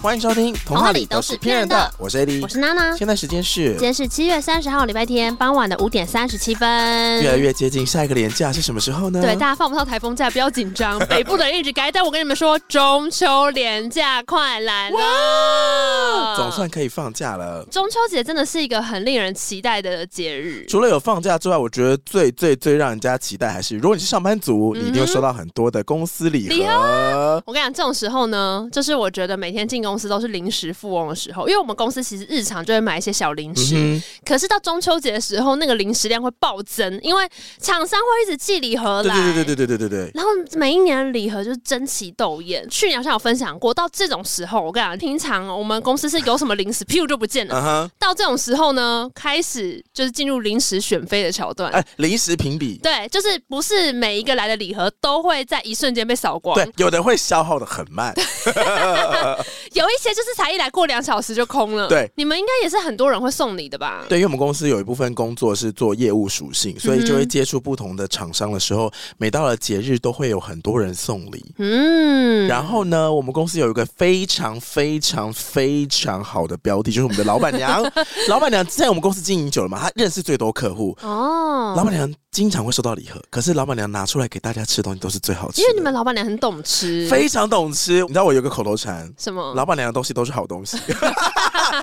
欢迎收听《童话里都是骗人的》，我是 AD，我是娜娜。现在时间是今天是七月三十号礼拜天傍晚的五点三十七分，越来越接近下一个年假是什么时候呢？对，大家放不到台风假，不要 紧张，北部的人一直改。但我跟你们说，中秋连假快来了，总算可以放假了。中秋节真的是一个很令人期待的节日。除了有放假之外，我觉得最最最让人家期待还是，如果你是上班族，你一定会收到很多的公司嗯礼礼盒。我跟你讲，这种时候呢，就是我觉得每天进公司都是临时富翁的时候，因为我们公司其实日常就会买一些小零食，嗯可是到中秋节的时候，那个零食量会暴增，因为厂商会一直寄礼哼，盒对来。对对对对对对对。然后每一年的礼盒就是争奇斗艳。去年好像有分享过，到这种时候，我跟你讲，平常我们公司是有什么零食，屁股就不见了。嗯哼，到这种时候呢，开始就是进入零食选妃的桥段。哎，临时评比，对，就是不是每一个来的礼盒都会在一瞬间被扫光，对，有的会消耗的很慢，有一些就是才一来过两小时就空了。对，你们应该也是很多人会送你的吧？对，因为我们公司有一部分工作是做业务属性，所以就会接触不同的厂商的时候，每到了节日都会有很多人送礼。嗯，然后呢，我们公司有一个非常非常非常好的标的，就是我们的老板 娘。老板娘在我们公司经营久了嘛，她认识最多客户。老哦，板娘经常会收到礼盒，可是老板娘拿出来给大家吃的东西都是最好吃的，因为你们老板娘很懂吃，非常懂吃。你知道我有个口头禅，什么？老板娘的东西都是好东西。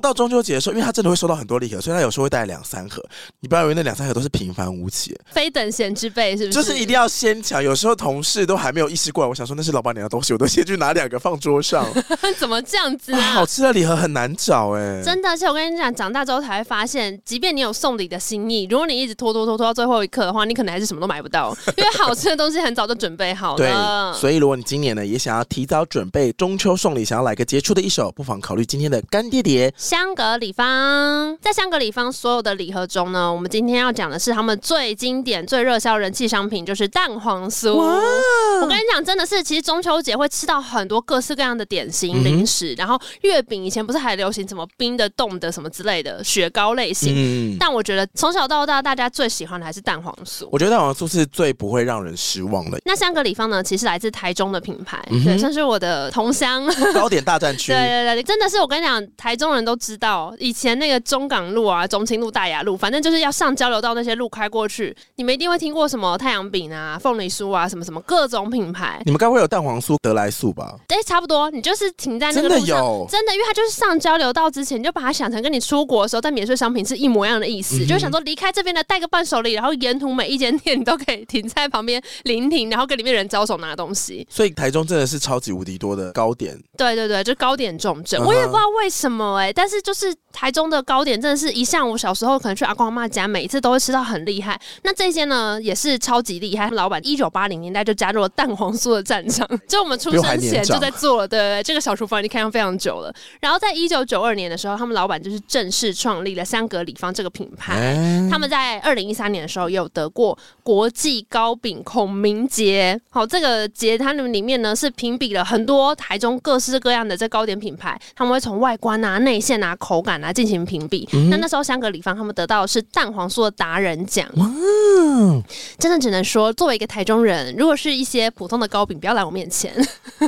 到中秋节的时候，因为她真的会收到很多礼盒，所以她有时候会带两三盒。你不要以为那两三盒都是平凡无奇，非等闲之辈是不是？就是一定要先抢。有时候同事都还没有意识过来，我想说那是老板娘的东西，我都先去拿两个放桌上。 怎么这样子哇，啊好？吃的礼盒很难找哎、真的，而且我跟你讲，长大之后才会发现，即便你有送礼的心意，如果你一直拖拖拖拖到最后一刻的话，你可能还是什么都买不到，因为好吃的东西很早就准备好对了，。嗯所以如果你今年呢也想要提早准备中秋送礼，想要来个杰出的一手，不妨考虑今天的干爹爹。香格里方，在香格里方所有的礼盒中呢，我们今天要讲的是他们最经典、最热销人气商品，就是蛋黄酥。我跟你讲，真的是，其实中秋节会吃到很多各式各样的点心、零食，然后月饼以前不是还流行什么冰的、冻的什么之类的雪糕类型。嗯，但我觉得从小到大，大家最喜欢的还是蛋黄酥。我觉得蛋黄酥是最不会让人失望 的那香格里方呢，其实来自台中的品牌，嗯哼对，算是我的同乡。糕点大战区对。对对，真的是我跟你讲，台中人都知道，以前那个中港路啊、中清路、大雅路，反正就是要上交流道那些路开过去，你们一定会听过什么太阳饼啊、凤梨酥啊，什么什么各种品牌。你们该不会有蛋黄酥得来速吧？哎，差不多，你就是停在那真个的路上。有，真的，因为它就是上交流道之前，你就把它想成跟你出国的时候在免税商品是一模一样的意思，嗯哼就是想说离开这边的带个伴手礼，然后沿途每一间店你都可以停在旁边聆听，然后跟里面人招手拿东西。所以台中真的是超级无敌多的糕点。对对对，就糕点重症，嗯哼我也不知道为什么哎、但是就是台中的糕点真的是一向我小时候可能去阿公阿妈家，每一次都会吃到很厉害。那这些呢也是超级厉害，老板一九八零年代就加入了蛋黄酥的战场，就我们出比我还生年前长就在做了，对对对，这个小厨房已经开张非常久了。然后在一九九二年的时候，他们老板就是正式创立了香格里方这个品牌。哎他们在二零一三年的时候也有得过国际糕饼孔明节。好，这个节它们里面呢是评比了很多台中各式各样的这糕点品牌，他们会从外观啊、内馅啊、口感啊进行评比。嗯那那时候香格里方他们得到的是蛋黄酥的达人奖。嗯真的只能说，作为一个台中人，如果是一些普通的糕饼，不要来我面前。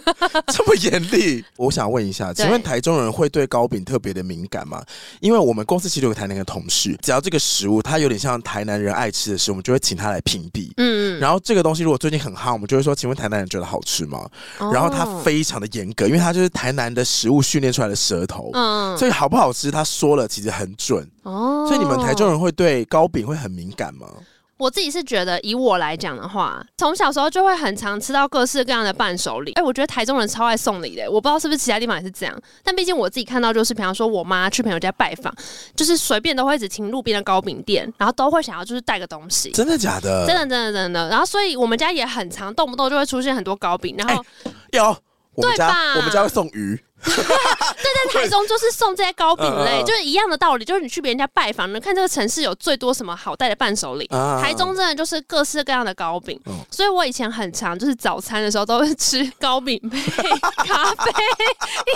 这么严厉？我想问一下，对请问台中人会对糕饼特别的敏感吗？因为我们公司其实有个台南的同事，只要这个食物它有点像台南人爱吃的食物，我们就会请他来评比。嗯，然后这个东西如果最近很夯，我们就会说，请问台南人觉得好吃吗？然后他哦非常的严格，因为他就是台南的食物训练出来的舌头，嗯所以好不好吃他说了其实很准。哦所以你们台中人会对糕饼会很敏感吗？我自己是觉得，以我来讲的话，从小时候就会很常吃到各式各样的伴手礼。哎、我觉得台中人超爱送礼的，我不知道是不是其他地方也是这样。但毕竟我自己看到，就是比方说我妈去朋友家拜访，就是随便都会只停路边的糕饼店，然后都会想要就是带个东西。真的假的？真的真的真的，然后所以我们家也很常动不动就会出现很多糕饼，然后有。我们对家吧我们家会送 鱼，在台中就是送这些糕饼嗯类，嗯嗯就是一样的道理，就是你去别人家拜访，能看这个城市有最多什么好带的伴手礼。啊台中真的就是各式各样的糕饼，嗯所以我以前很常就是早餐的时候都会吃糕饼配咖 啡，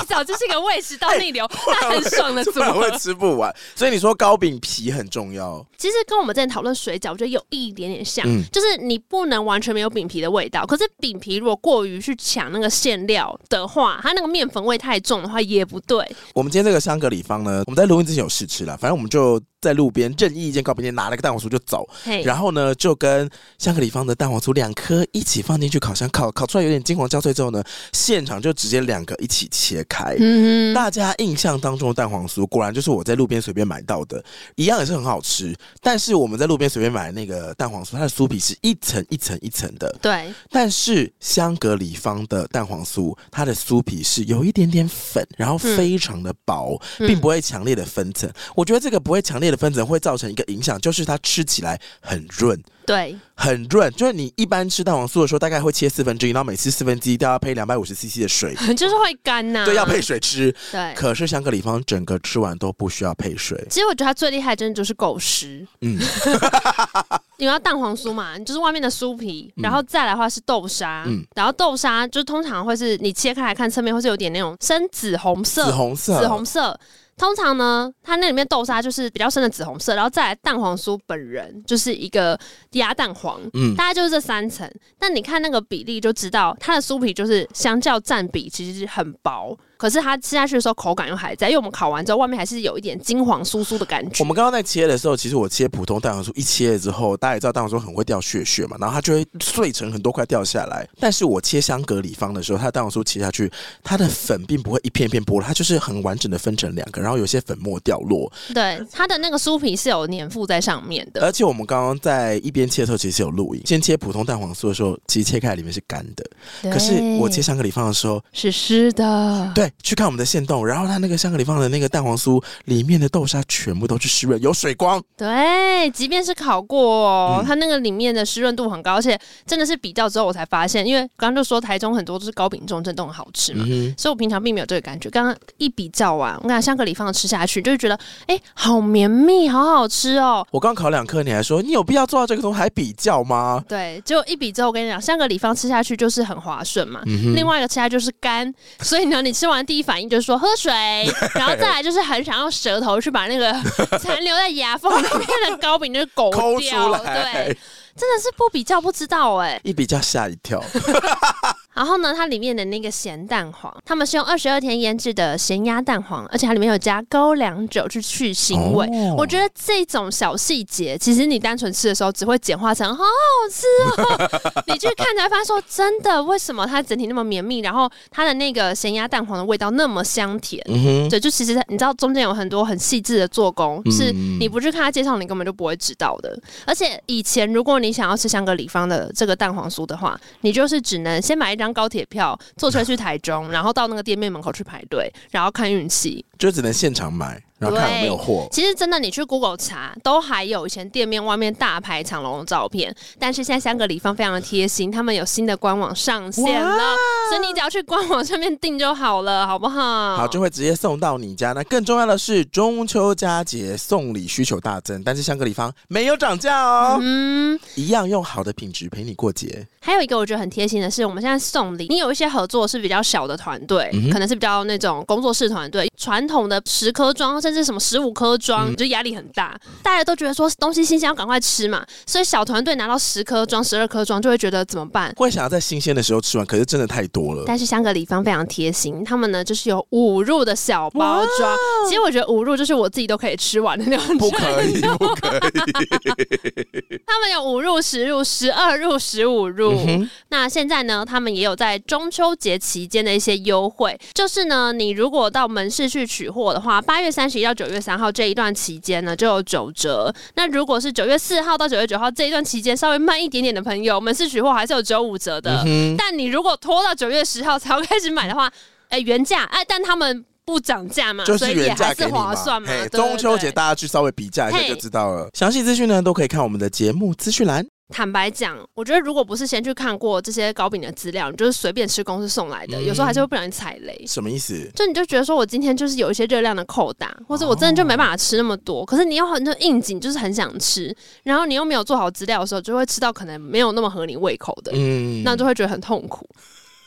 一早就是个胃食道逆流，那很爽的不组然会合。吃不完。所以你说糕饼皮很重要，其实跟我们之前讨论水饺，我觉得有一点点像，嗯就是你不能完全没有饼皮的味道，可是饼皮如果过于去抢那个馅料的话，它那个面粉味太太重的话也不对。我们今天这个香格里坊呢，我们在录音之前有试吃了，反正我们就在路边任意一间糕饼店拿了个蛋黄酥就走，嘿，然后呢就跟香格里坊的蛋黄酥两颗一起放进去烤箱烤，烤出来有点金黄焦脆之后呢，现场就直接两个一起切开。嗯哼，大家印象当中的蛋黄酥，果然就是我在路边随便买到的，一样也是很好吃。但是我们在路边随便买的那个蛋黄酥，它的酥皮是一层一层一层的，对，但是香格里坊的蛋黄酥，它的酥皮是有一点点粉，然后非常的薄，嗯并不会强烈的分层。我觉得这个不会强烈的分层会造成一个影响，就是它吃起来很润。对，很润，就是你一般吃蛋黄酥的时候，大概会切四分之一，然后每次四分之一都要配两百五十 CC 的水，就是会干呐、对，要配水吃。啊对。可是香格里坊整个吃完都不需要配水，其实我觉得它最厉害，真的就是狗食。嗯，你要蛋黄酥嘛，你就是外面的酥皮，然后再来的话是豆沙，嗯然后豆沙就通常会是你切开来看侧面会是有点那种深紫红色，紫红色，紫红色。通常呢，它那里面豆沙就是比较深的紫红色，然后再来蛋黄酥本人就是一个鸭蛋黄，嗯大概就是这三层。但你看那个比例就知道，它的酥皮就是相较占比其实是很薄，可是它吃下去的时候口感又还在，因为我们烤完之后外面还是有一点金黄酥酥的感觉我。们刚刚在切的时候，其实我切普通蛋黄酥，一切了之后，大家也知道蛋黄酥很会掉屑屑嘛，然后它就会碎成很多块掉下来。但是我切香格里坊的时候，它的蛋黄酥切下去，它的粉并不会一片片剥落，它就是很完整的分成两个，然后有些粉末掉落。对，它的那个酥皮是有粘附在上面的。而且我们刚刚在一边切的时候，其实有录影。先切普通蛋黄酥的时候，其实切开来里面是干的，呃可是我切对香格里坊的时候，是湿的，对，去看我们的线动，然后它那个香格里坊的那个蛋黄酥里面的豆沙全部都是湿润，有水光。对，即便是烤过、哦，嗯它那个里面的湿润度很高，而且真的是比较之后我才发现，因为刚刚就说台中很多都是糕饼重镇都很好吃嘛。嗯哼。所以我平常并没有这个感觉，刚刚一比较完，我跟你讲香格里坊吃下去，就会觉得，哎、好绵密，好好吃哦。我刚考两科，你还说你有必要做到这个东西还比较吗？对，结果一比之后，我跟你讲，香格里坊吃下去就是很滑顺嘛。嗯另外一个吃下去就是 干，所以呢，你吃完第一反应就是说喝水，然后再来就是很想用舌头去把 那个残留在牙缝里面的糕饼就是狗抠出掉，对来，，真的是不比较不知道哎、一比较吓一跳。然后呢，它里面的那个咸蛋黄，他们是用二十二天腌制的咸鸭蛋黄，而且它里面有加高粱酒去去腥味。哦我觉得这种小细节，其实你单纯吃的时候只会简化成哦好好吃哦，你去看才发现说真的，为什么它整体那么绵密，然后它的那个咸鸭蛋黄的味道那么香甜。嗯哼，对，就其实它你知道中间有很多很细致的做工，是嗯你不去看它介绍，你根本就不会知道的。而且以前如果你想要吃香格里坊的这个蛋黄酥的话，你就是只能先买一张高铁票，坐车去台中，然后到那个店面门口去排队，然后看运气。就只能现场买，然后看有没有货。其实真的，你去 Google 查，都还有以前店面外面大排长龙的照片。但是现在香格里坊非常的贴心，他们有新的官网上线了，所以你只要去官网上面订就好了，好不好？好，就会直接送到你家。那更重要的是，中秋佳节送礼需求大增，但是香格里坊没有涨价哦，嗯。一样用好的品质陪你过节。还有一个我觉得很贴心的是，我们现在送礼，你有一些合作是比较小的团队，嗯哼可能是比较那种工作室团队，传统的十颗装甚至什么十五颗嗯装，就压力很大。大家都觉得说东西新鲜要赶快吃嘛，所以小团队拿到十颗装、十二颗装就会觉得怎么办？会想要在新鲜的时候吃完，可是真的太多了。但是香格里方非常贴心，他们呢就是有五入的小包装，其实我觉得五入就是我自己都可以吃完的那种哦不可 以，不可以。他们有五入、十入、十二入、十五入。嗯那现在呢，他们也有在中秋节期间的一些优惠，就是呢，你如果到门市去取货的话，八月三十一到九月三号这一段期间呢，就有九折。那如果是九月四号到九月九号这一段期间稍微慢一点点的朋友，门市取货还是有九五折的。嗯但你如果拖到九月十号才要开始买的话，哎、原价哎、但他们。不涨价 嘛，就是所以也原价还给是你划算嘛。嘿对对中秋节对大家去稍微比价一下嘿就知道了。详细资讯呢，都可以看我们的节目资讯栏。坦白讲，我觉得如果不是先去看过这些糕饼的资料，你就是随便吃公司送来的，嗯有时候还是会不小心踩雷。什么意思？就你就觉得说我今天就是有一些热量的扣打，或者我真的就没办法吃那么多，可是你又很就应景，就是很想吃，然后你又没有做好资料的时候，就会吃到可能没有那么合你胃口的，嗯那就会觉得很痛苦。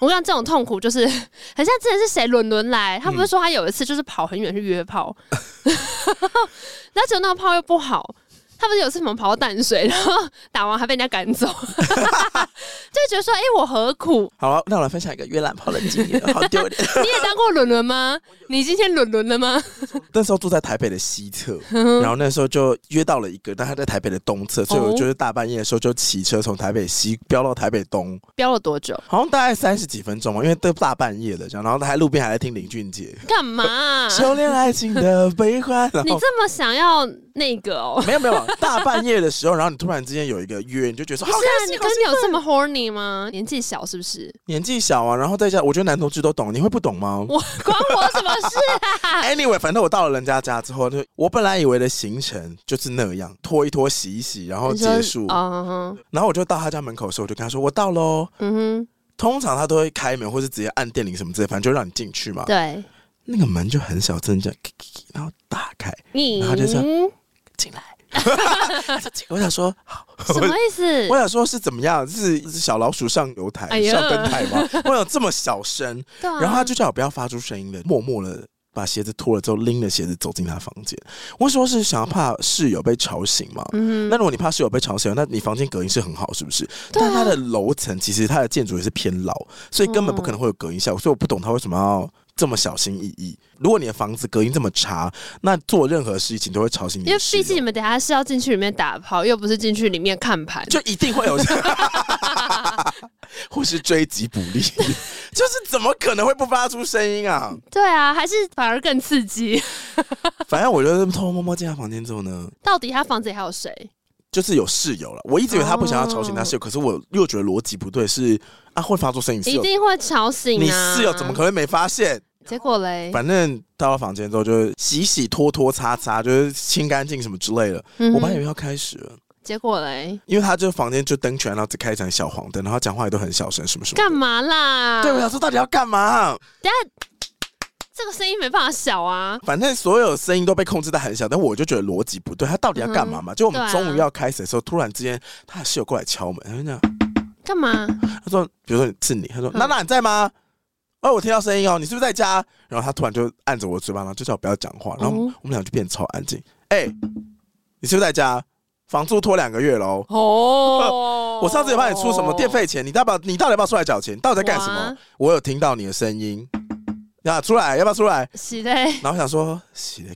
我跟你讲，这种痛苦就是 很像之前是谁伦伦来，他嗯不是说 他有一次就是跑很远去约炮，然后结果那个炮又不好，他不是有次我们跑到淡水，然后打完还被人家赶走， 就觉得说，哎、我何苦？好了，那我来分享一个约懒跑的经验，好丢 脸。你也当过伦伦吗？你今天伦伦了吗？那时候住在台北的西侧，嗯然后那时候就约到了一个，但他在台北的东侧，所以我哦就是大半夜的时候就骑车从台北西飙到台北东，飙了多久？好像大概三十几分钟嘛，因为都大半夜的这样，然后他还路边还在听林俊杰干嘛、 《修炼爱情的悲 欢》，然啊你后。这么想要那个哦、没有没有，大半夜的时候，然后你突然之间有一个约，你就觉得说不好是啊开，你心，好跟兴你有奋这么 horny 吗？年纪小是不是？ 年纪小啊，然后再加，我觉得男同志都懂，你会不懂吗？我关我什么事啊？ Anyway，反正我到了人家家之后，就我本来以为的行程就是那样，拖一拖、洗一洗，然后你说结束。嗯哼，然后我就到他家门口的时候，我就跟他说：“我到喽。嗯”通常他都会开门，或是直接按电铃什么之类，反正就让你进去嘛哼，。对，那个门就很小声这样，咔咔咔然后打开你然后就这样什进 来。我想说，好，么意 思我？想说是怎么样？是是小老鼠上油台、哎呀上灯台吗？我想这么小声，对啊然后他就叫我不要发出声音了，默默的把鞋子脱了之后，拎着鞋子走进他房间。我说是想要怕室友被吵醒嘛。嗯那哼，如果你怕室友被吵醒，那你房间隔音是很好，是不是？对啊但它的楼层其实它的建筑也是偏老，所以根本不可能会有隔音效果。所以我不懂他为什么要这么小心翼翼。如果你的房子隔音这么差，那做任何事情都会吵醒你因为的室友。毕竟你们等一下是要进去里面打炮，又不是进去里面看盘。就一定会 有，或是追击不利， 就是怎么可能会不发出声音啊？对啊，还是反而更刺激。反正我就偷偷摸摸进他房间之后呢， 到底他房子里还有谁？就是有室友了。我一直以为他不想要吵醒他室友，可是我又觉得逻辑不对，是啊会发出声音，室一友定会吵醒你啊！哎室友怎么可？能没发现？结果嘞，反正到了房间之后，就是洗洗拖拖擦擦，就是清干净什么之类的。嗯哼我本来以为要开始了，结果嘞，因为他这房间就灯全，然后只开一盏小黄灯，然后讲话也都很小声，什么什么的。干嘛啦？对，我想说到底要干嘛？这个声音没办法小啊！反正所有声音都被控制的很小，但我就觉得逻辑不对，他到底要干嘛嘛？就我们对啊终于要开始的时候，突然之间他的室友过来敲门，他就这样，干嘛？他说，比如说是你，他说嗯娜娜你在吗？哦，我听到声音哦，你是不是在家？然后他突然就按着我的嘴巴，然后就叫我不要讲话，然后哦我们俩就变得超安静。哎、你是不是在家？房租拖两个月喽。哦我上次也帮你出什么电费钱，你要不要？你到底要不要出来缴钱？你到底在干什么哇？我有听到你的声音，那出来要不要出来？洗嘞？然后我想说，洗了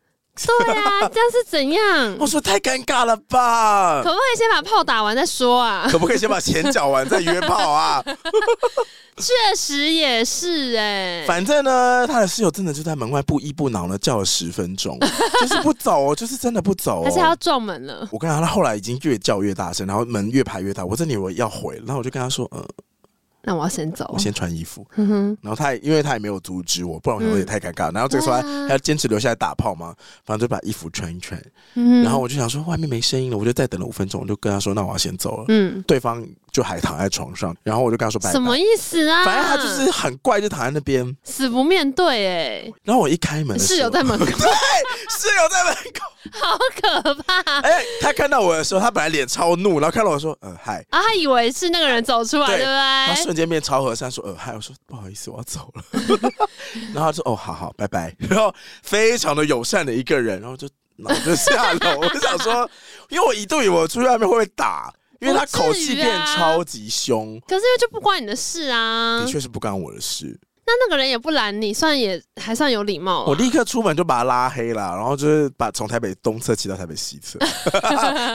对啊，这样是怎样？ 我说太尴尬了吧可？不可以先把炮打完再说啊？可不可以先把钱缴完再约炮啊？确实也是哎、反正呢，他的室友真的就在门外不依不挠的叫了十分 钟，就是不走哦，就是真的不走还是他要哦。撞门了。我跟他，他后来已经越叫越大声，然后门越排越大，我真的以为要毁了。然后我就跟他说：“嗯，哦那我要先走我。先穿衣服。哼哼，”然后他也因为他也没有阻止我，不然我有点哦太尴尬。然后这个时候对啊他还要坚持留下来打炮嘛，反正就把衣服穿一穿。嗯然后，我就想说外面没声音了，我就再等了五分钟，我就跟他说：“那我要先走了。嗯，对方就还躺在床上，然后我就跟他说：“拜拜。”什么意思啊？反正他就是很怪，就躺在那边。死不面对哎、然后我一开门的时候，室友 在门口，室友在门口。好可怕啊！哎、他看到我的时候，他本来脸超怒，然后看到我说：“呃，嗨。他以为是那个人走出来，对对他不对？瞬间变超和善，说：“呃，嗨。”我说：“不好意思，我要走了。” 然后他说：“哦，好好，拜拜。”然后非常的友善的一个人，然后就然后就下 楼。我就想说，因为我一度以为我出去外面会被打，因为他口气变超级凶，可是因为就不关你的事啊的，确是不干我的事。那那个人也不拦你，算也还算有礼貌、啊。我立刻出门就把他拉黑了，然后就是把从台北东侧骑到台北西 侧，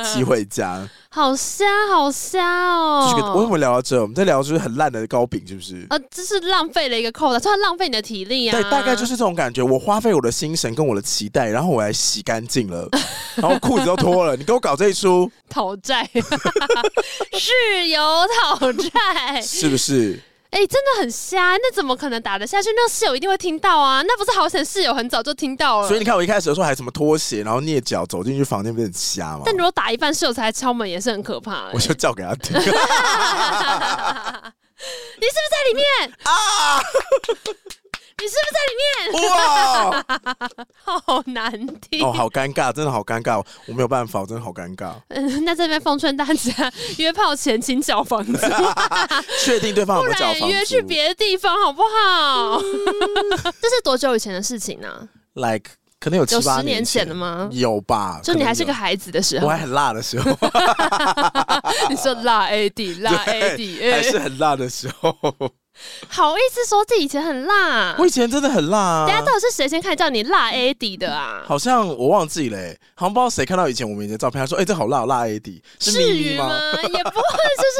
骑回家。好瞎，好瞎哦！就是个我怎么聊到这？我们在聊就是很烂的糕饼，是不是？呃，这是浪费了一个扣打，算浪费你的体力啊。对，大概就是这种感觉。我花费我的心神跟我的期待，然后我还洗干净 了，然后裤子都脱了。你给我搞这一出，讨债， 室友讨债，是不是？哎、真的很瞎，那怎么可能打得下去？那室友一定会听到啊，那不是好险，室友很早就听到了。所以你看，我一开始的时候还什么拖鞋，然后蹑脚走进去房间，不是很瞎吗但？如果打一半，室友才敲门，也是很可怕、欸。 我就叫给他听 你是不是在里面？啊！你是不哇，是在里面？ 好难听。哦，好尴尬，真的好尴尬，我没有办法，我真的好尴尬。嗯，那这边奉劝大家，约炮前请缴 房租，确定对方有不没有缴 然房约去租嗯 别的地方好不好？这是多久以前的事情呢、啊？Like 可能有七有八十年前前的吗？有吧？就你还是可个能孩子的啊时有我候，还很辣的时候， 你说辣 AD 辣 AD，对哎还是很辣的时 候。好意思说自己以前很辣？我以前真的很辣大家啊，到底是谁先开始叫你辣 AD 的啊？嗯好像我忘记了、欸，好像不知道谁看到以前我们以前的照片，他说：“哎、这好辣，辣 AD 是至咪于咪吗？”吗？ 也不会，就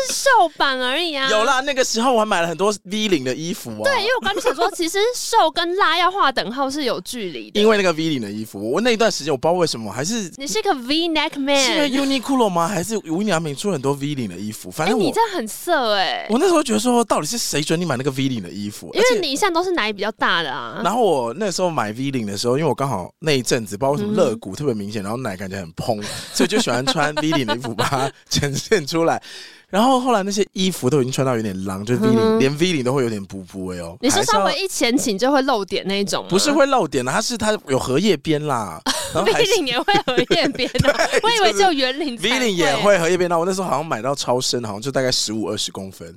是瘦版而已啊。有啦，那个时候我还买了很多 V 领的衣服啊。对，因为我刚刚想说，其实瘦跟辣要画等号是有距离的。因为那个 V 领的衣服，我那一段时间我不知道为什么，还是是你是个 V neck 因为 man， Uniqlo 吗？还是无印良品出了很多 V 领的衣服？反哎、正我、你这样很色哎、我那时候觉得说，到底是谁准你买那个 V 领的衣服？因而为且你一向都是奶比较大的啊。然后我那时候买 V 领的时候，因为我刚好那一阵子不知道为什嗯么肋骨特别明显，然后奶感觉很蓬， 所以就喜欢穿 V 领的衣服把它呈现出来。然后后来那些衣服都已经穿到有点狼，就是 V 领，嗯哼连 V 领都会有点补补哎哦。你是还稍要微一前倾就会露点那一种吗，啊不是 会漏点的，啊它是它有荷叶边啦，然后还？V 是领也会有一点 边的，我以为只有圆领才 V 领也会荷叶边，那我那时候好像买到超深，好像就大概十五二十公 分，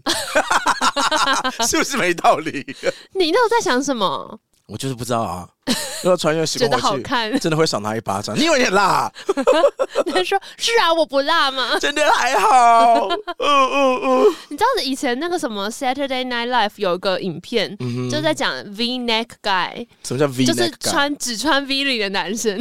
是不是没道理？你那时候在想什 么？我就是不知道啊。如果穿越时觉空得好回去，看，真的会赏他一巴掌。你以为你很辣啊，他说是啊，我不辣吗？真的还 好。嗯嗯嗯，你知道以前那个什么 Saturday Night Live 有一个影片，嗯就在讲 V neck guy，什么叫 V 就是 neck？穿只穿 V 领的男生。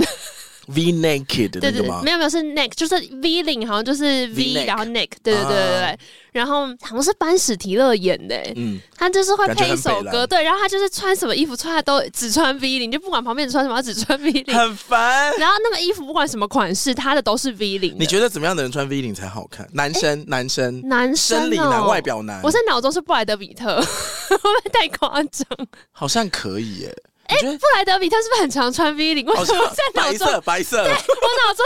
V naked 的对那对个吗对，没？有没有是 neck，就是 V 领，好像就是 V V， neck 然后 neck，对对对对对，啊然后好像是班史提勒演的欸、嗯，他就是会感觉配一很首北歌，蓝对，然后他就是穿什么衣服穿他都只穿 V 领，就不管旁边人穿什么，他只穿 V 领。很烦。然后那个衣服不管什么款式，他的都是 V 领的。你觉得怎么样的人穿 V 领才好看？男生，男生，男生、哦、生理男，外表男我，现在脑中是布莱德比特， 会不会太夸张？好像可以耶。哎，布莱德比特是不是很常穿 V 领？为好什像么我现在脑白中，我色，白色。脑中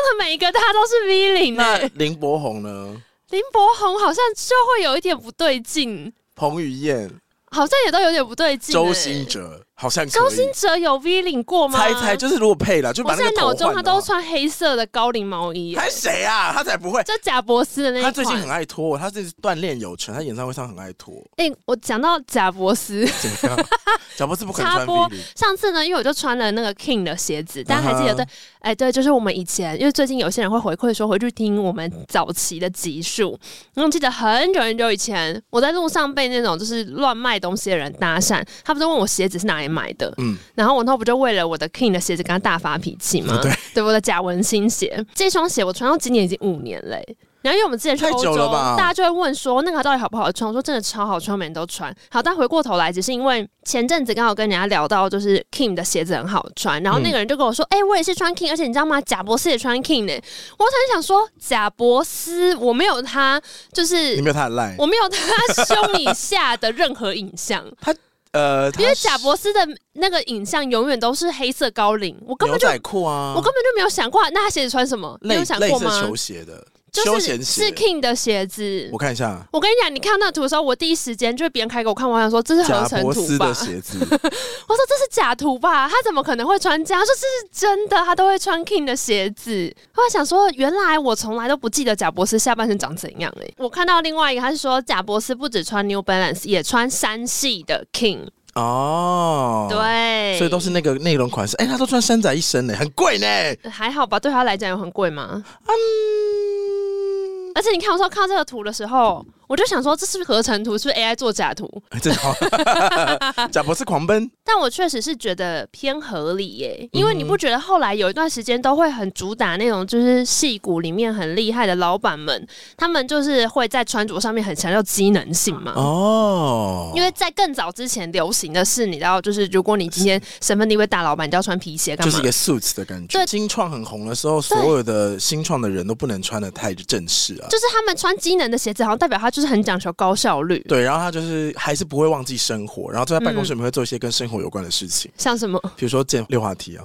的每一个他都是 V 领呢、那林柏宏呢？林柏宏好像就会有一点不对劲，彭于晏、好像也都有点不对劲、欸。周星哲好像可以周星哲有 V 领过吗？猜猜，就是如果配了，就把我那现在个头脑中换他了都穿黑色的高领毛衣、欸还，谁啊？他才不会。就贾伯斯的那一他最款。近很爱拖，他这是锻炼有成，他演唱会上很爱拖，哎、我讲到贾伯斯，怎么样？小波是不可能插穿播 V 领，上次呢，因为我就穿了那个 King 的鞋子，大家还记嗯得啊哈对？哎、对，就是我们以前，因为最近有些人会回馈说回去听我们早期的集数，然后我记得很久很久以前，我在路上被那种就是乱卖东西的人搭讪，他们都问我鞋子是哪里买的，嗯，然后我那不就为了我的 King 的鞋子跟他大发脾气吗？啊对，我的贾文新鞋，这双鞋我穿到今年已经五年嘞、然后因为我们之前去太欧久洲了，吧大家就会问说那个到底好不好穿？我说真的超好穿，每人都穿。好，但回过头来，只是因为前阵子刚好跟人家聊到，就是 King 的鞋子很好穿，嗯然后那个人就跟我说：“哎、我也是穿 King，而且你知道吗？贾伯斯也穿 King 呢、我才想说，贾伯斯我没有他，就是你没有他的赖。我没有他胸以下的任何影像。呃，因为他贾伯斯的那个影像永远都是黑色高领，我根牛本就、仔裤啊，我根本就没有想过，那他鞋子穿什么？你类有想类过似吗球？鞋的就休是闲是鞋， King 的鞋子我。看一下我跟你讲，你看到那图的时候，我第一时间就是别人开给我看，我想说这是合贾成伯图斯吧？的我鞋子， 说这是假图吧？他怎么可能会穿这样？他说这是真的，他都会穿 King 的鞋子。我还想说，原来我从来都不记得贾伯斯下半身长怎样哎、我看到另外一个，他是说贾伯斯不只穿 New Balance，也穿山系的 King，、哦，，对，所以都是那个内容款式。哎，他都穿山仔一身呢，很贵呢。还好吧，对他来讲有很贵吗？嗯，而且你看，我说看到这个图的时候，我就想说这是不是合成图，是不是 AI 做假图？这好，哎 贾博士狂奔，但我确实是觉得偏合理嗯耶，因为你不觉得后来有一段时间都会很主打那种就是戏骨里面很厉害的老板们，他们就是会在穿着上面很强调机能性嘛。哦，嗯因为在更早之前流行的是，你知道，就是如果你今天身份地位大老板，你就要穿皮鞋干就嘛？是一个 suits 的感觉。对新创很红的时候，所有的新创的人都不能穿的太正式啊。就是他们穿机能的鞋子，好像代表他就是很讲求高效率，对，然后他就是还是不会忘记生活，然后坐在办嗯公室里面会做一些跟生活有关的事情，像什么？比如说建溜滑梯啊。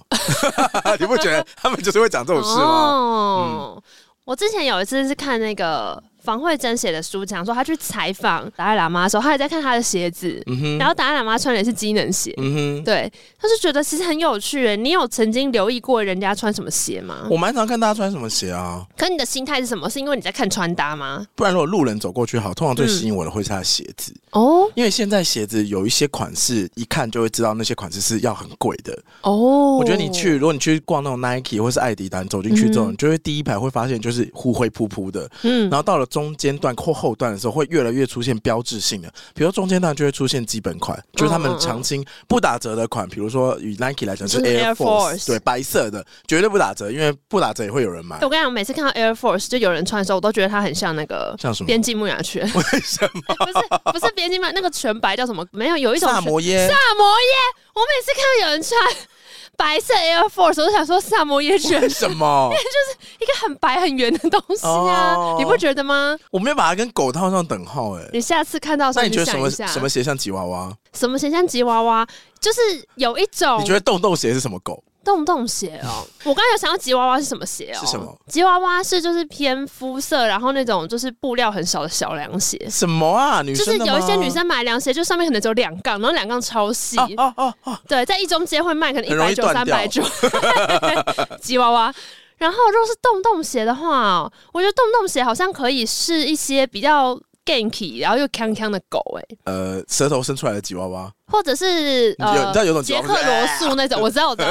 你哦不觉得他们就是会讲这种事吗？哦，我之前有一次是看那个房慧珍写的书讲说，她去采访达赖喇嘛的时候，她也在看他的鞋子，嗯哼，然后达赖喇嘛穿的是机能鞋。嗯哼。对，他就觉得其实很有趣欸耶。你有曾经留意过人家穿什么鞋吗？我蛮常看大家穿什么鞋啊，嗯可你的心态是什么？是因为你在看穿搭吗？不然如果路人走过去好，通常最吸引我的会是他的鞋子，哦因为现在鞋子有一些款式，一看就会知道那些款式是要很贵的。哦，我觉得你去，如果你去逛那种 Nike 或是艾迪达，你走进去之嗯后，哼你就会第一排会发现就是灰灰扑扑的，嗯然后到了中间段或后段的时候，会越来越出现标志性的，比如说中间段就会出现基本款，就是他们常青不打折的款，比如说以 Nike 来讲嗯是就是 Air Air Force Force，对，白色的绝对不打折，因为不打折也会有人买欸。我跟你讲，每次看到 Air Force 就有人穿的时候，我都觉得它很像那个像什么边境牧羊犬。 为什 么？不是不是边境牧羊，那个全白叫什么？没有，有一种萨摩耶萨摩耶。我每次看到有人穿白色 Air Force，我都想说萨摩耶犬为什 么？一个很白很圆的东西啊，哦你不觉得吗？我没有把它跟狗套上等号哎、 你下次看到的时那候你觉得去什想么一下什么鞋像吉娃娃？什么形象吉娃娃，就是有一种你觉得洞洞鞋是什么狗？洞洞鞋哦，我刚才有想到吉娃娃是什么鞋哦？是什么？吉娃娃是就是偏肤色，然后那种就是布料很少的小凉鞋。什么啊？女就是生的吗有一些女生买凉鞋，就上面可能只有两杠，然后两杠超细，哦哦哦哦，对，在一中街会卖，可能一很百容易九、三断掉百九， 吉娃娃。然后如果是洞洞鞋的话哦，我觉得洞洞鞋好像可以是一些比较 ganky，然后又康康的狗、哎，呃，舌头伸出来的吉娃娃，或者是你有你知道有种吉捷娃克娃是罗素那种，我知道我 知道，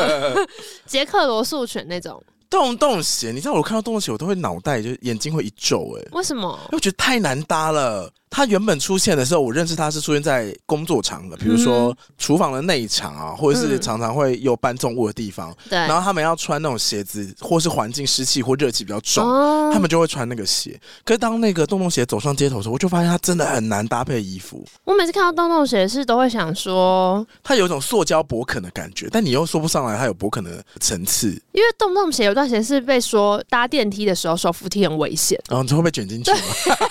捷克罗素犬那种，洞洞鞋，你知道我看到洞洞鞋，我都会脑袋就眼睛会一皱哎、欸为什么？因为我觉得太难搭了。它原本出现的时候，我认识它是出现在工作场的，比如说厨房的内场啊，或者是嗯常常会有搬重物的地方，对哦然，后他们要穿那种鞋子，或是环境湿气或热气比较重，哦他们就会穿那个鞋。可是当那个洞洞鞋走上街头的时候，我就发现它真的很难搭配衣服，我每次看到洞洞鞋是都会想说，它有一种塑胶薄肯的感觉，但你又说不上来它有薄肯的层次，因为洞洞鞋有段时间是被说搭电梯的时候手扶梯很危险。然后你就会被卷进去吗？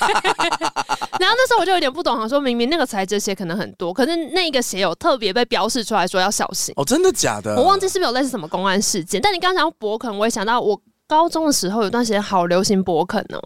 然后那时候我就有点不懂，想说明明那个材质鞋可能很多，可是那个鞋有特别被标示出来说要小心。哦，真的假的？我忘记是不是有类似什么公安事件，但你刚刚讲到勃肯，我也想到我高中的时候有段时间好流行勃肯哦，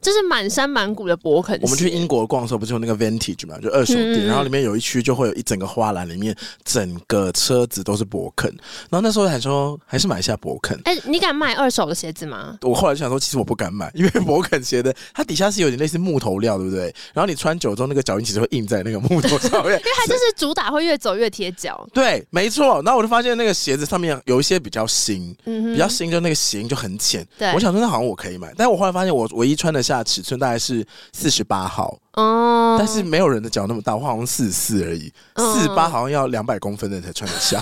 就是满山满谷的勃肯鞋。我们去英国逛的时候，不是有那个 vintage 嘛，就二手店，嗯嗯嗯然后里面有一区就会有一整个花篮，里面整个车子都是勃肯。然后那时候还说还是买一下勃肯。哎、你敢买二手的鞋子吗？我后来就想说，其实我不敢买， 因为勃肯鞋的它底下是有点类似木头料，对不对？然后你穿久之后，那个脚印其实会印在那个木头上面。 因为它就是主打会越走越贴脚， 对，没错。然后我就发现那个鞋子上面有一些比较新，嗯哼，比较新，就那个型就很浅。对我想说那好像我可以买，但我后来发现我唯一穿得下的尺寸大概是四十八号，哦但是没有人的脚那么大，我好像四四而已，嗯四八好像要两百公分的人才穿得 下。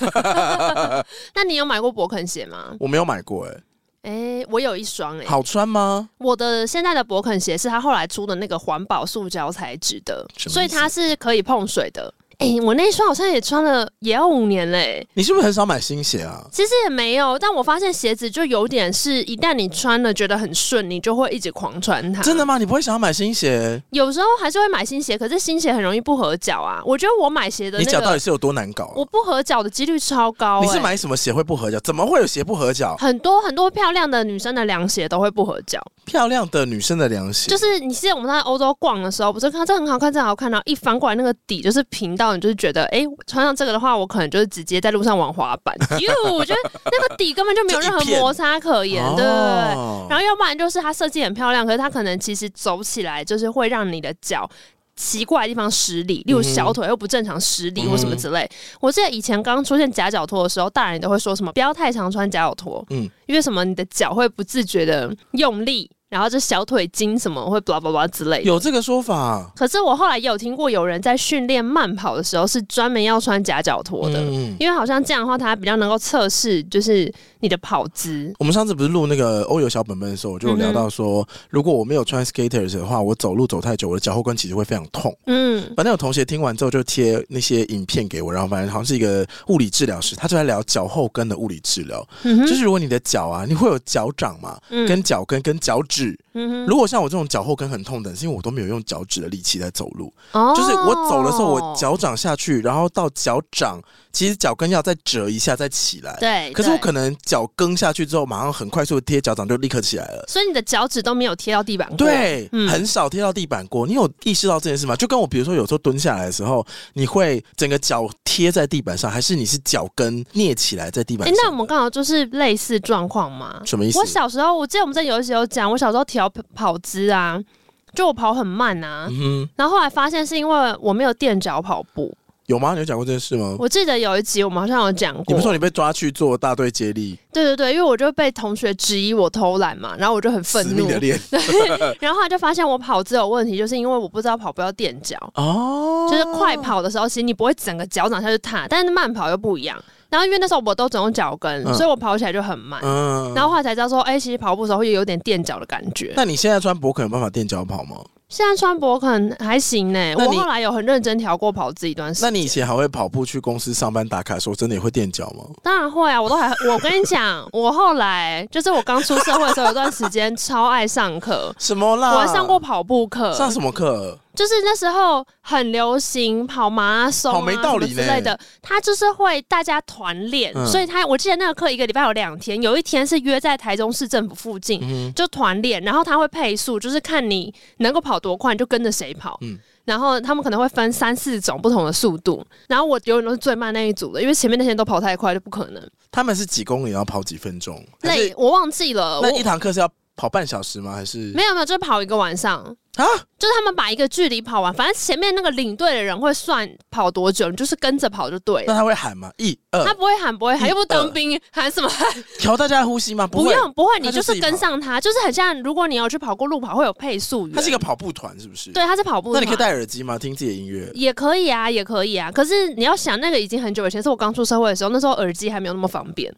那你有买过勃肯鞋吗？我没有买过、欸，哎、我有一双哎、好穿吗？我的现在的勃肯鞋是它后来出的那个环保塑胶材质的，什么意思所以它是可以碰水的。哎、我那一双好像也穿了也要五年嘞、你是不是很少买新鞋啊？其实也没有，但我发现鞋子就有点是一旦你穿了觉得很顺，你就会一直狂穿它。真的吗？你不会想要买新鞋？有时候还是会买新鞋，可是新鞋很容易不合脚啊。我觉得我买鞋的你那脚到个底是有多难搞啊、我不合脚的几率超高、欸。你是买什么鞋会不合脚？怎么会有鞋不合脚？很多很多漂亮的女生的凉鞋都会不合脚。漂亮的女生的凉鞋，就是你记得我们在欧洲逛的时候，不是看到这很好看，这很好看，然后一翻过来那个底就是平到，你就是觉得，哎、穿上这个的话，我可能就是直接在路上玩滑 板，哟，我觉得那个底根本就没有任何就一片摩擦可言，对不对？哦然后要不然就是它设计很漂亮，可是它可能其实走起来就是会让你的脚。奇怪的地方失嗯礼，例如小腿又不正常失礼或什么之类。我记得以前刚出现夹脚拖的时候，大人都会说什么不要太常穿夹脚拖，嗯嗯，因为什么你的脚会不自觉的用力，然后就小腿筋什么会 blah blah blah 之类的。有这个说法。可是我后来也有听过有人在训练慢跑的时候是专门要穿夹脚拖的，嗯，因为好像这样的话，它比较能够测试就是你的跑姿。我们上次不是录那个欧游小本本的时候，我就有嗯聊到说，如果我没有穿 skaters 的话，我走路走太久，我的脚后跟其实会非常痛。嗯，反正有同学听完之后就贴那些影片给我，然后反正好像是一个物理治疗师，他就在聊脚后跟的物理治疗。嗯哼就是如果你的脚啊，你会有脚掌嘛，嗯跟脚跟跟脚指。嗯哼，如果像我这种脚后跟很痛的，是因为我都没有用脚趾的力气在走路，哦就是我走的时候，我脚掌下去，然后到脚掌，其实脚跟要再折一下再起来。对，可是我对可能脚跟下去之后，马上很快速的贴脚掌就立刻起来了。所以你的脚趾都没有贴到地板过，对，嗯很少贴到地板过。你有意识到这件事吗？就跟我，比如说有时候蹲下来的时候，你会整个脚贴在地板上，还是你是脚跟蹑起来在地板哎、上？那我们刚好就是类似状况嘛。什么意思我？小时候，我记得我们在游戏有讲，我小时候调跑姿啊，就我跑很慢啊。嗯哼，然后后来发现是因为我没有垫脚跑步。有吗？你有讲过这件事吗？我记得有一集我们好像有讲哦你过不，说你被抓去做大队接力，对对对，因为我就被同学质疑我偷懒嘛，然后我就很死愤命怒的。 练然后后来就发现我跑姿有问题，就是因为我不知道跑步要垫脚，哦就是快跑的时候，其实你不会整个脚掌下去踏，但是慢跑又不一样。然后因为那时候我都只用脚跟，嗯所以我跑起来就很慢。嗯然后后来才知道说，哎、其实跑步的时候会有点垫脚的感觉。那你现在穿勃肯有办法垫脚跑吗？现在穿勃肯还行呢、那我你后来有很认真调过跑自己一段时那间。你以前还会跑步去公司上班打卡的时候，真的也会垫脚吗？当然会啊，我都还 我跟你讲，我后来就是我刚出社会的时候，有段时间超爱上 课，什么啦？我还上过跑步课，上什么课？就是那时候很流行跑马拉松、好啊、没道理什呢么之类的。他就是会大家团练，嗯所以他我记得那个课一个礼拜有两天，有一天是约在台中市政府附近，嗯就团练，然后他会配速，就是看你能够跑多快，你就跟着谁跑。嗯然后他们可能会分三四种不同的速度，然后我永远都是最慢那一组的，因为前面那些人都跑太快就不可能。他们是几公里，然后跑几分钟？还那是我忘记了，呃我那一堂课是要跑半小时吗？还是没有没有，就是跑一个晚上啊就是他们把一个距离跑完，反正前面那个领队的人会算跑多久，你就是跟着跑就对那了。他会喊吗？一他二，不会喊，不会喊，一又不是二当兵，喊什么喊？调大家的呼吸吗？不嗯呃会，用，不会，你他就就自是己跟跑上他，就是很像。如果你有去跑过路跑，会有配速员。他是一个跑步团，是不是？。对，他是跑步那的嘛。你可以戴耳机吗？听自己的音乐。也可以啊，也可以啊。可是你要想，那个已经很久以前，是我刚出社会的时候，那时候耳机还没有那么方便。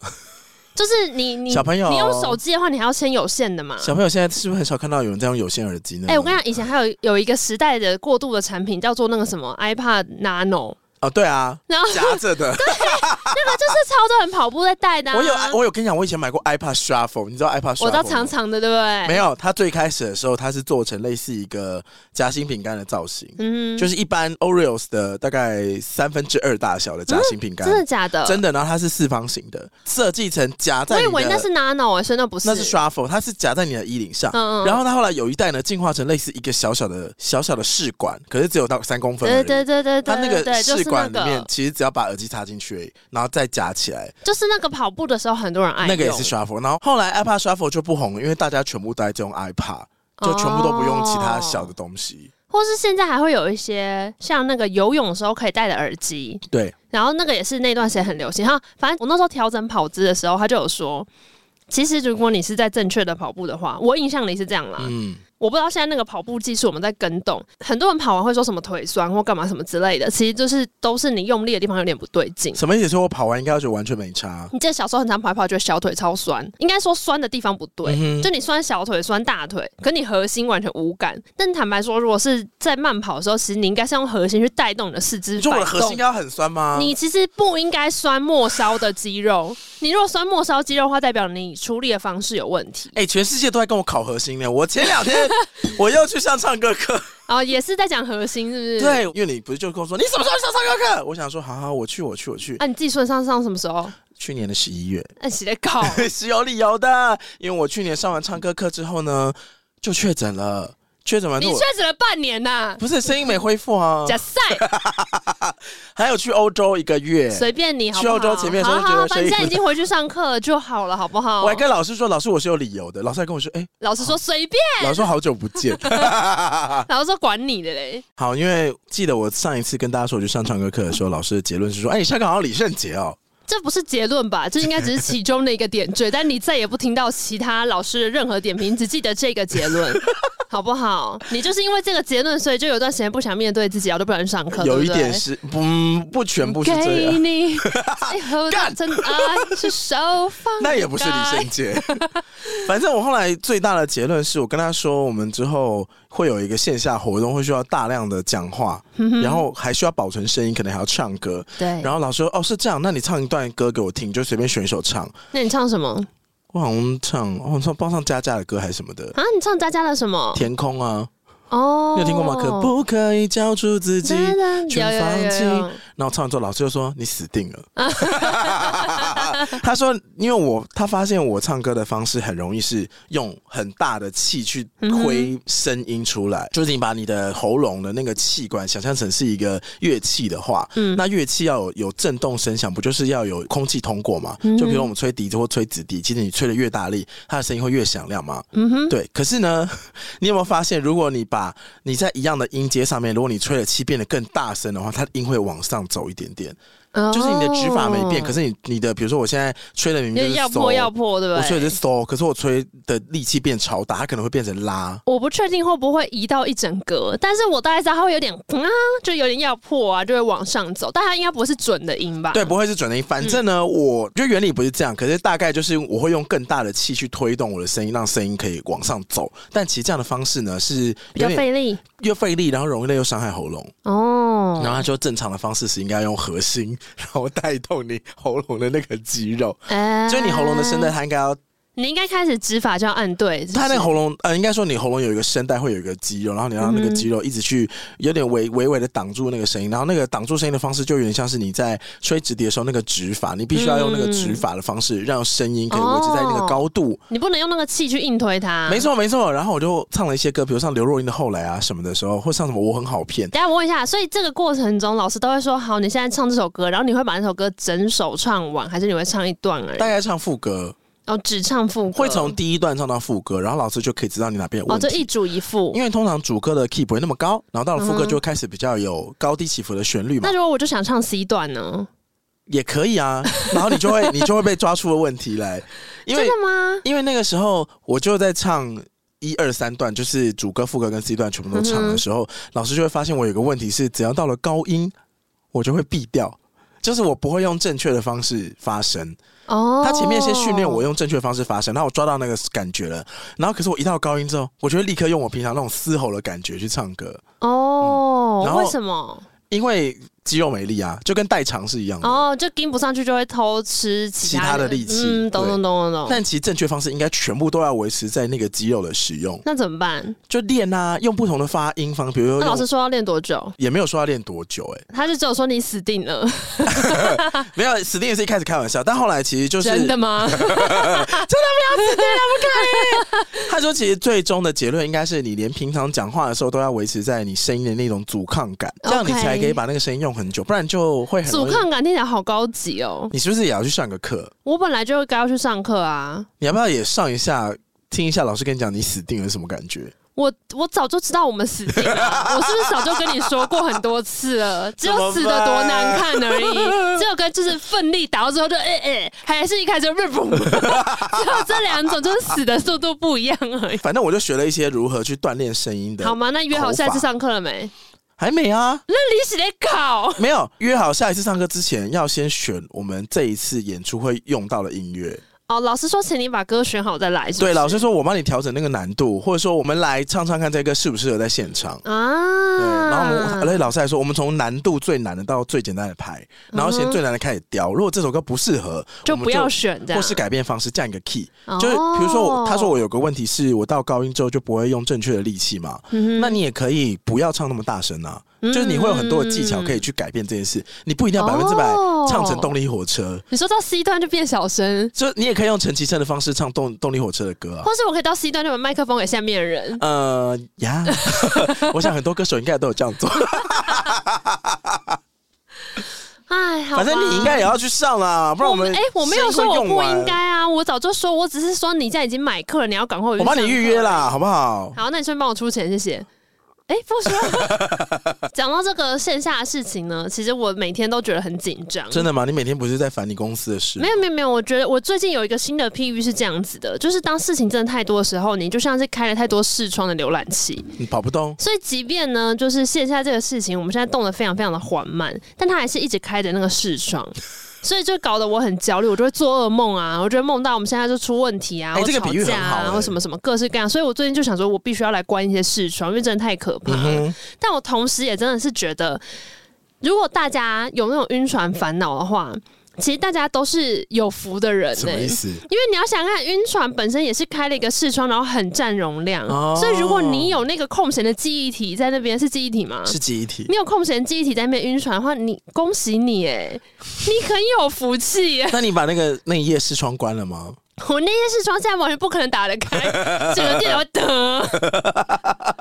就是你你小朋友你用手机的话，你还要先有线的嘛。小朋友现在是不是很少看到有人在用有线耳机呢？哎、我跟你讲，以前还有有一个时代的过渡的产品，叫做那个什么 iPad Nano，哦，对啊，然后那夹着 的。个就是超多人跑步在戴的、啊。我有，我有跟你讲，我以前买过 iPad Shuffle，你知道 iPad Shuffle？我知道吗长长的，对不对？没有，它最开始的时候，它是做成类似一个夹心饼干的造型，嗯就是一般 Oreos 的大概三分之二大小的夹心饼干，嗯真的假的？真的，然后它是四方形的，设计成夹在我你以的，为那是 Nano，、欸、所以那不是。那是 shuffle，它是夹在你的衣领上。嗯嗯。然后它后来有一代呢，进化成类似一个小小的、小小的试管，可是只有到三公分而对已。对对对对，它那个对就试是管那里面个，其实只要把耳机插进去而已，然后再夹起来，就是那个跑步的时候，很多人爱那个也用是 shuffle。然后后来 iPad shuffle 就不红了，因为大家全部都在用 iPad，就全部都不用其他小的哦东西。或是现在还会有一些像那个游泳的时候可以戴的耳机，对，然后那个也是那段时间很流行。然后反正我那时候调整跑姿的时候，他就有说，其实如果你是在正确的跑步的话，我印象里是这样啦。嗯，我不知道现在那个跑步技术我们在跟动，很多人跑完会说什么腿酸或干嘛什么之类的，其实就是都是你用力的地方有点不对劲。什么意思？说我跑完应该就完全没差。你记得小时候很常跑一跑，觉得小腿超酸，应该说酸的地方不对，嗯哼就你酸小腿、酸大腿，可你核心完全无感。但坦白说，如果是在慢跑的时候，其实你应该是用核心去带动你的四肢你说我摆的核心应动。该要很酸吗？你其实不应该酸末梢的肌肉，你如果酸末梢肌肉的话，代表你处理的方式有问题。哎、全世界都在跟我考核心呢。我前两 天我又去上唱歌课，哦，也是在讲核心，是不是？。对，因为你不是就跟我说你什么时候去上唱歌课？我想说，好好，我去，我去，我去。啊，你自己顺上上什么时候？去年的十一月 那写的稿是有理由的，因为我去年上完唱歌课之后呢，就确诊了。确诊完之你后确我，诊了半年呐、不是声音没恢复啊， 假赛，还有去欧洲一个月。随便你好去不欧好？洲前面的时候好就觉得好，反正声音现在不已经回去上课了就好了，好不好？我还跟老师说，老师我是有理由的。老师还跟我 说，哎、老师说随便，老师说好久不见。 老师说管你的嘞。好，因为记得我上一次跟大家说我去上唱歌课的时候，老师的结论是说，哎、你上课好像李圣杰哦。这不是结论吧？这应该只是其中的一个点缀，但你再也不听到其他老师的任何点评，只记得这个 结论，好不好？你就是因为这个结论，所以就有段时间不想面对自己，然后都不想上课，有一对不对点是，不不全部是这给样，你最后的干真爱是手放 那也不是李圣杰。 反正我后来最大的结论是我跟他说，我们之后会有一个线下活动，会需要大量的讲话，然后还需要保存声音，可能还要唱歌。对。然后老师说，哦，是这样，那你唱一段歌给我听，就随便选一首唱。那你唱什么？我好像唱，我好像帮上佳佳的歌还是什么的，啊，你唱佳佳的什么？《天空》啊，哦，你有听过吗？可不可以交出自己？哒哒全有有有放弃有有然后唱完之后，老师就说你死定 了。他说，因为我他发现我唱歌的方式很容易是用很大的气去嗯挥声音出来，就是你把你的喉咙的那个气管想象成是一个乐器的话，嗯那乐器要有有震动声响，不就是要有空气通过嘛？嗯哼就比如我们吹笛子或吹子笛，其实你吹的越大力，它的声音会越响亮嘛。嗯哼， 对，可是呢，你有没有发现，如果你把你在一样的音阶上面，如果你吹的气变得更大声的话，它的音会往上走一点点，就是你的指法没变，可是是你你的，比如说我现在吹的明明就就是是哦要 sol，破要破，对不对？我吹的是 so，可是我吹的力气变超大，它可能会变成拉。我不确定会不会移到一整格，但是我大概知道它会有点嗯啊，就有点要破啊，就会往上走，但它应该不是准的音吧？ 对，不会是准的音。反正呢，嗯我觉得原理不是这样，可是大概就是我会用更大的气去推动我的声音，让声音可以往上走。但其实这样的方式呢，是比较有点费力又费力，然后容易又伤害喉咙。哦。然后他说正常的方式是应该用核心， 然后带动你喉咙的那个肌肉，哎所以你喉咙的声带，它应该要，你应该开始指法就要按对，是不它那是个喉咙，呃，应该说你喉咙有一个声带会有一个肌肉，然后你让那个肌肉一直去有点微微微的挡住那个声音，然后那个挡住声音的方式就有点像是你在吹直笛的时候那个指法，你必须要用那个指法的方式让声音可以维持在那个高度。你不能用那个气去硬推它。没。错没错，然后我就唱了一些歌，比如像刘若英的《后来》啊什么的时候，或像什么我很好骗，等一下我问一下，所以这个过程中，老师都会说：“好，你现在唱这首歌，然后你会把那首歌整首唱完，还是你会唱一段而已大？概唱副歌，然后只唱副歌？会从第一段唱到副歌，然后老师就可以知道你哪边有哦，问这题。一主一副因。为通常主歌的 key 不会那么高，然后到了副嗯歌哼就会开始比较有高低起伏的旋律嘛那，如果我就想唱 C 段呢？也可以 啊。然后你就会你就会被抓出了问题来，因真为的吗？因为那个时候我就在唱。一二三段就是主歌、副歌跟 C 段全部都唱的时嗯候，老师就会发现我有个问题是，只要到了高音，我就会避掉，就是我不会用正确的方式发声。哦，他前面先训练我用正确的方式发声，然后我抓到那个感觉了，然后可是我一到高音之后，我就会立刻用我平常那种嘶吼的感觉去唱歌。哦嗯，然后为什么？因为肌肉没力啊，就跟代偿是一样的。哦，就跟不上去就会偷吃其其他他的力气嗯，懂对懂懂懂懂。但其实正确方式应该全部都要维持在那个肌肉的使用，那怎么办？就练啊，用不同的发音方，比如说那老用师说要练多久？也没有说要练多久、欸，他就只有说你死定了，没有，史蒂也是一开始开玩笑，但后来其实就是真的 吗？他说，其实最终的结论应该是你连平常讲话的时候都要维持在你声音的那种阻抗感，这样你 OK 才可以把那个声音用很久，不然就会很容阻易。抗感听起来好高级哦。你是不是也要去上个课？我本来就该要去上课啊，你要不要也上一下，听一下老师跟你讲你死定了是什么感觉？我我早就知道我们死 定了，我是不是早就跟你说过很多次了？只有死的多难看 而已，只有跟就是奋力打到最后就哎哎、还是一开始就 boom，只 有这两种，就是死的速度不一样而已。反正我就学了一些如何去锻炼声音的好。吗？那约好口下次法上课了没？还没啊，那你是在搞？没有约好下一次上课之前，要先选我们这一次演出会用到的音乐。哦，老师说请你把歌选好再来是不是。对，老师说我帮你调整那个难度，或者说我们来唱唱看这个适不适合在现场。啊，对，然后我们，而且哎老师还说，我们从难度最难的到最简单的排，然后嗯先哼最难的开始调。如果这首歌不适合，就我们不要选这样，或是改变方式，降一个 key。哦，就是比如说我，他说我有个问题是我到高音之后就不会用正确的力气嘛，嗯哼，那你也可以不要唱那么大声啊，嗯就是你会有很多的技巧可以。去改变这件事，你不一定要百分之百哦唱成动力火车，你说到 C 段就变小声，就你也可以用陈绮贞的方式唱动动力火车的歌啊。或是我可以到 C 端就把麦克风给下面的人。呃呀， 我想很多歌手应该都有这 样做，哎，好吧反正你应该也要去上啦，不然我我们哎、我没有声说音会我用不完应该啊，我早就说，我只是说你现在已经买课了，你要赶快回去我帮你预约上啦，好不好？课。好，那你顺便帮我出钱，谢谢。哎、不说。 讲到这个线下的事情呢，其实我每天都觉得很紧张，真的吗？你每天不是在烦你公司的事？没有没有没有，我觉得我最近有一个新的譬喻是这样子的，就是当事情真的太多的时候，你就像是开了太多视窗的浏览器，你跑不动。所以即便呢，就是线下这个事情，我们现在动得非常非常的缓慢，但它还是一直开着那个视窗。 所以就搞得我很焦虑，我就会做噩梦啊，我就会梦到我们现在就出问题哎啊，或这个吵比喻架很好啊，哎或什么什么各式各样。所以我最近就想说，我必须要来关一些视窗，因为真的太可怕了。嗯但我同时也真的是觉得，如果大家有那种晕船烦恼的话，其实大家都是有福的人欸什呢、么意思？因为你要想看，晕船本身也是开了一个视窗，然后很占容量，哦所以如果你有那个空闲的记忆体在那边，是记忆体吗？是记忆体。你有空闲记忆体在那边晕船的话，你恭喜你哎， 你很有福气耶！那你把那个那一页视窗关了吗？我那些视窗现在完全不可能打得开，整个电脑会 噔。啊！但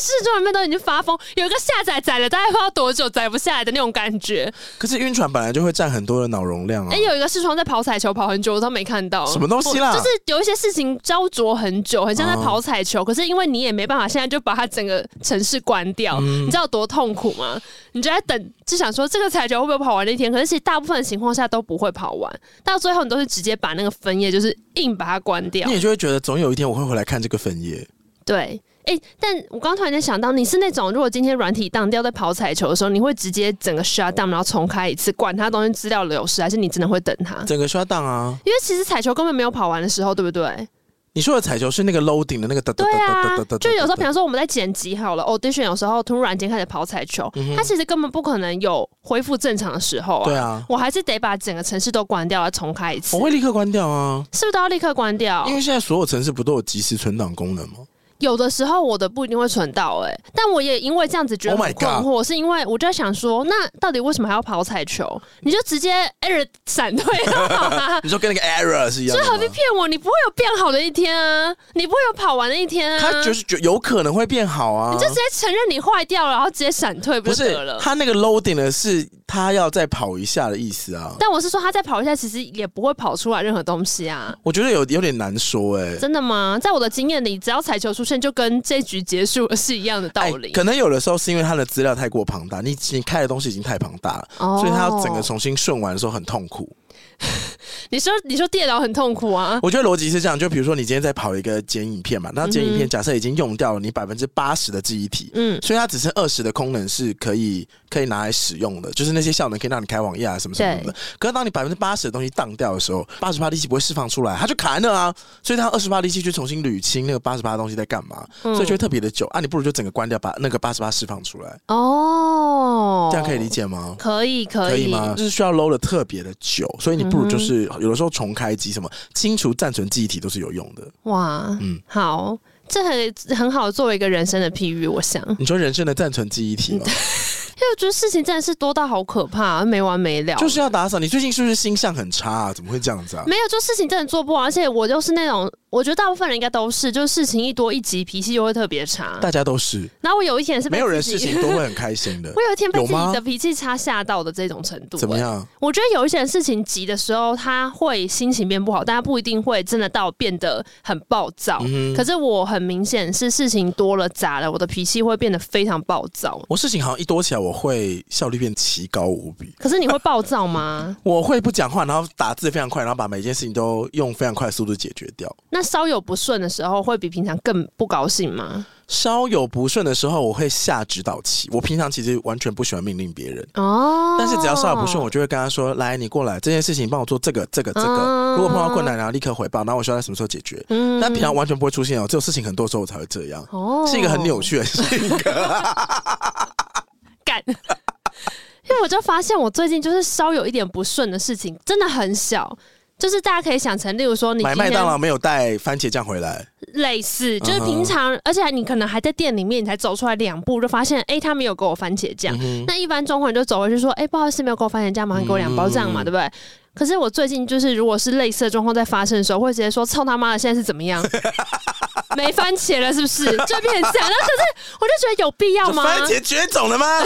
是视窗里面都已经发疯，有一个下载载了，大概不知道多久载不下来的那种感觉。可是晕船本来就会占很多的脑容量啊。哎、有一个视窗在跑彩球，跑很久我都没看到什么东西啦不就是有一些事情焦灼很久，很像在哦跑彩球，可是因为你也没办法，现在就把它整个城市关掉，嗯你知道有多痛苦吗？你就在等，就想说这个彩球会不会跑完的一天？可是其实大部分的情况下都不会跑完，到最后你都是直接把那个分页就是硬把它关掉你。也就会觉得总有一天我会回来看这个粉页。对。哎、但我刚突然间想到，你是那种如果今天软体当掉在跑彩球的时候，你会直接整个 shut down，然后重开一次，管它东西资料流失，还是你真的会等它？整个刷档啊！因为其实彩球根本没有跑完的时候，对不对？你说的彩球是那个 loading 的那个哒哒对哒哒哒啊哒哒哒，，就有时候，比方说我们在剪辑好了，audition 有时候突然间开始跑彩球，它其实根本不可能有恢复正常的时候对嗯啊。啊，我还是得把整个城市都关掉，来重开一次我，会立刻关掉啊，是不是都要立刻关掉因？为现在所有城市不都有即时存档功能吗？有的时候我的不一定会存到、欸，哎，但我也因为这样子觉得 Oh my 很困惑，是因为我就在想说，那到底为什么还要跑彩球？你就直接 error 闪 退就好啦、你说跟那个 error 是一样就的何必吗？骗我？你不会有变好的一天啊，你不会有跑完的一天啊。它就是有有可能会变好啊，你就直接承认你坏掉了，然后直接闪退不不就是得了？它那个 loading 呢是它要再跑一下的意思啊，但我是说，他再跑一下，其实也不会跑出来任何东西啊。我觉得有有点难说哎、真的吗？在我的经验里，只要彩球出现，就跟这局结束是一样的道哎理。可能有的时候是因为它的资料太过庞大，你你开的东西已经太庞大了，哦所以它要整个重新顺完的时候很痛苦。你说你说电脑很痛苦 啊，我觉得逻辑是这样，就比如说你今天在跑一个剪影片嘛，那剪影片假设已经用掉了你百分之八十的记忆体，嗯，所以它只剩二十的功能是可以可以拿来使用的，就是那些效能可以让你开网页啊什么什么什么的。可是当你百分之八十的东西当掉的时候，八十八力气不会释放出来，它就卡在那啊。所以它二十八力气去重新捋清那个八十八的东西在干嘛，嗯所以就会特别的久啊。你不如就整个关掉，把那个八十八释放出来，哦，这样可以理，解吗？可以可可以以吗？就是需要 load 的特别的久，所以你不嗯如就是有的时候重开机什么清除暂存记忆体都是有用的。哇，嗯好，这很很好作为一个人生的譬喻，我想，因你说人生的暂存记忆体嗯吗？为我觉得事情真的是多到好可怕、啊没完没了。就是要打扫。你最近是不是心象很差、啊？怎么会这样子啊？没有，就事情真的做不完，而且我就是那种，我觉得大部分人应该都是，就是事情一多一急，脾气就会特别差。大家都是，然后我有一天是被没有自人己事情都会很开心 的我。有一天被有自己吗的脾气差吓到的这种程度、怎么欸样？我觉得有一些事情急的时候，他会心情变不好，但他不一定会真的到变得很暴躁。嗯可哼，是我很明显是事情多了杂了，我的脾气会变得非常暴躁。我事情好像一多起来，我会效率变奇高无比。可是你会暴 躁吗？我会不讲话，然后打字非常快，然后把每件事情都用非常快的速度解决掉。那稍有不顺的时候，会比平常更不高兴吗？稍有不顺的时候，我会下指导棋。我平常其实完全不喜欢命令别人，哦，但是只要稍有不顺，我就会跟他说：“来，你过来，这件事情帮我做这个、这个、这嗯个。如果碰到困难，然后立刻回报，然后我需要在什么时候解决。”嗯但平常完全不会出现哦，只有事情很多的时候我才会这样。哦是一个很扭曲的事情。干。 因为我就发现，我最近就是稍有一点不顺的事情，真的很小，就是大家可以想成，例如说你买今麦天当劳没有带番茄酱回来，类似，就是嗯哼平常，而且你可能还在店里面，你才走出来两步就发现，哎、他们有给我番茄嗯酱。那一般状况你就走回去说，哎、不好意思，没有给我番茄酱，麻烦给我两包这样嗯嘛，对不对？可是我最近就是，如果是类似的状况在发生的时候，会直接说：“操他妈的，现在是怎么 样？没番茄了是不是？”就变成这样。那可是我就觉得有必要这吗？番茄绝种了吗？ 而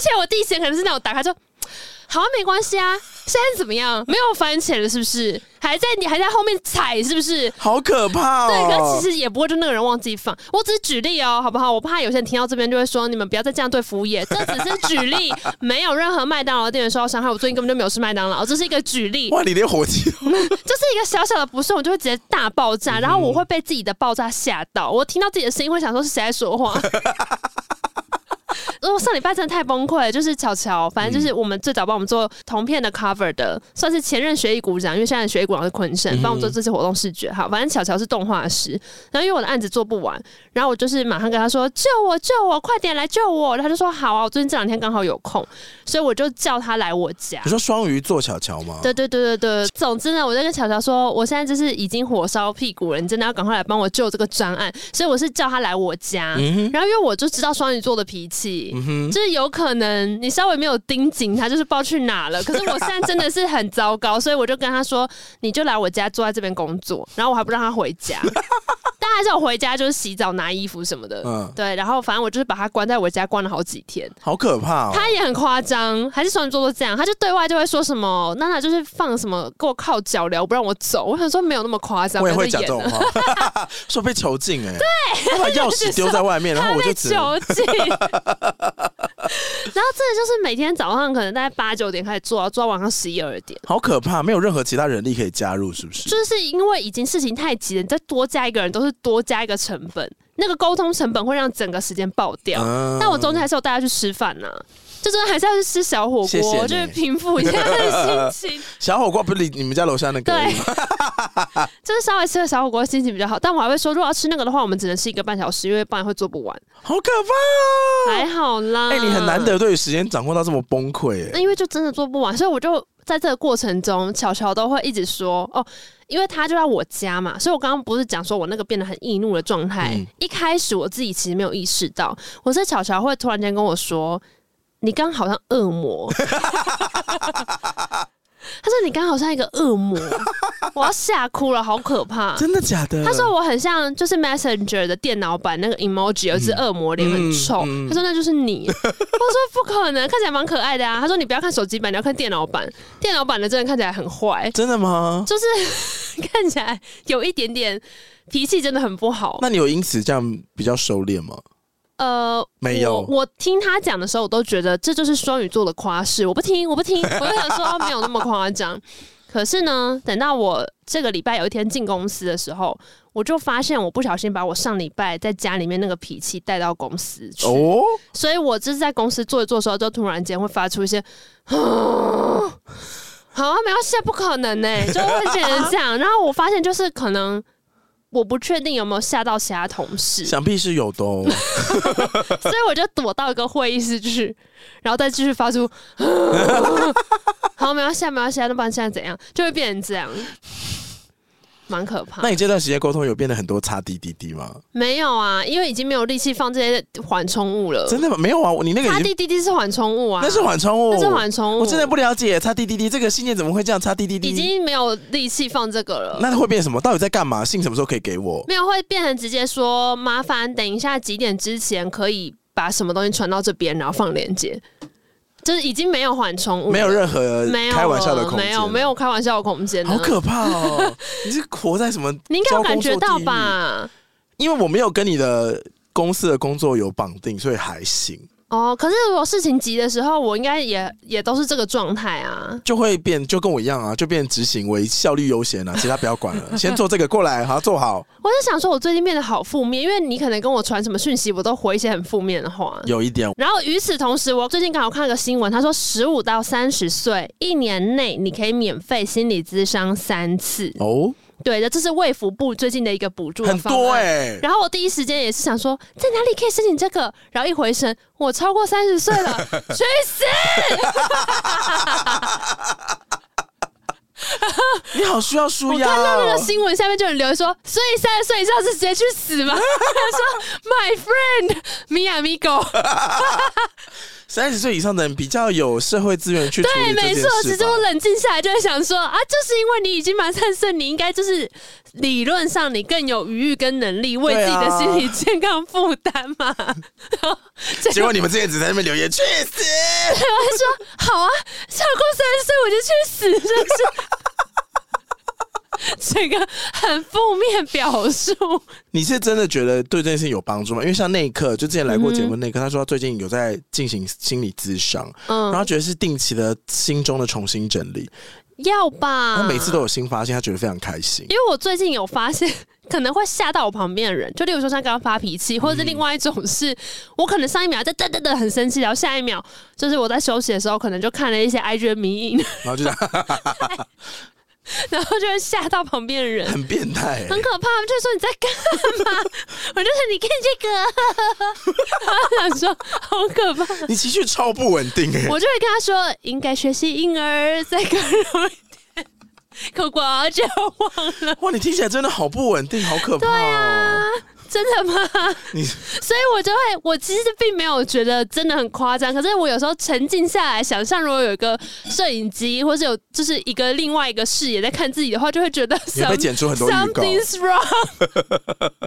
且我第一时间可能是那种打开就。好像没关系啊，现在怎么样？没有番茄了是不是？还在你还在后面踩是不是？好可怕对，可哦！是其实也不会就那个人忘记放。我只是举例哦，好不好？我怕有些人听到这边就会说，你们不要再这样对服务业。这只是举例， 没有任何麦当劳的店员受到伤害。我最近根本就没有吃麦当劳，这是一个举例，哇，你连火鸡 都就是一个小小的不顺，我就会直接大爆炸，然后我会被自己的爆炸吓到。我听到自己的声音会想说是谁在说话。我上哦上礼拜真的太崩溃了，就是巧巧，反正就是我们最早帮我们做同片的 cover 的，算是前任学艺股长，因为现在的学艺股长是坤盛，帮我们做这次活动视觉。好，反正巧巧是动画师，然后因为我的案子做不完，然后我就是马上跟他说：“救我，救我，快点来救我！”然后他就说：“好啊，我最近这两天刚好有空，所以我就叫他来我家。”你说双鱼座巧巧吗？对对对对对，总之呢，我就跟巧巧说，我现在就是已经火烧屁股了，你真的要赶快来帮我救这个专案，所以我是叫他来我家。然后因为我就知道双鱼座的脾气，就是有可能你稍微没有盯紧他，就是不知道去哪了。可是我现在真的是很糟糕，所以我就跟他说，你就来我家坐在这边工作，然后我还不让他回家。但还是我回家就是洗澡、拿衣服什么的，嗯对。然后反正我就是把他关在我家关了好几天，好可怕哦！他也很夸张，还是双鱼座都这样，他就对外就会说什么娜娜就是放什么给我靠脚镣，不让我走。我想说没有那么夸张，我也会不要讲再这演种 了话， 说被囚禁哎、对，他把钥匙丢在 外面，然后我就被只囚禁。然 后这就是每天早上可能大概八九点开始做，做到晚上十一二点。好可怕，没有任何其他人力可以加入，是不是？就是因为已经事情太急了，你再多加一个人都是多加一个成本，那个沟通成本会让整个时间爆掉。嗯但我中间还是有带他去吃饭呐、就真的还是要去吃小火锅，谢谢你就是平复一下 心情。小火锅不是你你们家楼下那个而已吗？ 就是稍微吃个小火锅心情比较好，但我还会说，如果要吃那个的话，我们只能吃一个半小时，因为不然会做不完。好可怕哦！还好啦，哎、你很难。得对于时间掌控到这么崩溃、那哎，因为就真的做不完，所以我就在这个过程中，巧巧都会一直说哦，因为他就在我家嘛，所以我刚刚不是讲说我那个变得很易怒的状态，嗯一开始我自己其实没有意识到，我是巧巧会突然间跟我说，你刚好像 恶魔。他说：“你刚好像一个恶魔，我要吓哭了，好可怕！真的假的？他说我很像就是 Messenger 的电脑版那个 emoji，有一只恶魔脸很臭。嗯嗯他说那就是你。 我说不可能，看起来蛮可爱的啊。他说你不要看手机版，你要看电脑版。电脑版的真的看起来很坏，真的吗？就是 看起来有一点点脾气真的很不好。那你有因此这样比较收敛吗？呃，没有我我听他讲的时候，我都觉得这就是双鱼座的夸饰。我不听，我 不听，我就想说没有那么夸张。可是呢，等到我这个礼拜有一天进公司的时候，我就发现我不小心把我上礼拜在家里面那个脾气带到公司去，哦，所以我就是在公司做一做的时候，就突然间会发出一些。 好啊，没关系，不可能呢、就会变成这样。然后我发现，就是可能我不确定有没有吓到其他同事，想必是有的 哦。所以我就躲到一个会议室去，然后再继续发出，好，没关系啊，没关系啊，那不然现在怎样，就会变成这样，蛮可怕那。你这段时间沟通有变得很多擦滴滴滴吗？没有啊，因为已经没有力气放这些缓冲物了。真的吗？没有啊，你那个呃擦已经滴滴滴是缓冲物啊，那是缓冲哦，那是缓冲物，我真的不了解擦滴滴滴这个信念怎么会这样擦滴滴滴。已经没有力气放这个了。那会变什么？到底在干嘛？信什么时候可以给我？没有会变成直接说麻烦等一下几点之前可以把什么东西传到这边，然后放链接，就是已经没有缓冲物了，没有任何没有开玩笑的了空间，没有没，有开玩笑的空间的，好可怕 哦！你是活在什么？你应该有感觉到？吧？因为我没有跟你的公司的工作有绑定，所以还行，哦，可是如果事情急的时候，我应该也也都是这个状态啊。就会变就跟我一样啊，就变执行为效率优先了、啊其他不要管了，先做这个过来，好做好。我就想说，我最近变得好负面，因为你可能跟我传什么讯息，我都回一些很负面的话。有一 点，然后与此同时，我最近刚好看了个新闻，他说十五到三十岁一年内你可以免费心理咨商三次。哦，对的，这是卫福部最近的一个补助的很方案多哎、然后我第一时间也是想说，在哪里可以申请这个？然后一回神，我超过三十岁 了，去死！你好需要舒我压、看到那哦个。新闻下面就有人留言说，所以三十岁以上是直接去死吗？他 说，My friend, mi amigo，三十岁以上的人比较有社会资源去处对，理这件没事错吧。。其实我冷静下来就会想说，啊，就是因为你已经满三十岁，你应该就是理论上你更有余裕跟能力为自己的心理健康负担 嘛。然后结结果你们之前只在那边留言，去死！我还说好啊，超过三十岁我就去死，真是整个很负面表述。你是真的觉得对这件事情有帮助吗？因为像那一刻，就之前来过节目那一刻，他说他最近有在进行心理咨商，然嗯，后觉得是定期的心中的重新整理。要吧？他每次都有新发现，他觉得非常开心因。为我最近有发现，可能会吓到我旁边的人，就例如说像刚刚发脾气，或者是另外一种是，我可能上一秒在噔噔噔很生气，然后下一秒就是我在休息的时候，可能就看了一些 IG 的迷影，然后就这样然后就会吓到旁边的人。很变态、欸很可怕，就说你在干嘛？我就说你看这个，然后想说好可怕，你情绪超不稳定哎、我就会跟他说应该学习婴儿再更柔一点，可我就忘了，哇，你听起来真的好不稳定，好可怕哦、啊真的吗？你 所以我就会，我其实并没有觉得真的很夸张，可是我有时候沉浸下来，想象如果有一个摄影机，或是有就是一个另外一个视野在看自己的话，就会觉得 你被 some 剪出很多预告。 something's wrong 。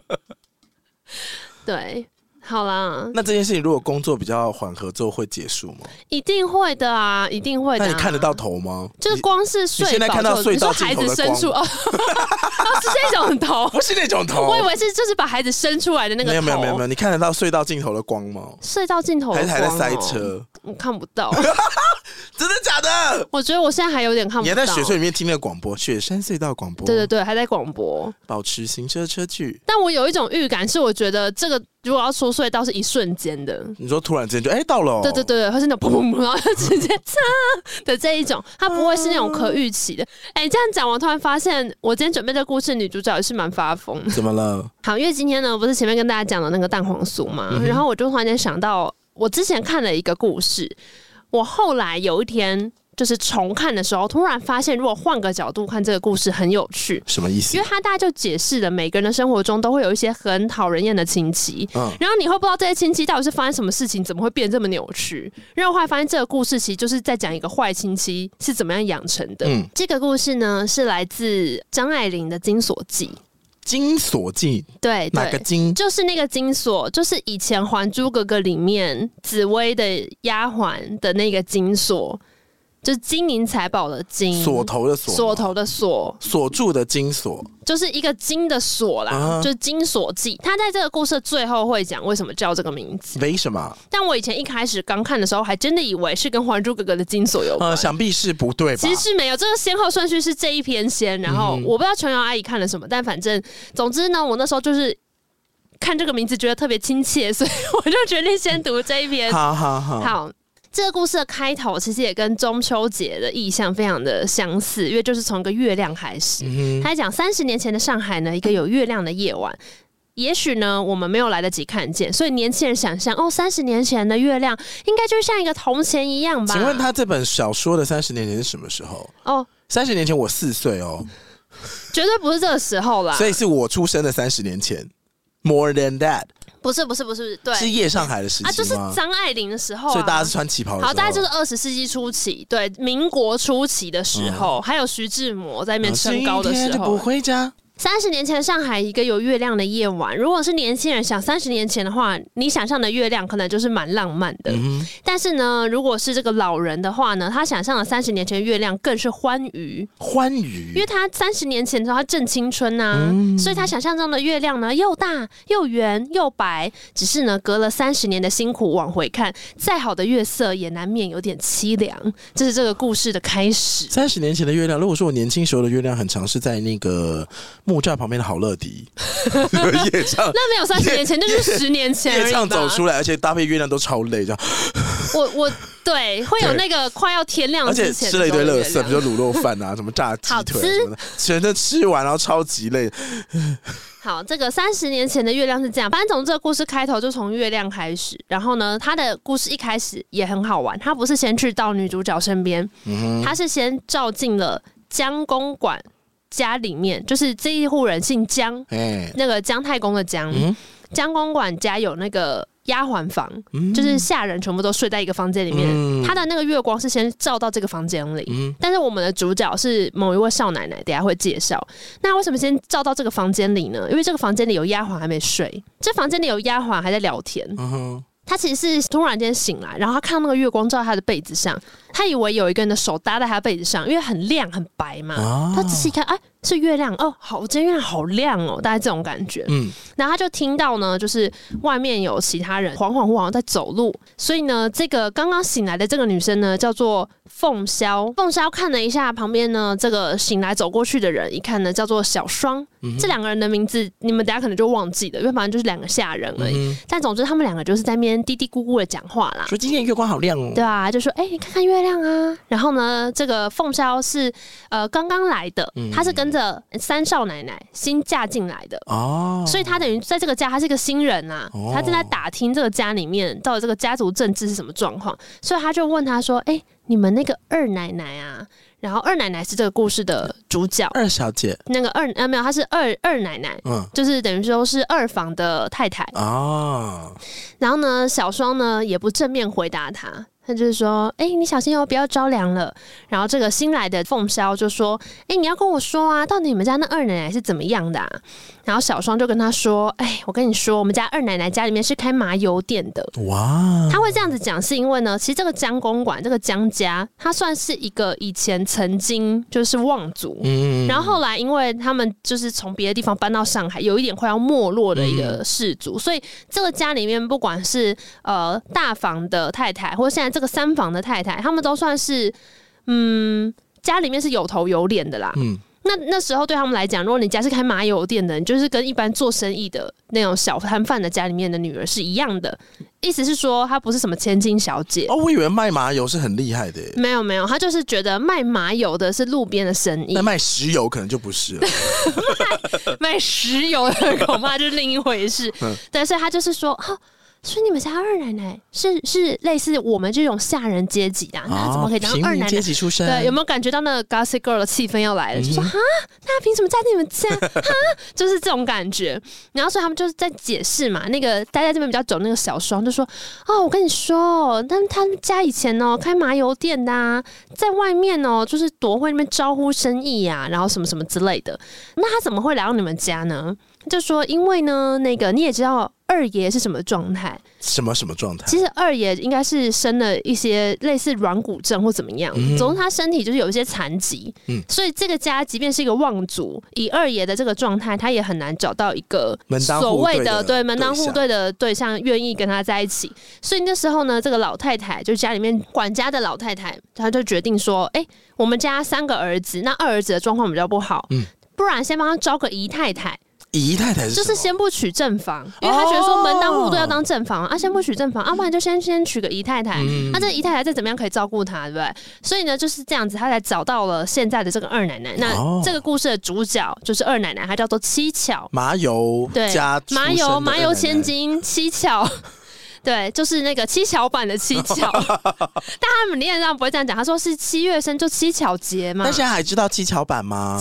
对，好啦，那这件事情如果工作比较缓和之后会结束吗？一定会的啊，一定会的、那啊。你看得到头吗？就是你光是睡你饱现在看到之后隧道你说孩尽头的子伸出哦， 哦是这 种头，不是那种头，我以为是就是把孩子伸出来的那个头。没有没有没有没有，你看得到隧道尽头的光吗？隧道尽头的还是还在光塞哦车？我看不到， 真的假的？我觉得我现在还有点看不你到。还在雪隧里面听那个广播，雪山隧道广播，对对对，还在广播。保持行车车距。但我有一种预感，是我觉得这个如果要说隧道是一瞬间的。你说突然之间就哎、到了、哦，对对对，它是那种砰砰砰，然后就直接 嚓的这一种，它不会是那种可预期的。哎、这样讲，我突然发现，我今天准备的故事女主角也是蛮发疯的。怎么了？好，因为今天呢，不是前面跟大家讲的那个蛋黄酥嗯嘛，然后我就突然间想到，我之前看了一个故事，我后来有一天就是重看的时候，突然发现，如果换个角度看这个故事，很有趣。什么意思因为？他大家就解释了，每个人的生活中都会有一些很讨人厌的亲戚，嗯然后你会不知道这些亲戚到底是发生什么事情，怎么会变这么扭曲。然后我后来发现这个故事其实就是在讲一个坏亲戚是怎么样养成的。嗯这个故事呢是来自张爱玲的《金锁记》，金锁记对哪个对。金？就是那个金锁，就是以前《还珠格格》里面紫薇的丫鬟的那个金锁，就是金银财宝的金锁头的锁，嗯锁头的锁，锁住的金锁。就是一个金的锁啦，啊就是金锁记。它在这个故事的最后会讲为什么叫这个名字。为什么？但我以前一开始刚看的时候，还真的以为是跟《还珠格格》的金锁有关。呃，想必是不对吧？其实没有，这个先后顺序是这一篇先，然后嗯我不知道琼瑶阿姨看了什么，但反正总之呢，我那时候就是看这个名字觉得特别亲切，所以我就决定先读这一篇。好好好，好，这个故事的开头其实也跟中秋节的意象非常的相似，因为就是从一个月亮开始。嗯哼，他在讲三十年前的上海呢，一个有月亮的夜晚。也许呢，我们没有来得及看见，所以年轻人想象哦，三十年前的月亮应该就像一个铜钱一样吧？请问他这本小说的三十年前是什么时候？哦，三十年前我四岁哦，绝对不是这个时候啦，所以是我出生的三十年前。More than that，不是不是不是，对是夜上海的时期吗？啊，就是张爱玲的时候、啊，所以大家是穿旗袍的时候。好，大概就是二十世纪初期，对，民国初期的时候，嗯还有徐志摩在那边升高的今时嗯天就不候，回家。三十年前的上海，一个有月亮的夜晚。如果是年轻人想三十年前的话，你想象的月亮可能就是蛮浪漫的。嗯哼，但是呢，如果是这个老人的话呢，他想象的三十年前的月亮更是欢愉，欢因为愉。他三十年前的时候他正青春呐、所以他想象中的月亮呢又大又圆又白。只是呢，隔了三十年的辛苦往回看，再好的月色也难免有点凄凉。这是这个故事的开始。三十年前的月亮，如果说我年轻时候的月亮，很常是在那个木栅旁边的好乐 迪夜唱，那没有三十年前，那就是十年前而夜已吧唱走出来，而且搭配月亮都超累，这样，我我对会有对那个快要天亮而之且前吃了一堆乐垃圾，比如说卤肉饭 啊，什么炸鸡好腿吃啊什么的，全都吃完，然后超级累。好，这个三十年前的月亮是这样。反正总之，这个故事开头就从月亮开始。然后呢，他的故事一开始也很好玩。他不是先去到女主角身边，嗯他是先照进了江公馆家里面，就是这一户人姓江，哎，那个姜太公的姜。嗯江公馆家有那个丫鬟房，就是下人全部都睡在一个房间里面。嗯他的那个月光是先照到这个房间里，嗯但是我们的主角是某一位少奶奶，等一下会介绍。那为什么先照到这个房间里呢？因为这个房间里有丫鬟还没睡，这房间里有丫鬟还在聊天。嗯哼，她其实是突然间醒来，然后她看到那个月光照在她的被子上，他以为有一个人的手搭在他被子上，因为很亮很白嘛。啊他仔细看，哎，是月亮哦，好，今天月亮好亮哦，大概这种感觉。嗯，然后他就听到呢，就是外面有其他人恍恍惚惚在走路，所以呢，这个刚刚醒来的这个女生呢，叫做凤霄。凤霄看了一下旁边呢，这个醒来走过去的人，一看呢，叫做小双。这两个人的名字，你们等一下可能就忘记了，因为反正就是两个下人而已。嗯但总之，他们两个就是在那边嘀嘀咕咕的讲话啦。说今天月光好亮哦对，啊，就说哎、你看看月亮啊。然后呢，这个凤霄是呃刚刚来的，她是跟着三少奶奶新嫁进来的。哦，所以他等于在这个家，他是一个新人啊，哦他正在打听这个家里面到底这个家族政治是什么状况，所以他就问他说：“哎、你们那个二奶奶啊？”然后二奶奶是这个故事的主角，二小姐，那个二呃没有，她是二二奶奶，嗯就是等于说是二房的太太。啊，然后呢，小双呢也不正面回答他，他就是说：“哎、你小心哦，不要着凉了。”然后这个新来的凤霄就说：“哎、你要跟我说啊，到底你们家那二奶奶是怎么样的、啊？”然后小双就跟他说：“哎、我跟你说，我们家二奶奶家里面是开麻油店的。”哇，他会这样子讲，是因为呢，其实这个江公馆，这个江家，他算是一个以前曾经就是望族，嗯然后后来，因为他们就是从别的地方搬到上海，有一点快要没落的一个氏族，所以这个家里面不管是呃大房的太太，或者现在这个三房的太太，他们都算是嗯家里面是有头有脸的啦。嗯那那时候对他们来讲，如果你家是开麻油店的，你就是跟一般做生意的那种小摊贩的家里面的女儿是一样的，意思是说她不是什么千金小姐。哦，我以为卖麻油是很厉害的耶，没有没有，她就是觉得卖麻油的是路边的生意那，卖石油可能就不是了。卖石油的恐怕就是另一回事。对，所以他就是说，哦，所以你们家二奶奶是是类似我们这种下人阶级的啊、那她怎么可以当平二民奶阶奶？级出身？对，有没有感觉到那个 Gossip Girl 的气氛要来了？就说嗯哈，那凭什么嫁进你们家？哈， 就是这种感觉。然后所以他们就是在解释嘛。那个待在这边比较久的那个小双就说：“哦，我跟你说，但他们家以前哦开麻油店的、啊，在外面哦就是多会那边招呼生意呀、然后什么什么之类的。那他怎么会来到你们家呢？就说因为呢，那个你也知道。”二爷是什么状态？什么什么状态？其实二爷应该是生了一些类似软骨症或怎么样，嗯总之他身体就是有一些残疾，嗯所以这个家即便是一个望族，以二爷的这个状态，他也很难找到一个门当户所谓对的对门当对户象对的对象愿意跟他在一起。所以那时候呢，这个老太太就家里面管家的老太太，她就决定说，哎、我们家三个儿子，那二儿子的状况比较不好，嗯不然先帮他招个姨太太。姨太太是就是什么先不娶正房，因为他觉得说门当户对要当正房啊，啊先不娶正房，啊，不然就先先娶个姨太太，嗯那、这姨太太再怎么样可以照顾他，对不对？所以呢就是这样子，他才找到了现在的这个二奶奶。那哦这个故事的主角就是二奶奶，她叫做七巧，麻油对加出麻身的油麻奶油奶千，金七巧。对，就是那个七巧版的七 巧，但他们理念上不会这样讲。他说是七月生就七巧节嘛，但七巧现在还知道七巧板吗？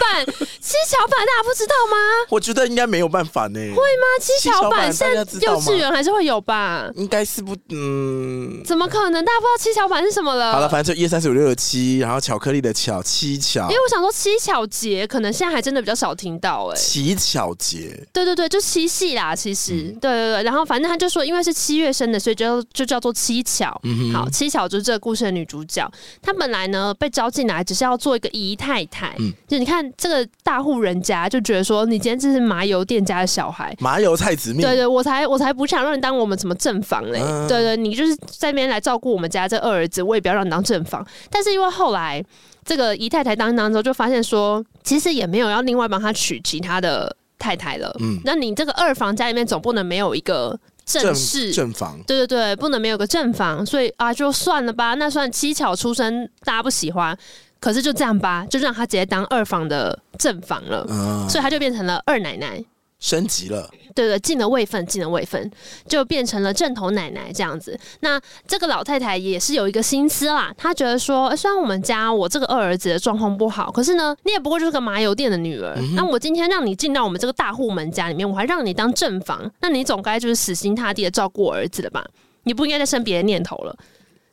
版，七巧版大家不知道吗？我觉得应该没有办法呢。会啊，七七巧巧版板现大在家知道幼吗稚园还是会有吧？应该是不嗯。怎么可能？大家不知道七巧板是什么了？好了，反正就一二三四五六六七，然后巧克力的巧，七巧因，为我想说七巧节，可能现在还真的比较少听到哎、乞巧节，对对对，就七夕啦，其实、嗯对对对。然后反正他就说，因为是七月生的，所以就就叫做七巧。嗯好，七巧就是这个故事的女主角。她本来呢被招进来，只是要做一个姨太太。嗯就你看这个大户人家，就觉得说你今天这是麻油店家的小孩，麻油菜籽面，对对，我才我才不想让你当我们什么正房嘞。嗯对对，你就是在那边来照顾我们家这二儿子，我也不要让你当正房。但是因为后来这个姨太太当一当之后，就发现说，其实也没有要另外帮他娶其他的太太了。嗯那你这个二房家里面总不能没有一个正正室。正房，对对对，不能没有个正房，所以啊，就算了吧。那算七巧出身，大家不喜欢，可是就这样吧，就让他直接当二房的正房了，嗯，所以他就变成了二奶奶。升级了，对对，进了位分，进了位分，就变成了正头奶奶这样子。那这个老太太也是有一个心思啦，她觉得说，呃虽然我们家我这个二儿子的状况不好，可是呢，你也不过就是个麻油店的女儿。那我今天让你进到我们这个大户门家里面，我还让你当正房，那你总该就是死心塌地的照顾我儿子了吧？你不应该再生别的念头了。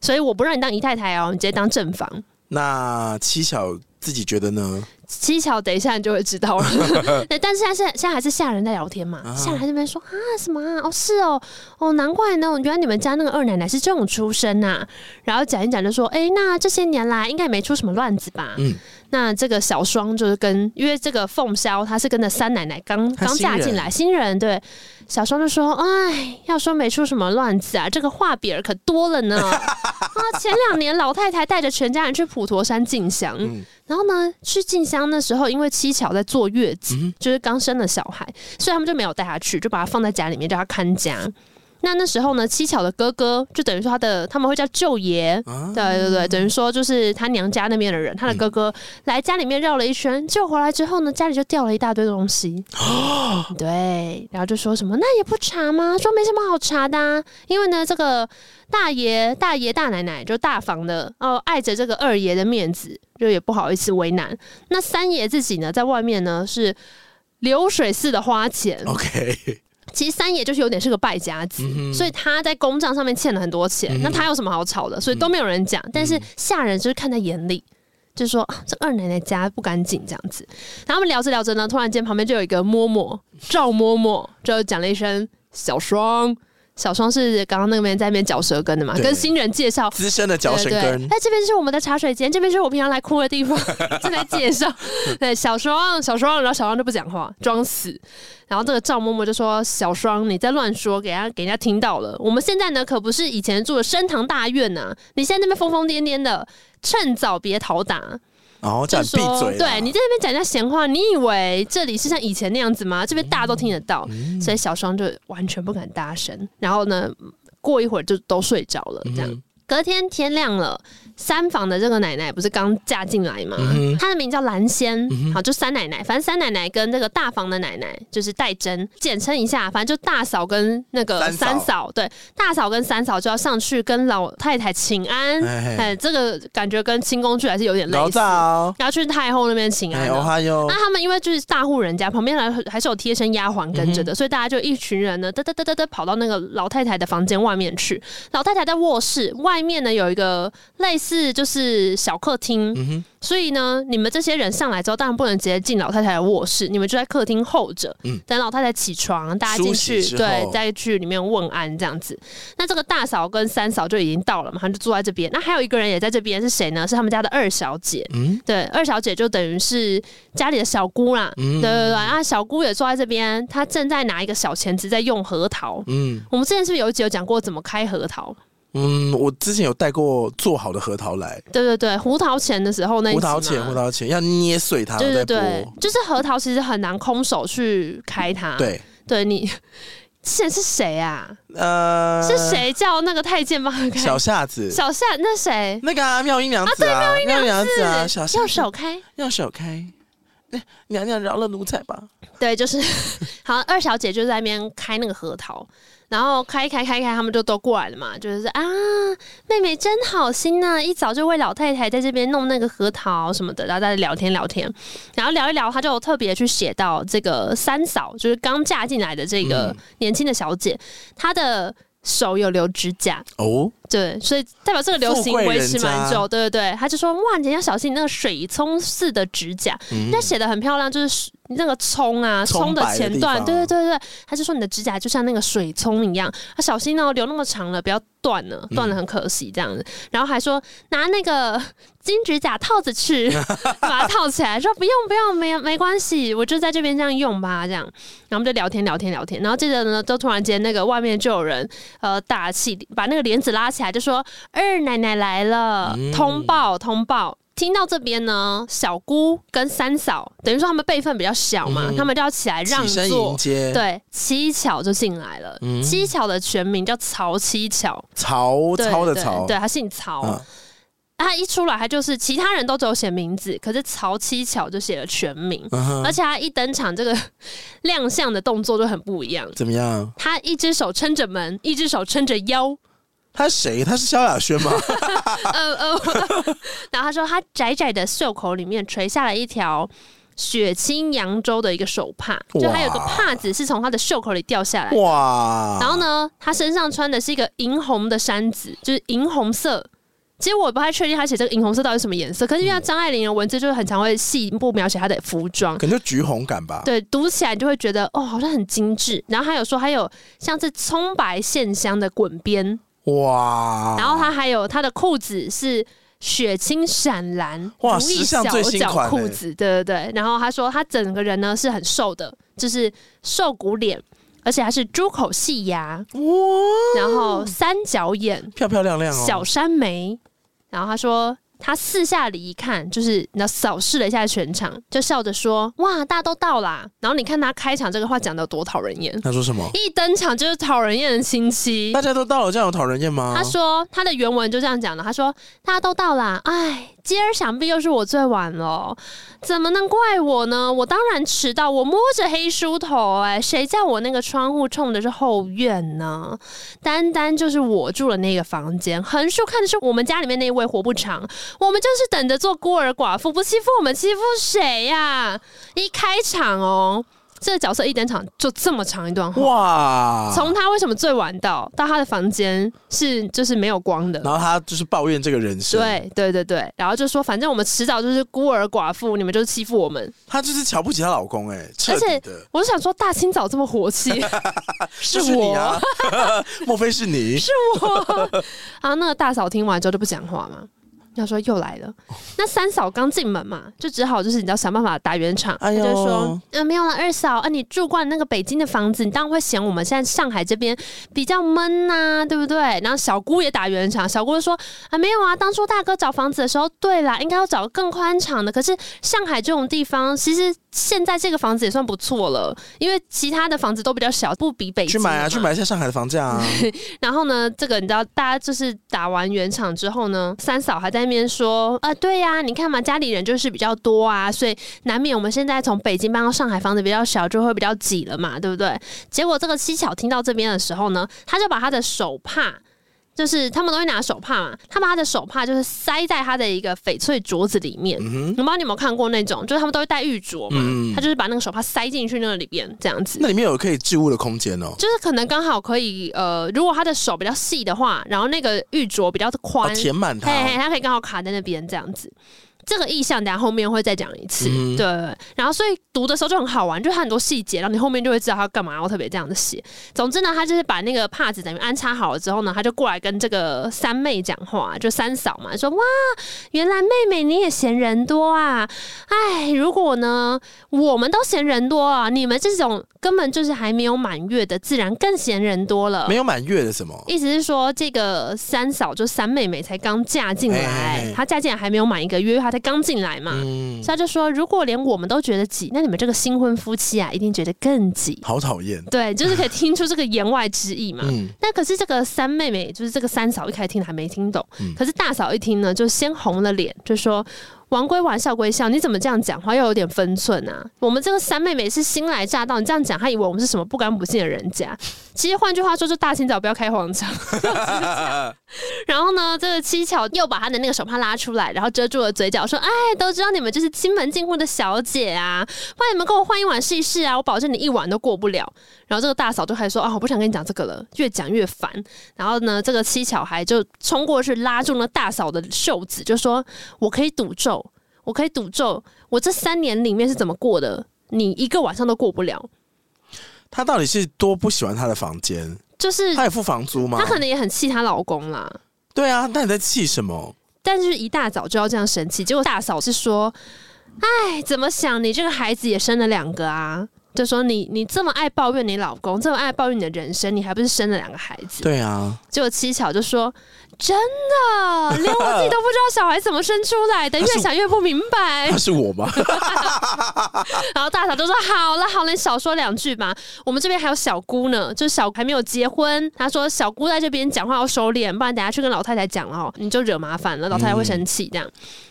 所以我不让你当姨太太哦，你直接当正房。那七巧自己觉得呢？蹊跷，等一下你就会知道 了。对，但是现在现在还是下人在聊天嘛，啊下人还在那边说啊什么啊，哦是哦，哦难怪呢，原来你们家那个二奶奶是这种出身呐、然后讲一讲就说，哎、那这些年来应该也没出什么乱子吧？嗯那这个小双就是跟，因为这个凤霄她是跟着三奶奶刚她刚新嫁人进来新人，对，小双就说，哎，要说没出什么乱子啊，这个画饼儿可多了呢。 啊，前两年老太太带着全家人去普陀山进香，嗯然后呢，去进香的时候，因为七巧在坐月子，嗯就是刚生了小孩，所以他们就没有带她去，就把她放在家里面叫她看家。那那时候呢，七巧的哥哥就等于说他的他们会叫舅爷，啊，对对对，等于说就是他娘家那边的人，他的哥哥来家里面绕了一圈，就回来之后呢，家里就掉了一大堆东西。对，然后就说什么那也不查吗？说没什么好查的、啊，因为呢，这个大爷、大爷、大奶奶就大方的哦，碍着这个二爷的面子，就也不好意思为难。那三爷自己呢，在外面呢是流水似的花钱， OK，其实三爷就是有点是个败家子，嗯所以他在公账上面欠了很多钱，嗯那他有什么好吵的？所以都没有人讲，但是下人就是看在眼里。就说、啊、这二奶奶家不干净这样子，然后他们聊着聊着呢，突然间旁边就有一个嬷嬷赵嬷嬷就讲了一声小双，小双是刚刚那边在那边嚼舌根的嘛，对跟新人介绍资深的脚神对对对根哎，这边是我们的茶水间，这边是我平常来哭的地方， 正在介绍。对，小双，小双，然后小双就不讲话，装死。然后这个赵嬷嬷就说：“小双，你在乱说，给人家给人家听到了。我们现在呢，可不是以前住的深堂大院呐、你现在那边疯疯癫癫的，趁早别讨打。哦，哎就叫是你闭说，嘴啦，对你在那边讲人家闲话，你以为这里是像以前那样子吗？这边大家都听得到，嗯所以小双就完全不敢大声。然后呢，过一会儿就都睡着了，这样。嗯隔天天亮了，三房的这个奶奶不是刚嫁进来吗？嗯哼嗯她的名叫蓝仙，好，就三奶奶。反正三奶奶跟那个大房的奶奶就是戴珍，简称一下，反正就大嫂跟那个三嫂三嫂，对，大嫂跟三嫂就要上去跟老太太请安。哎哎，这个感觉跟清宫剧还是有点类老似，早，要去太后那边请安哎，了。哦哈哟那，他们因为就是大户人家，旁边还还是有贴身丫鬟跟嗯着的，所以大家就一群人呢，嘚嘚嘚嘚嘚跑到那个老太太的房间外面去。老太太在卧室外面呢有一个类似就是小客厅，嗯哼，所以呢，你们这些人上来之后，当然不能直接进老太太的卧室，你们就在客厅候着，嗯等老太太起床，大家进去梳洗，之后对，再去里面问安这样子。那这个大嫂跟三嫂就已经到了嘛，他们就坐在这边。那还有一个人也在这边，是谁呢？是他们家的二小姐。嗯对，二小姐就等于是家里的小姑啦。对嗯对对，啊，小姑也坐在这边，她正在拿一个小钳子在用核桃。嗯我们之前是不是有一集有讲过怎么开核桃？嗯，我之前有带过做好的核桃来，对对对，胡桃钳的时候那一集胡嘛桃钳，胡桃钳要捏碎它，对对再对剥，，就是核桃其实很难空手去开它。，对，对你之前是谁啊？呃，是？谁叫那个太监帮他开？小夏子，小夏那谁？那个啊妙音娘子啊，妙音娘子啊，小夏用手开？用手开，哎娘娘饶了奴才吧。对，就是 好像二小姐就在那边开那个核桃，然后开开开开，他们就都过来了嘛，就是啊，妹妹真好心呐、一早就为老太太在这边弄那个核桃什么的，然后大家聊天聊天，然后聊一聊，她就特别去写到这个三嫂，就是刚嫁进来的这个嗯年轻的小姐，她的。手有留指甲，哦，对，所以代表这个流行富贵维人持蛮家久，对对对。他就说哇，你要小心你那个水葱似的指甲，嗯那写的很漂亮，就是那个葱啊，葱葱白的前段，地方对对对对，他就说你的指甲就像那个水葱一样，啊，小心哦，留那么长了，不要断了，断了很可惜这样子。然后还说拿那个金指甲套子去 把它套起来，说不用不用，没没关系，我就在这边这样用吧，这样。然后我们就聊天聊天聊天，然后接着呢，就突然间那个外面就有人呃打气，把那个帘子拉起来，就说二奶奶来了，嗯通报通报。听到这边呢，小姑跟三嫂，等于说他们辈分比较小嘛，嗯他们就要起来让起身座迎。接，，对，七巧就进来了。嗯七巧的全名叫曹七巧，曹对操的对曹，对，他姓曹。啊，他一出来，他就是其他人都只有写名字，可是曹七巧就写了全名，嗯而哼，且他一登场，这个 亮相的动作就很不一样。怎么样？他一只手撑着门，一只手撑着腰，他是谁？他是萧亚轩 吗？呃呃，然后他说他窄窄的袖口里面垂下了一条血青扬州的一个手帕，就他有个哇帕子是从他的袖口里掉下来的哇！然后？呢，他身上穿的是一个银红的衫子，就是银红色其实我不太确定他写这个荧红色到底是什么颜色，可是因为嗯他张爱玲的文字就是很常会细一步描写她的服装，可能就橘红感吧。对，读起来你就会觉得哦，好像很精致。然后还有说，还有像是葱白线香的滚边，哇，然后它还有它的裤子是血清闪蓝，哇如意时尚小最新脚款裤欸子，对对对。然后他说他整个人呢是很瘦的，就是瘦骨脸，而且还是猪口细嗯牙，哇，然后三角眼、漂漂亮亮哦，小山眉。然后他说。他四下里一看，就是那扫视了一下全场，就笑着说：“哇，大家都到啦！”然后你看他开场这个话讲的多讨人厌，他说什么？一登场就是讨人厌的亲戚。大家都到了，这样有讨人厌吗？他说他的原文就这样讲的，他说大家都到啦，哎，今儿想必又是我最晚了，怎么能怪我呢？我当然迟到，我摸着黑梳头、哎，谁叫我那个窗户冲的是后院呢？单单就是我住的那个房间，横竖看的是我们家里面那一位活不长，我们就是等着做孤儿寡妇，不欺负我们欺负谁呀、一开场哦，这个角色一登场就这么长一段话。哇，从他为什么最晚到到他的房间是就是没有光的。然后他就是抱怨这个人生，，对对对对，然后就说反正我们迟早就是孤儿寡妇，你们就是欺负我们。她就是瞧不起她老公哎、彻底的，我就想说，大清早这么火气， 是就是你我啊， 莫非是你？ 是我。然后那个大嫂听完之后就不讲话嘛，要说又来了。那三嫂刚进门嘛，就只好就是你知道想办法打圆场，她哎呦就说嗯、没有了，二嫂啊，你住惯那个北京的房子，你当然会嫌我们现在上海这边比较闷呐、对不对？然后小姑也打圆场，小姑就说啊没有啊，当初大哥找房子的时候，对啦，应该要找更宽敞的，可是上海这种地方，其实现在这个房子也算不错了，因为其他的房子都比较小，不比北京去买的啊，嘛去买一下上海的房价啊！ 然后呢，这个你知道，大家就是打完圆场之后呢，三嫂还在那边说，啊，对呀、你看嘛，家里人就是比较多啊，所以难免我们现在从北京搬到上海，房子比较小，就会比较挤了嘛，对不对？结果这个七巧听到这边的时候呢，他就把他的手帕。就是他们都会拿手帕嘛，他把他的手帕就是塞在他的一个翡翠镯子里面。我不知道你有没有看过那种，就是他们都会戴玉镯嘛，嗯他就是把那个手帕塞进去那里边这样子。那里面有可以置物的空间哦，就是可能刚好可以，呃，如果他的手比较细的话，然后那个玉镯比较宽，哦填满它嘿嘿，哦，它可以刚好卡在那边这样子。这个意象，等一下后面会再讲一次。嗯对，然后所以读的时候就很好玩，就它很多细节，然后你后面就会知道他干嘛要特别这样子写。总之呢，他就是把那个帕子等于安插好了之后呢，他就过来跟这个三妹讲话，就三嫂嘛，说哇，原来妹妹你也嫌人多啊！哎，如果呢，我们都嫌人多啊，你们这种根本就是还没有满月的，自然更嫌人多了。没有满月的什么？意思是说，这个三嫂就三妹妹才刚嫁进哎哎来哎，她嫁进来还没有满一个月，她才刚进来嘛。所嗯以，她就说，如果连我们都觉得挤，那你们这个新婚夫妻啊，一定觉得更挤。好讨厌。对，就是可以听出这个言外之意嘛。嗯，那可是这个三妹妹，就是这个三嫂，一开始听还没听懂，嗯可是大嫂一听呢，就先红了脸，就说：“玩归玩，笑归笑，你怎么这样讲话，又有点分寸啊？我们这个三妹妹是新来乍到，你这样讲，她以为我们是什么不干不净的人家。其实换句话说，就大清早不要开黄 腔。然后呢，这个七巧又把她的那个手帕拉出来，然后遮住了嘴角，说：‘哎，都知道你们就是亲门进户的小姐啊，不然你们跟我换一碗试一试啊，我保证你一碗都过不了。’然后这个大嫂就还说啊，我不想跟你讲这个了，越讲越烦。然后呢，这个七巧还就冲过去拉住那大嫂的袖子，就说：“我可以赌咒，我可以赌咒，我这三年里面是怎么过的，你一个晚上都过不了。她到底是多不喜欢她的房间？”就是她也付房租吗？她可能也很气她老公啦，对啊，那你在气什么？但是一大早就要这样生气，结果大嫂是说：“哎，怎么想你这个孩子也生了两个啊？”就说你你这么爱抱怨你老公，这么爱抱怨你的人生，你还不是生了两个孩子？对啊，结果七巧就说：“真的，连我自己都不知道小孩怎么生出来的，越想越不明白她。是我 吗？”然后大嫂就说：“好了好了，你少说两句吧。我们这边还有小姑呢，就是小还没有结婚。她说小姑在这边讲话要收敛，不然等下去跟老太太讲了哦，你就惹麻烦了，老太太会生气这样。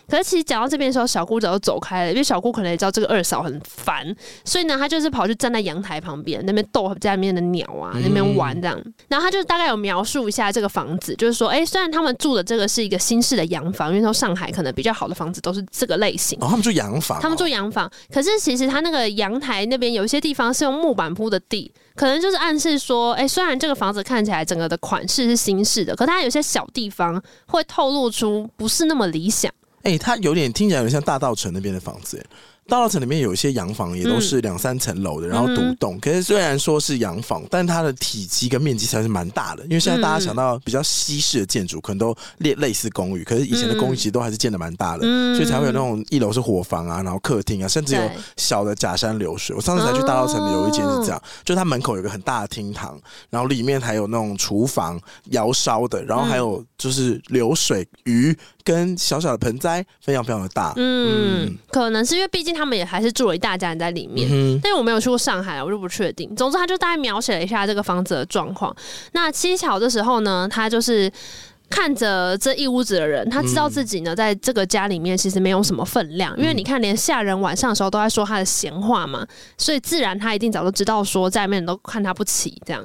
可是其实讲到这边的时候，小姑早就走开了，因为小姑可能也知道这个二嫂很烦，所以呢，她就是就是跑去站在阳台旁边那边逗家里面的鸟啊，那边玩这样。然后他就大概有描述一下这个房子，就是说，哎、虽然他们住的这个是一个新式的洋房，因为说上海可能比较好的房子都是这个类型。哦，他们住洋房哦，他们住洋房，可是其实他那个阳台那边有一些地方是用木板铺的地，可能就是暗示说，哎、虽然这个房子看起来整个的款式是新式的，可它有些小地方会透露出不是那么理想。哎、它有点听起来有点像大稻城那边的房子。大稻城里面有一些洋房，也嗯都是两三层楼的，然后独栋。可是虽然说是洋房，但它的体积跟面积还是蛮大的。因为现在大嗯家想到比较西式的建筑，可能都类类似公寓，可是以前的公寓其实都还是建的蛮大的，嗯所以才会有那种一楼是伙房啊，然后客厅啊，甚至有对小的假山流水。我上次才去大稻城的有一间是哦这样，就它门口有一个很大的厅堂，然后里面还有那种厨房、窑烧的，然后还嗯有就是流水鱼跟小小的盆栽，非常非常的大。嗯，可能是因为毕竟他们也还是住了一大家人在里面。嗯但是我没有去过上海，啊我就不确定。总之，他就大概描写了一下这个房子的状况。那七巧的时候呢，他就是看着这一屋子的人，他知嗯道自己呢在这个家里面其实没有什么分量，因为你看，连下人晚上的时候都在说他的闲话嘛，所以自然他一定早就知道说家里面人都看他不起这样。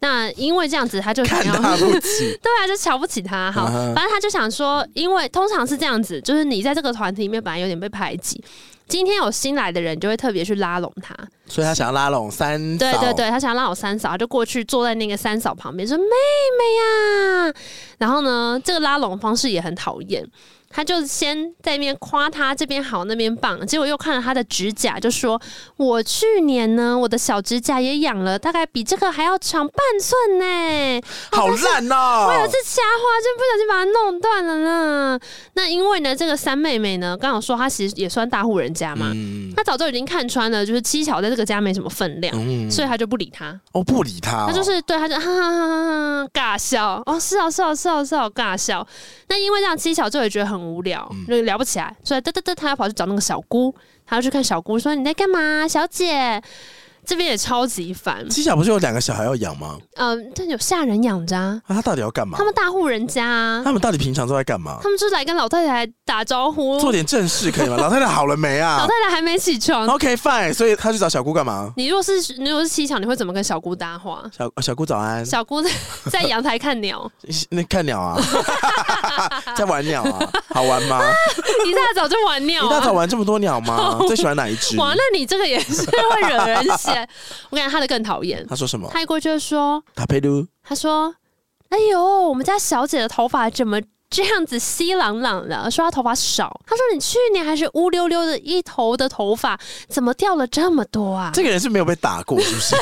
那因为这样子，他就看想要他不 起，对啊，就瞧不起他。好，啊哈反正他就想说，因为通常是这样子，就是你在这个团体里面本来有点被排挤，今天有新来的人，就会特别去拉拢他。所以他想要拉拢三对嫂对，对，他想要拉我三嫂，他就过去坐在那个三嫂旁边说：“妹妹呀、然后呢，这个拉拢方式也很讨厌。他就先在那边夸他这边好那边棒，结果又看了他的指甲，就说：“我去年呢，我的小指甲也养了，大概比这个还要长半寸呢。好烂哦、我有一次瞎花，真不小心把它弄断了呢。那因为呢，这个三妹妹呢，刚好说她其实也算大户人家嘛，嗯她早就已经看穿了，就是七巧在这个家没什么分量，嗯，所以她就不理他，哦不理他、哦，她就是对她就哈哈哈哈哈尬笑。哦，是哦，是哦，是哦，是哦，尬笑。那因为这样，七巧就也觉得很无聊，嗯就聊不起来，所以嘚嘚嘚，她要跑去找那个小姑，她要去看小姑说你在干嘛，小姐。这边也超级烦，七小不是有两个小孩要养吗？嗯、但有下人养着、啊，那、他到底要干嘛他？们大户人家、啊，他们到底平常都在干嘛？他们就是来跟老太太打招呼，做点正事可以 吗？老太太好了没老啊太太还没起床。 ？OK fine，所以他去找小姑干嘛？你若是你若是七巧，你会怎么跟小姑搭话？小哦小姑早安，小姑在 在阳台看 鸟，那看鸟 啊， 在玩鸟啊，好玩吗？一大早就玩鸟、一大早啊。玩这么多鸟 吗？最喜欢哪一只？哇，那你这个也是会惹人嫌。我感觉他的更讨厌，他说什么？他一过去就说塔佩鲁，：“他说，哎呦，我们家小姐的头发怎么？”这样子稀朗朗的，说她头发少。他说你去年还是乌溜溜的一头的头发，怎么掉了这么多啊？这个人是没有被打过，是不是？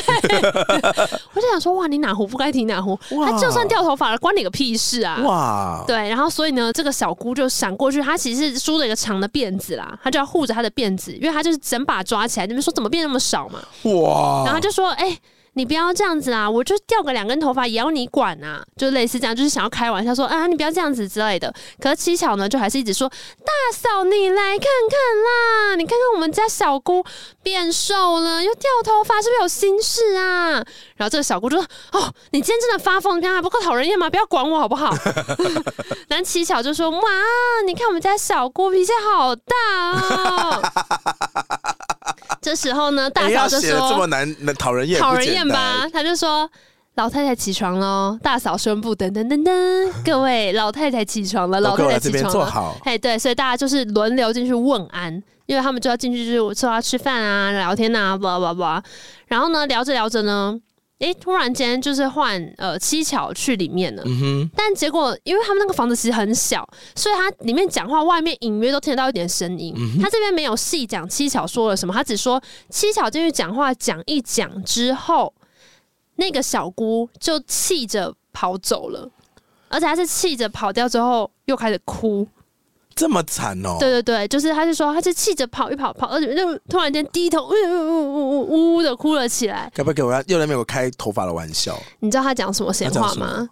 我就想说，哇，你哪壶不该提哪壶，哇 他就算掉头发了，关你个屁事啊！哇，对，然后所以呢，这个小姑就闪过去，她其实是梳了一个长的辫子啦，她就要护着她的辫子，因为她就是整把抓起来，你们说怎么变那么少嘛？哇，然后她就说，哎、你不要这样子啊！我就掉个两根头发也要你管啊，就类似这样，就是想要开玩笑说啊，你不要这样子之类的。可是七巧呢，就还是一直说大嫂，你来看看啦，你看看我们家小姑变瘦了，又掉头发，是不是有心事啊？然后这个小姑就说：“哦，你今天真的发疯，你看还不够讨人厌吗？不要管我好不好？” 男七巧就说：“哇，你看我们家小姑脾气好大哦。”这时候呢，大哎嫂要就写的这么说难，难讨人：“厌，讨不人简厌单吧？”他就说。老太太起床喽！大嫂宣布：噔噔噔 噔，各位，老太太起床了，老我给太我哦来太这起边床坐了。好。哎，对，所以大家就是轮流进去问安，因为他们就要进去，就是说要吃饭啊、聊天啊，叭叭叭。然后呢，聊着聊着呢，哎，突然间就是换呃七巧去里面了。嗯哼，但结果，因为他们那个房子其实很小，所以他里面讲话，外面隐约都听得到一点声音。他这边没有细讲七巧说了什么，他只说七巧进去讲话讲一讲之后，那个小姑就气着跑走了，而且她是气着跑掉之后又开始哭。这么惨哦、对对对，就是他就说他是气着跑一跑跑，而且就突然间低头呜呜呜呜呜的哭了起来。该不会给我又在美国开头发的玩笑？你知道他讲什么闲他话讲什吗么？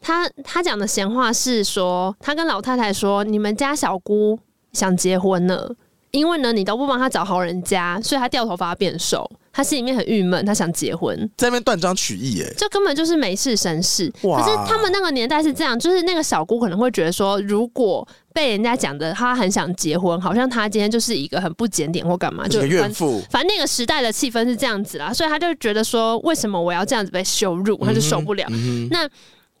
他他讲的闲话是说，他跟老太太说，你们家小姑想结婚了，因为呢你都不帮她找好人家，所以她掉头发变瘦。他心里面很郁闷，他想结婚，在那边断章取义，哎，这根本就是美式绅士。哇可是他们那个年代是这样，就是那个小姑可能会觉得说，如果被人家讲的她很想结婚，好像她今天就是一个很不检点或干嘛，这啊个就反怨妇，反正那个时代的气氛是这样子啦，所以他就觉得说，为什么我要这样子被羞辱，他就受不了。嗯哼那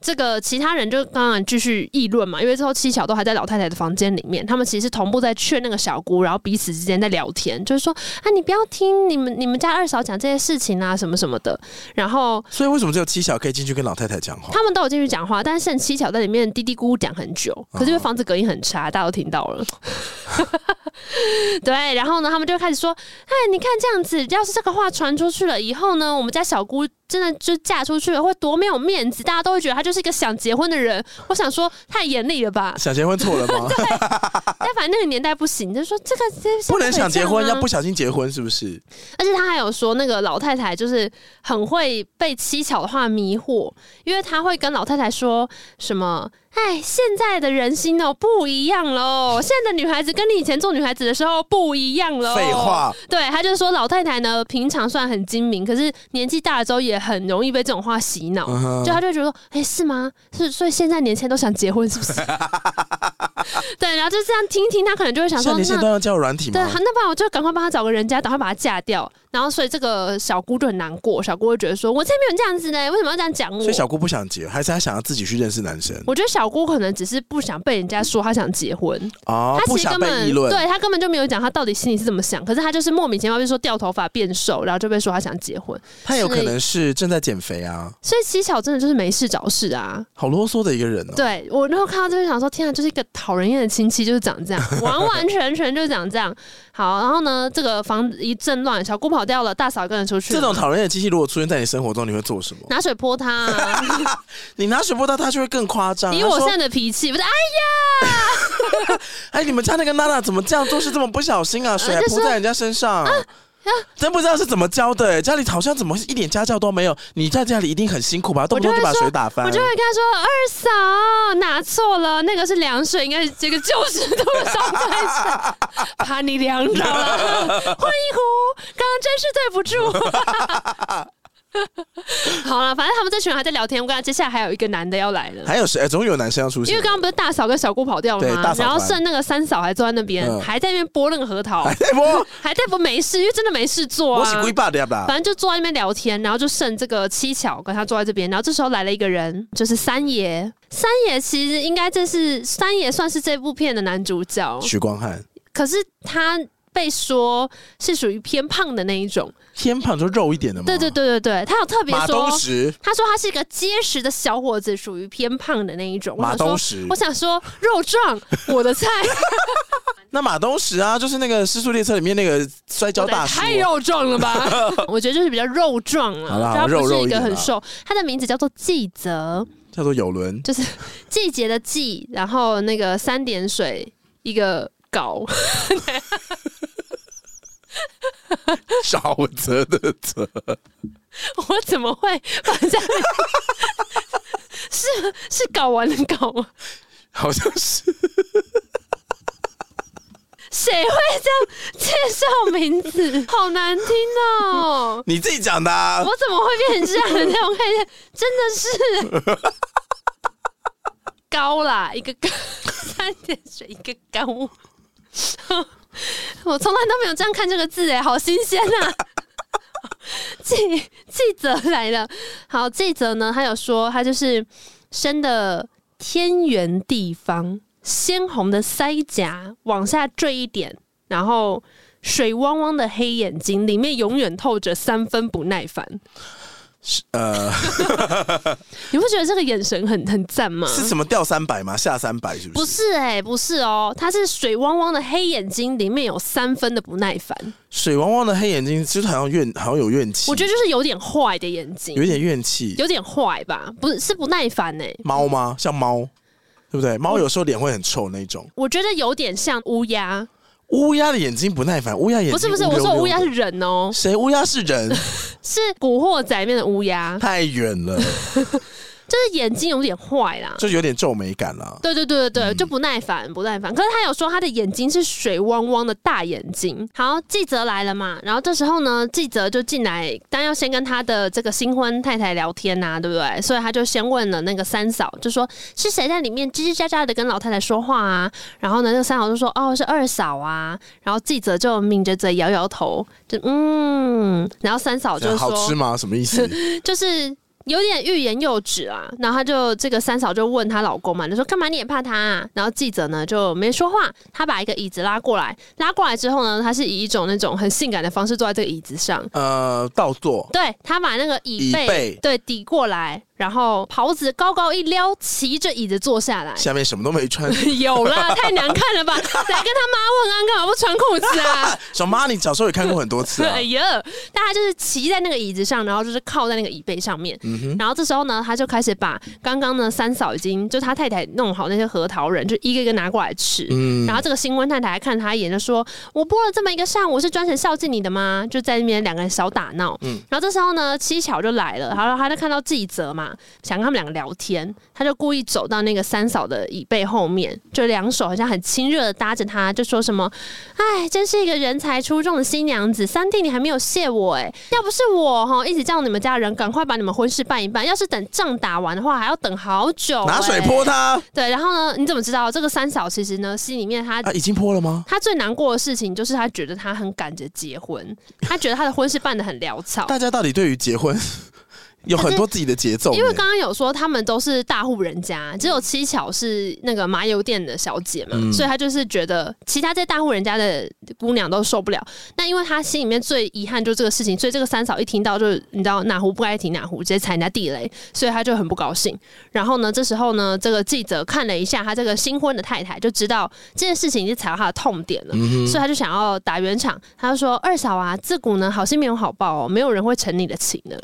这个其他人就当然继续议论嘛，因为之后七小都还在老太太的房间里面，他们其实同步在劝那个小姑，然后彼此之间在聊天，就是说啊，你不要听你们你们家二嫂讲这些事情啊，什么什么的。然后所以为什么只有七小可以进去跟老太太讲话？？他们都有进去讲话，但是剩七巧在里面嘀嘀咕咕讲很久，可是因为房子隔音很差，大家都听到了。 对，然后呢，他们就开始说：“哎，你看这样子，要是这个话传出去了以后呢，我们家小姑真的就嫁出去了，会多没有面子，大家都会觉得她就是一个想结婚的人。”我想说，太严厉了吧想结婚错了 吗？但反正那个年代不行，就说这个这啊不能想结婚，要，这啊不小心结婚是不是？而且他还有说，那个老太太就是很会被七巧的话迷惑，因为他会跟老太太说什么：“哎，现在的人心哦不一样喽，现在的女孩子跟你以前做女孩子的时候不一样喽。”废。话，对，他就说老太太呢，平常算很精明，可是年纪大了之后也很容易被这种话洗脑。嗯哼就他就觉得说，哎、是吗？是，所以现在年轻人都想结婚，是不是？ 对，然后就这样听一听，他可能就会想现在说，年轻人那都要交友软体对，吗？那不然我就赶快帮他找个人家，赶快把他嫁掉。然后，所以这个小姑就很难过，小姑会觉得说，我才没有这样子呢，为什么要这样讲我所以？小姑不想结，还是她想要自己去认识男生我觉得小姑可能只是不想被人家说她想结婚，哦，她不其实想根被议本论。对她根本就没有讲她到底心里是怎么想，可是她就是莫名其妙被说掉头发变瘦，然后就被说她想结婚，她有是可能是正在减肥啊，所以七巧真的就是没事找事啊。好啰嗦的一个人哦。对我那时候看到这就想说，天啊，就是一个讨人厌的亲戚，就是长这样，完完全全就是长这样。好，然后呢，这个房子一阵乱，小姑跑掉了，大嫂跟着出去了这嘛，种讨人厌的机器，如果出现在你生活中，你会做什么？拿水泼他、啊， 你拿水泼他，他就会更夸张。以他我说现在的脾气，不是哎，哎，你们家那个娜娜怎么这样做事这么不小 心啊？水还泼在人家身上，啊啊真不知道是怎么教的、哎家里好像怎么一点家教都没有。你在家里一定很辛苦吧？动不动就把水打翻我。就会跟他说二嫂拿错了，那个是凉水，应该是这个九十度的烧开水，怕你凉着了， 换一壶，刚刚真是对不住。好了，反正他们这群人还在聊天，我跟你讲接下来还有一个男的要来了。还有谁、哎总有男生要出现，因为刚刚不是大嫂跟小姑跑掉了对大吗？嫂然后团剩那个三嫂还坐在那边，嗯还在那边剥那个核桃 哎，我还在不没事，因为真的没事做啊。我是鬼爸的啦反，正就坐在那边聊天，然后就剩这个七巧跟他坐在这边，然后这时候来了一个人，就是三爷。三爷其实应该这是三爷算是这部片的男主角，许光汉可是他被说是属于偏胖的那一种。偏胖就肉一点的嘛。对对对对对，他有特别马说东，石，他说他是一个结实的小伙子，属于偏胖的那一种。我马想东说，石我，想说肉壮，我的菜， 那马东石啊，就是那个《失速列车》里面那个摔跤我的大叔啊，太肉壮 了吧？我觉得就是比较肉壮好啦啊，好就他不肉肉是一一个点很啦瘦。他的名字叫做纪泽。叫做有 伦，就是季节的季，然后那个三点水一个搞，沼泽的泽，我怎么会把这样？ 是是搞完的搞吗？好像是谁会这样介绍名字？好难听哦！你自己讲的、啊我。怎么会变成这样的那种概念？真的是高啦，一个高， 三点水一个高。 我从来都没有这样看这个字哎，好新鲜呐、啊！ 记记者来了，好，记者呢，他有说他就是生的天圆地方，鲜红的腮颊往下坠一点，然后水汪汪的黑眼睛里面永远透着三分不耐烦。呃， 你不觉得这个眼神很很赞吗？是什么掉三百吗？下三百是不不是？是哎、不是哦，他是水汪汪的黑眼睛，里面有三分的不耐烦。水汪汪的黑眼睛，就是好像怨，好像有怨气，我觉得就是有点坏的眼睛，有一点怨气。有点坏吧？不是，是不耐烦哎、猫吗？像猫，对不对？猫有时候脸会很臭那种。我觉得有点像乌鸦，乌鸦的眼睛不耐烦，乌鸦眼睛不是不是，乌我溜溜说的乌鸦是人哦，谁？乌鸦是人， 是《古惑仔》里面的乌鸦。太远了。就是眼睛有点坏啦。就有点皱眉感啦。对对对对对，就不耐烦，不耐烦。可是他有说他的眼睛是水汪汪的大眼睛。好，记者来了嘛，然后这时候呢，记者就进来，但要先跟他的这个新婚太太聊天呐、对不对？所以他就先问了那个三嫂，就说是谁在里面叽叽喳喳的跟老太太说话啊？然后呢，那个三嫂就说哦是二嫂啊。然后记者就抿着嘴摇摇头，就嗯。然后三嫂就说好吃吗？什么意 思？就是有点欲言又止啊。然后她就这个三嫂就问她老公嘛，就说干嘛你也怕他、啊？然后记者呢就没说话，他把一个椅子拉过来，拉过来之后呢，他是以一种那种很性感的方式坐在这个椅子上。呃，倒坐，对他把那个椅背椅背对抵过来，然后袍子高高一撩，骑着椅子坐下来。下面什么都没穿。有啦，太难看 了吧？来跟他妈问安干嘛不穿裤子啊？小妈，你小时候也看过很多次啊哎。呀，但他就是骑在那个椅子上，然后就是靠在那个椅背上面。嗯然后这时候呢，他就开始把刚刚呢三嫂已经就他太太弄好那些核桃仁，就一个一个拿过来吃。嗯然后这个新婚太太还看他一眼，就说：“我播了这么一个上午，是专程孝敬你的吗？”就在那边两个人小打闹。嗯然后这时候呢，七巧就来了，然后他就看到记者嘛，想跟他们两个聊天，他就故意走到那个三嫂的椅背后面，就两手好像很亲热的搭着她，就说什么：“哎，真是一个人才出众的新娘子，三弟你还没有谢我哎，要不是我哈一直叫你们家人赶快把你们婚事办一办，要是等仗打完的话，还要等好久。”哎拿水泼。他对，然后呢？你怎么知道这个三嫂其实呢，心里面她啊，已经泼了吗？她最难过的事情就是她觉得她很赶着结婚，她觉得她的婚事办得很潦草。大家到底对于结婚 有很多自己的节奏呢？因为刚刚有说他们都是大户人家，只有七巧是那个麻油店的小姐嘛，嗯所以她就是觉得其他这些大户人家的姑娘都受不了。那因为她心里面最遗憾就是这个事情，所以这个三嫂一听到就是你知道哪壶不该提哪壶，直接踩人家地雷，所以她就很不高兴。然后呢，这时候呢，这个记者看了一下她这个新婚的太太，就知道这件事情已经踩到她的痛点了，嗯所以她就想要打圆场。她就说：“二嫂啊，自古呢好心没有好报哦，没有人会成你的情 的。”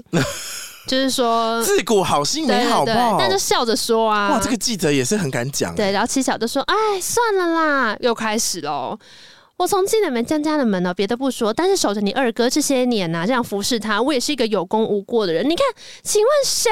就是说，自古好心对没好对对，报但。就笑着说啊，哇，这个记者也是很敢讲。欸对，然后七巧就说：“哎，算了啦，又开始喽。”我从进了门将家的门呢，哦别的不说，但是守着你二哥这些年啊呐、这样服侍他，我也是一个有功无过的人。你看，请问谁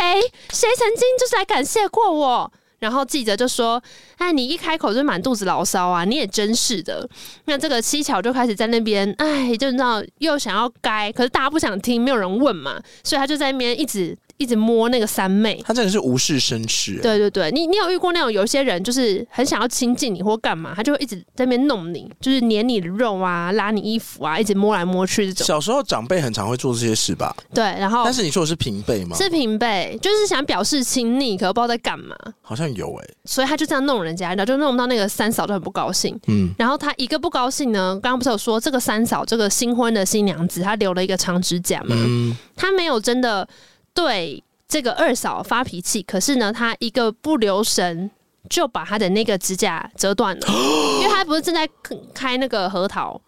谁曾经就是来感谢过我？然后记者就说：“哎，你一开口就满肚子牢骚啊，你也真是的。”那这个七巧就开始在那边，哎，就你知道又想要该，可是大家不想听，没有人问嘛，所以他就在那边一直一直摸那个三妹。他真的是无事生事。欸对对对，你你有遇过那种有一些人就是很想要亲近你或干嘛，他就会一直在那边弄你，就是捏你的肉啊，拉你衣服啊，一直摸来摸去这种。小时候长辈很常会做这些事吧？对，然后但是你说的是平辈吗？哦是平辈，就是想表示亲昵，可不知道在干嘛，好像有哎。所以他就这样弄人家，然后就弄到那个三嫂就很不高兴。嗯，然后她一个不高兴呢，刚刚不是有说这个三嫂这个新婚的新娘子，她留了一个长指甲嘛，嗯，她没有真的对这个二嫂发脾气，可是呢，她一个不留神就把她的那个指甲折断 了，因为她不是正在开那个核桃，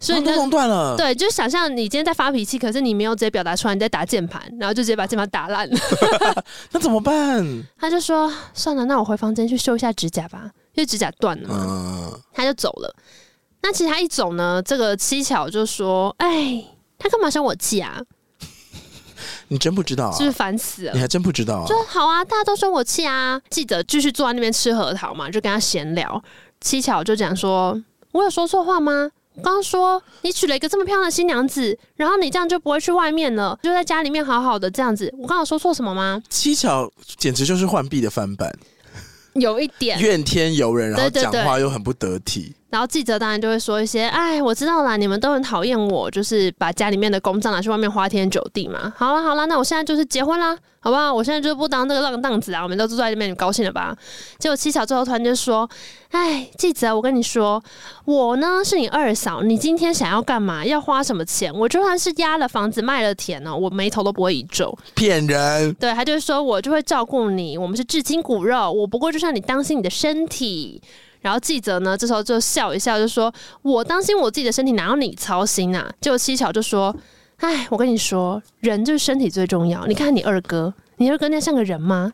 所啊以你都就弄断了。对，就想象你今天在发脾气，可是你没有直接表达出来，你在打键盘，然后就直接把键盘打烂了。那怎么办？她就说：“算了，那我回房间去修一下指甲吧，因为指甲断了嘛。嗯，他就走了。那其实他一走呢，这个七巧就说：“哎，他干嘛生我气啊？你真不知道啊是不？是烦死了你？”还真不知道啊就？好啊，大家都生我气啊。记者继续坐在那边吃核桃嘛，就跟他闲聊。七巧就讲说：“我有说错话吗？”我刚刚说你娶了一个这么漂亮的新娘子，然后你这样就不会去外面了，就在家里面好好的这样子。我刚刚有说错什么吗？七巧简直就是浣碧的翻版，有一点，怨天尤人，然后对对讲对话又很不得体。然后记者当然就会说一些，哎，我知道啦，你们都很讨厌我，就是把家里面的公账拿去外面花天酒地嘛。好了好了，那我现在就是结婚啦，好不好？我现在就是不当这个浪荡子啊，我们都住在里面，你们高兴了吧？结果七巧最后突然就说，哎，记者，我跟你说，我呢是你二嫂，你今天想要干嘛，要花什么钱，我就算是押了房子卖了田哦，我眉头都不会一皱。骗人！对，他就说我就会照顾你，我们是至亲骨肉，我不过就是让你当心你的身体。然后记者呢，这时候就笑一笑，就说：“我当心我自己的身体，哪有你操心啊？”结果七巧就说：“哎，我跟你说，人就是身体最重要。你看你二哥，你二哥那像个人吗？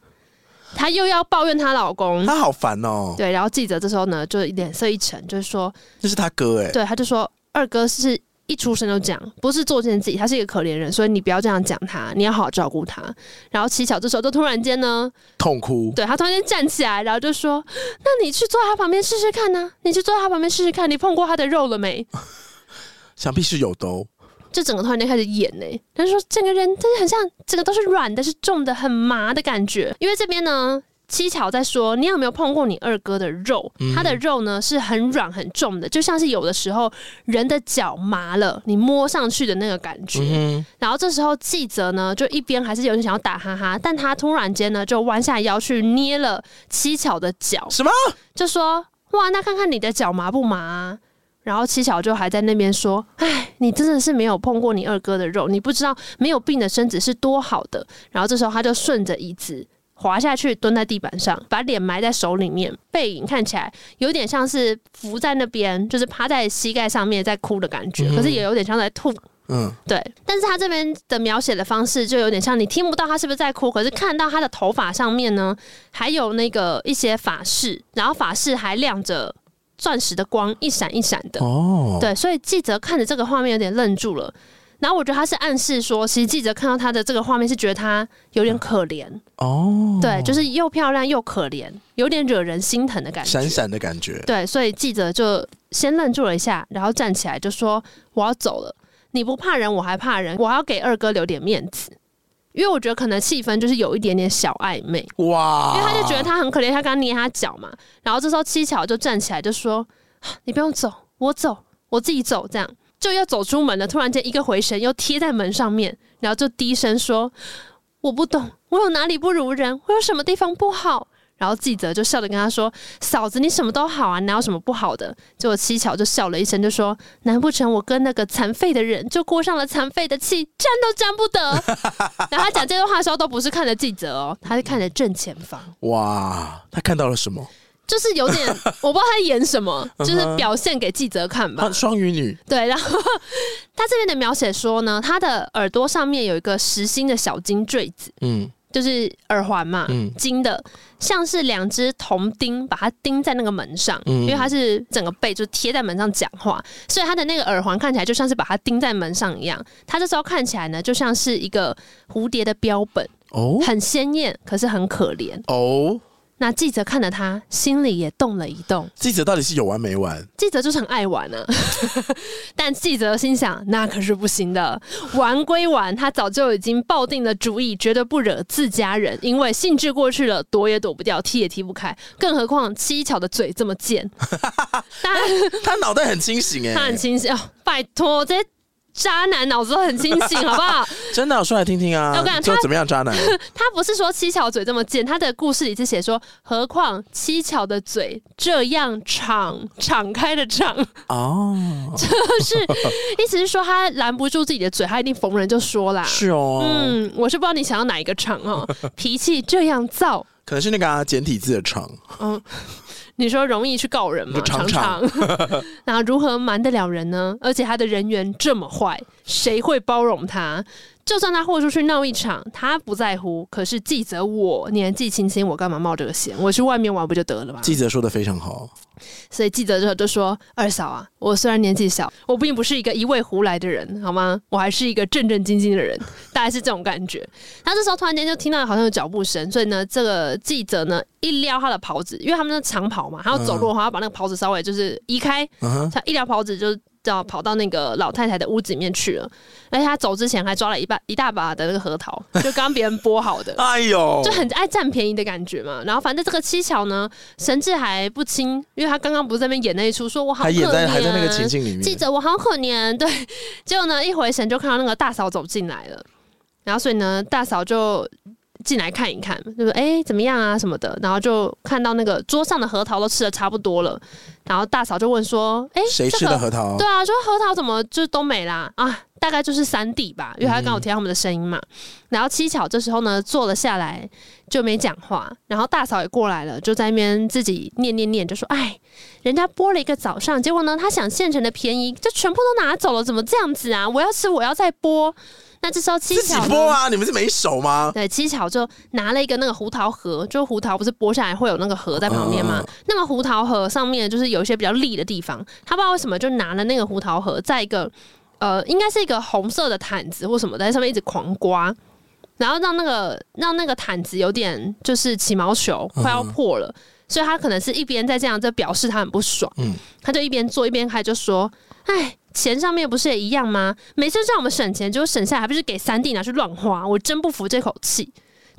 她又要抱怨她老公。”他好烦哦，嗯对，然后记者这时候呢，就脸色一沉，就是说，那是他哥哎，对，他就说二哥是一出生就这样，不是作践自己，他是一个可怜人，所以你不要这样讲他，你要好好照顾他。然后七巧这时候就突然间呢，痛哭。对他突然间站起来，然后就说：“那你去坐在他旁边试试看呢、你去坐在他旁边试试看，你碰过他的肉了没想必是有的哦。？”这整个突然间开始演呢、他就说整个人真的很像，整个都是软的，是重的，很麻的感觉。因为这边呢。七巧在说，你有没有碰过你二哥的肉？嗯他的肉呢是很软很重的，就像是有的时候人的脚麻了，你摸上去的那个感觉。嗯，然后这时候记者呢，就一边还是有点想要打哈哈，但他突然间呢，就弯下腰去捏了七巧的脚，什么？就说：“哇，那看看你的脚麻不麻啊、然后七巧就还在那边说：“哎，你真的是没有碰过你二哥的肉，你不知道没有病的身子是多好的。”然后这时候他就顺着椅子滑下去，蹲在地板上，把脸埋在手里面，背影看起来有点像是浮在那边，就是趴在膝盖上面在哭的感觉，可是也有点像在吐。嗯，对，但是他这边的描写的方式就有点像你听不到他是不是在哭，可是看到他的头发上面呢，还有那个一些发饰，然后发饰还亮着钻石的光，一闪一闪的。哦，对，所以记者看着这个画面有点愣住了。然后我觉得他是暗示说，其实记者看到他的这个画面是觉得他有点可怜，哦，对，就是又漂亮又可怜，有点惹人心疼的感觉。闪闪的感觉。对，所以记者就先愣住了一下，然后站起来就说：“我要走了，你不怕人，我还怕人，我还要给二哥留点面子。”因为我觉得可能气氛就是有一点点小暧昧，因哇，为他就觉得他很可怜，他刚捏他脚嘛，然后这时候七巧就站起来就说：“ 你不用走，我走，我自己走。”这样就要走出门了，突然间一个回神，又贴在门上面，然后就低声说：“我不懂，我有哪里不如人？我有什么地方不好？”然后记者就笑着跟他说：“嫂子，你什么都好啊，哪有什么不好的？”结果七巧就笑了一声，就说：“难不成我跟那个残废的人就过上了残废的气，沾都沾不得？” 然后他讲这段话的时候，都不是看着记者哦，他是看着正前方。哇，他看到了什么？就是有 点，我不知道他演什么，嗯哼就是表现给记者看吧他。双鱼女，对，然后 他这边的描写说呢，他的耳朵上面有一个实心的小金坠子，嗯就是耳环嘛，嗯金的，像是两只铜钉，把它钉在那个门上，嗯因为他是整个背就贴在门上讲话，所以他的那个耳环看起来就像是把它钉在门上一样。他这时候看起来呢，就像是一个蝴蝶的标本，哦很鲜艳，可是很可怜。哦，那记者看了他，心里也动了一动。记者到底是有完没完？ 记者就是很爱玩啊， 但记者心想那可是不行的。玩归玩，他早就已经抱定了主意，绝对不惹自家人，因为兴致过去了，躲也躲不掉，踢也踢不开，更何况七巧的嘴这么贱。 当然，他脑袋很清醒哎、他很清醒哦，拜托，这些渣男脑子都很清醒，好不好？真的、我说来听听啊我跟你，讲就他怎么样渣 男？他不是说七巧嘴这么贱，他的故事里是写说，何况七巧的嘴这样敞敞开的敞。哦， 意思是说他拦不住自己的嘴，他一定逢人就说啦。是哦，嗯，我是不知道你想要哪一个场哦，脾气这样躁，可能是那个、啊、简体字的长，嗯，你说容易去告人吗？就常常， 然后如何瞒得了人呢？而且他的人缘这么坏，谁会包容他？就算他豁出去闹一场，他不在乎。可是记者我年纪轻轻，我干嘛冒这个险？我去外面玩不就得了吗？记者说的非常好，所以记者就就说：“二嫂啊，我虽然年纪小， 我并不是一个一味胡来的人，好吗？我还是一个正正经经的人， 大概是这种感觉。”他这时候突然间就听到好像有脚步声，所以呢，这个记者呢一撩他的袍子，因为他们那长袍嘛，他要走路的话，要把那个袍子稍微就是移开，嗯哼，。他一撩袍子就要跑到那个老太太的屋子里面去了。而且他走之前还抓了一把一大把的那个核桃，就刚刚别人剥好的哎呦，就很爱占便宜的感觉嘛。然后反正这个七巧呢，神志还不清，因为他刚刚不是在那边演那一出，说我好可还怜，演在还在那个情境里面，记者我好可怜，对。结果呢，一回神就看到那个大嫂走进来了，然后所以呢，大嫂就。进来看一看，就说：“哎、怎么样啊？什么的。”然后就看到那个桌上的核桃都吃的差不多了，然后大嫂就问说：“哎、谁这吃个的核桃？对啊，说核桃怎么就都没啦啊？大概就是三弟吧，因为他刚好听到他们的声音嘛。然后七巧这时候呢坐了下来，就没讲话。然后大嫂也过来了，就在那边自己念念念，就说：“哎，人家剥了一个早上，结果呢他想现成的便宜，就全部都拿走了，怎么这样子啊？我要吃，我要再剥。”那这时候七自己巧呢播啊，你们是没手吗？对，七巧就拿了一个那个胡桃核，就胡桃不是剥下来会有那个核在旁边嘛？嗯嗯那个胡桃核上面就是有一些比较利的地方，他不知道为什么就拿了那个胡桃核，在一个呃，应该是一个红色的毯子或什么的，在上面一直狂刮，然后让那个让那个毯子有点就是起毛球快嗯要破了，所以他可能是一边在这样在表示他很不爽，嗯他就一边做一边开始就说，哎。钱上面不是也一样吗？每次让我们省钱，结果省下来还不是给三弟拿去乱花？我真不服这口气！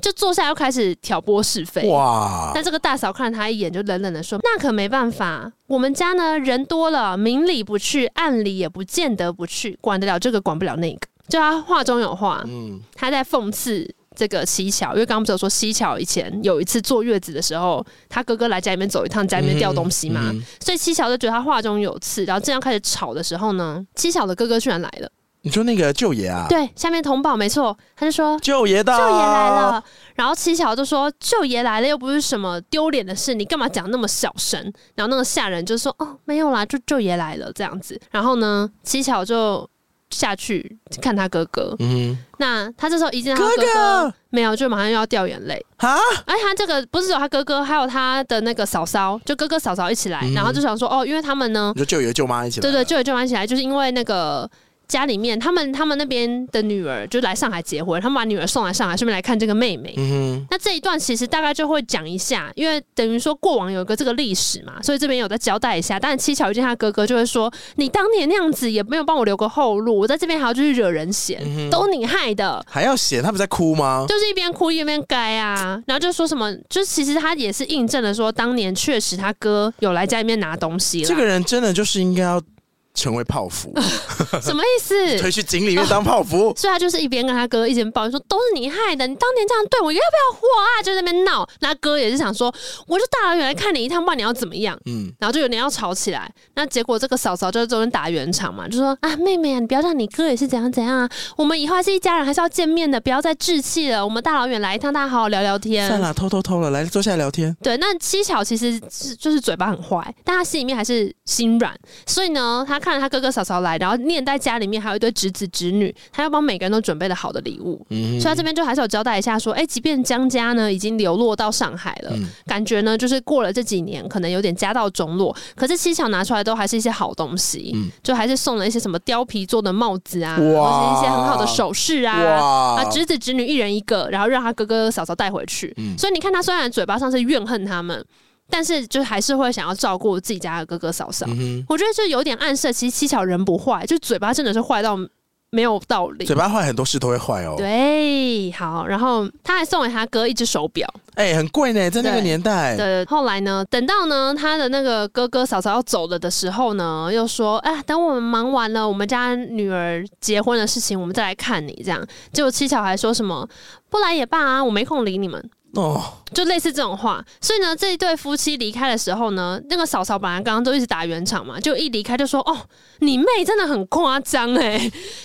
就坐下来又开始挑拨是非。哇，但这个大嫂看了他一眼，就冷冷的说：“那可没办法，我们家呢人多了，明里不去，暗里也不见得不去，管得了这个，管不了那个。”就他话中有话，嗯他在讽刺这个西巧，因为刚刚不是有说西巧以前有一次坐月子的时候，他哥哥来家里面走一趟，家里面掉东西嘛，嗯所以七巧就觉得他话中有刺。然后正要开始吵的时候呢，七巧的哥哥居然来了，你说那个舅爷啊，对，下面通报没错，他就说舅爷到，舅爷来，了，然后七巧就说：“舅爷来了，又不是什么丢脸的事，你干嘛讲那么小声？”然后那个下人就说：“哦，没有啦，就舅爷来了这样子。”然后呢，七巧就下去看他哥哥。嗯那他这时候一见到哥他哥哥没有，就马上又要掉眼泪。啊，而且他这个不是只有他哥哥，还有他的那个嫂嫂，就哥哥嫂嫂一起来，嗯啊然后就想说：“哦，因为他们呢，你说舅爷舅妈一起来，对对，，舅爷舅妈一起来，就是因为那个家里面他们他们那边的女儿就来上海结婚，他们把女儿送来上海，顺便来看这个妹妹。嗯那这一段其实大概就会讲一下，因为等于说过往有一个这个历史嘛，所以这边有在交代一下。但七巧遇见他哥哥就会说：“你当年那样子也没有帮我留个后路，我在这边还要去惹人嫌，嗯哼都你害的。”还要嫌他们在哭吗？就是一边哭一边该啊，然后就说什么，就其实他也是印证了说，当年确实他哥有来家里面拿东西了，这个人真的就是应该要成为泡芙， 什么意思？推去井里面当泡芙。所以他就是一边跟他哥一边抱怨说：“都是你害的，你当年这样对我，要不要活啊？”就在那边闹。那哥也是想说：“我就大老远来看你一趟，不然你要怎么样？”嗯，然后就有点要吵起来。那结果这个嫂嫂就在中间打圆场嘛，就说啊，妹妹啊，你不要让你哥也是怎样怎样啊，我们以后还是一家人，还是要见面的，不要再置气了。我们大老远来一趟，大家好好聊聊嗯算天。了，偷偷偷了，来坐下来聊天。对，那七巧其实是就是嘴巴很坏，但她心里面还是心软，所以呢，她看着她哥哥嫂嫂来，然后念在家里面还有一堆侄子侄女，她要帮每个人都准备了好的礼物。嗯所以他这边就还是有交代一下说，哎、即便江家呢已经流落到上海了，嗯感觉呢就是过了这几年，可能有点家道中落，可是七巧拿出来都还是一些好东西，嗯就还是送了一些什么貂皮做的帽子哇啊，或者是一些很好的首饰啊。啊，哇侄子侄女一人一个，然后让他哥哥嫂嫂带回去。嗯所以你看，他虽然嘴巴上是怨恨他们，但是就还是会想要照顾自己家的哥哥嫂嫂。嗯我觉得就有点暗示，其实七巧人不坏，就嘴巴真的是坏到没有道理哼，。嘴巴坏很多事都会坏哦。对，好，然后他还送给他哥一只手表。哎，很贵呢，在那个对年代。对，后来呢，等到呢他的那个哥哥嫂嫂要走了的时候呢，又说：“哎，等我们忙完了我们家女儿结婚的事情，我们再来看你。”这样，结果七巧还说什么“不来也罢啊，我没空理你们”，哦，就类似这种话。所以呢，这一对夫妻离开的时候呢，那个嫂嫂本来刚刚都一直打圆场嘛，就一离开就说：“哦，你妹真的很夸张哎，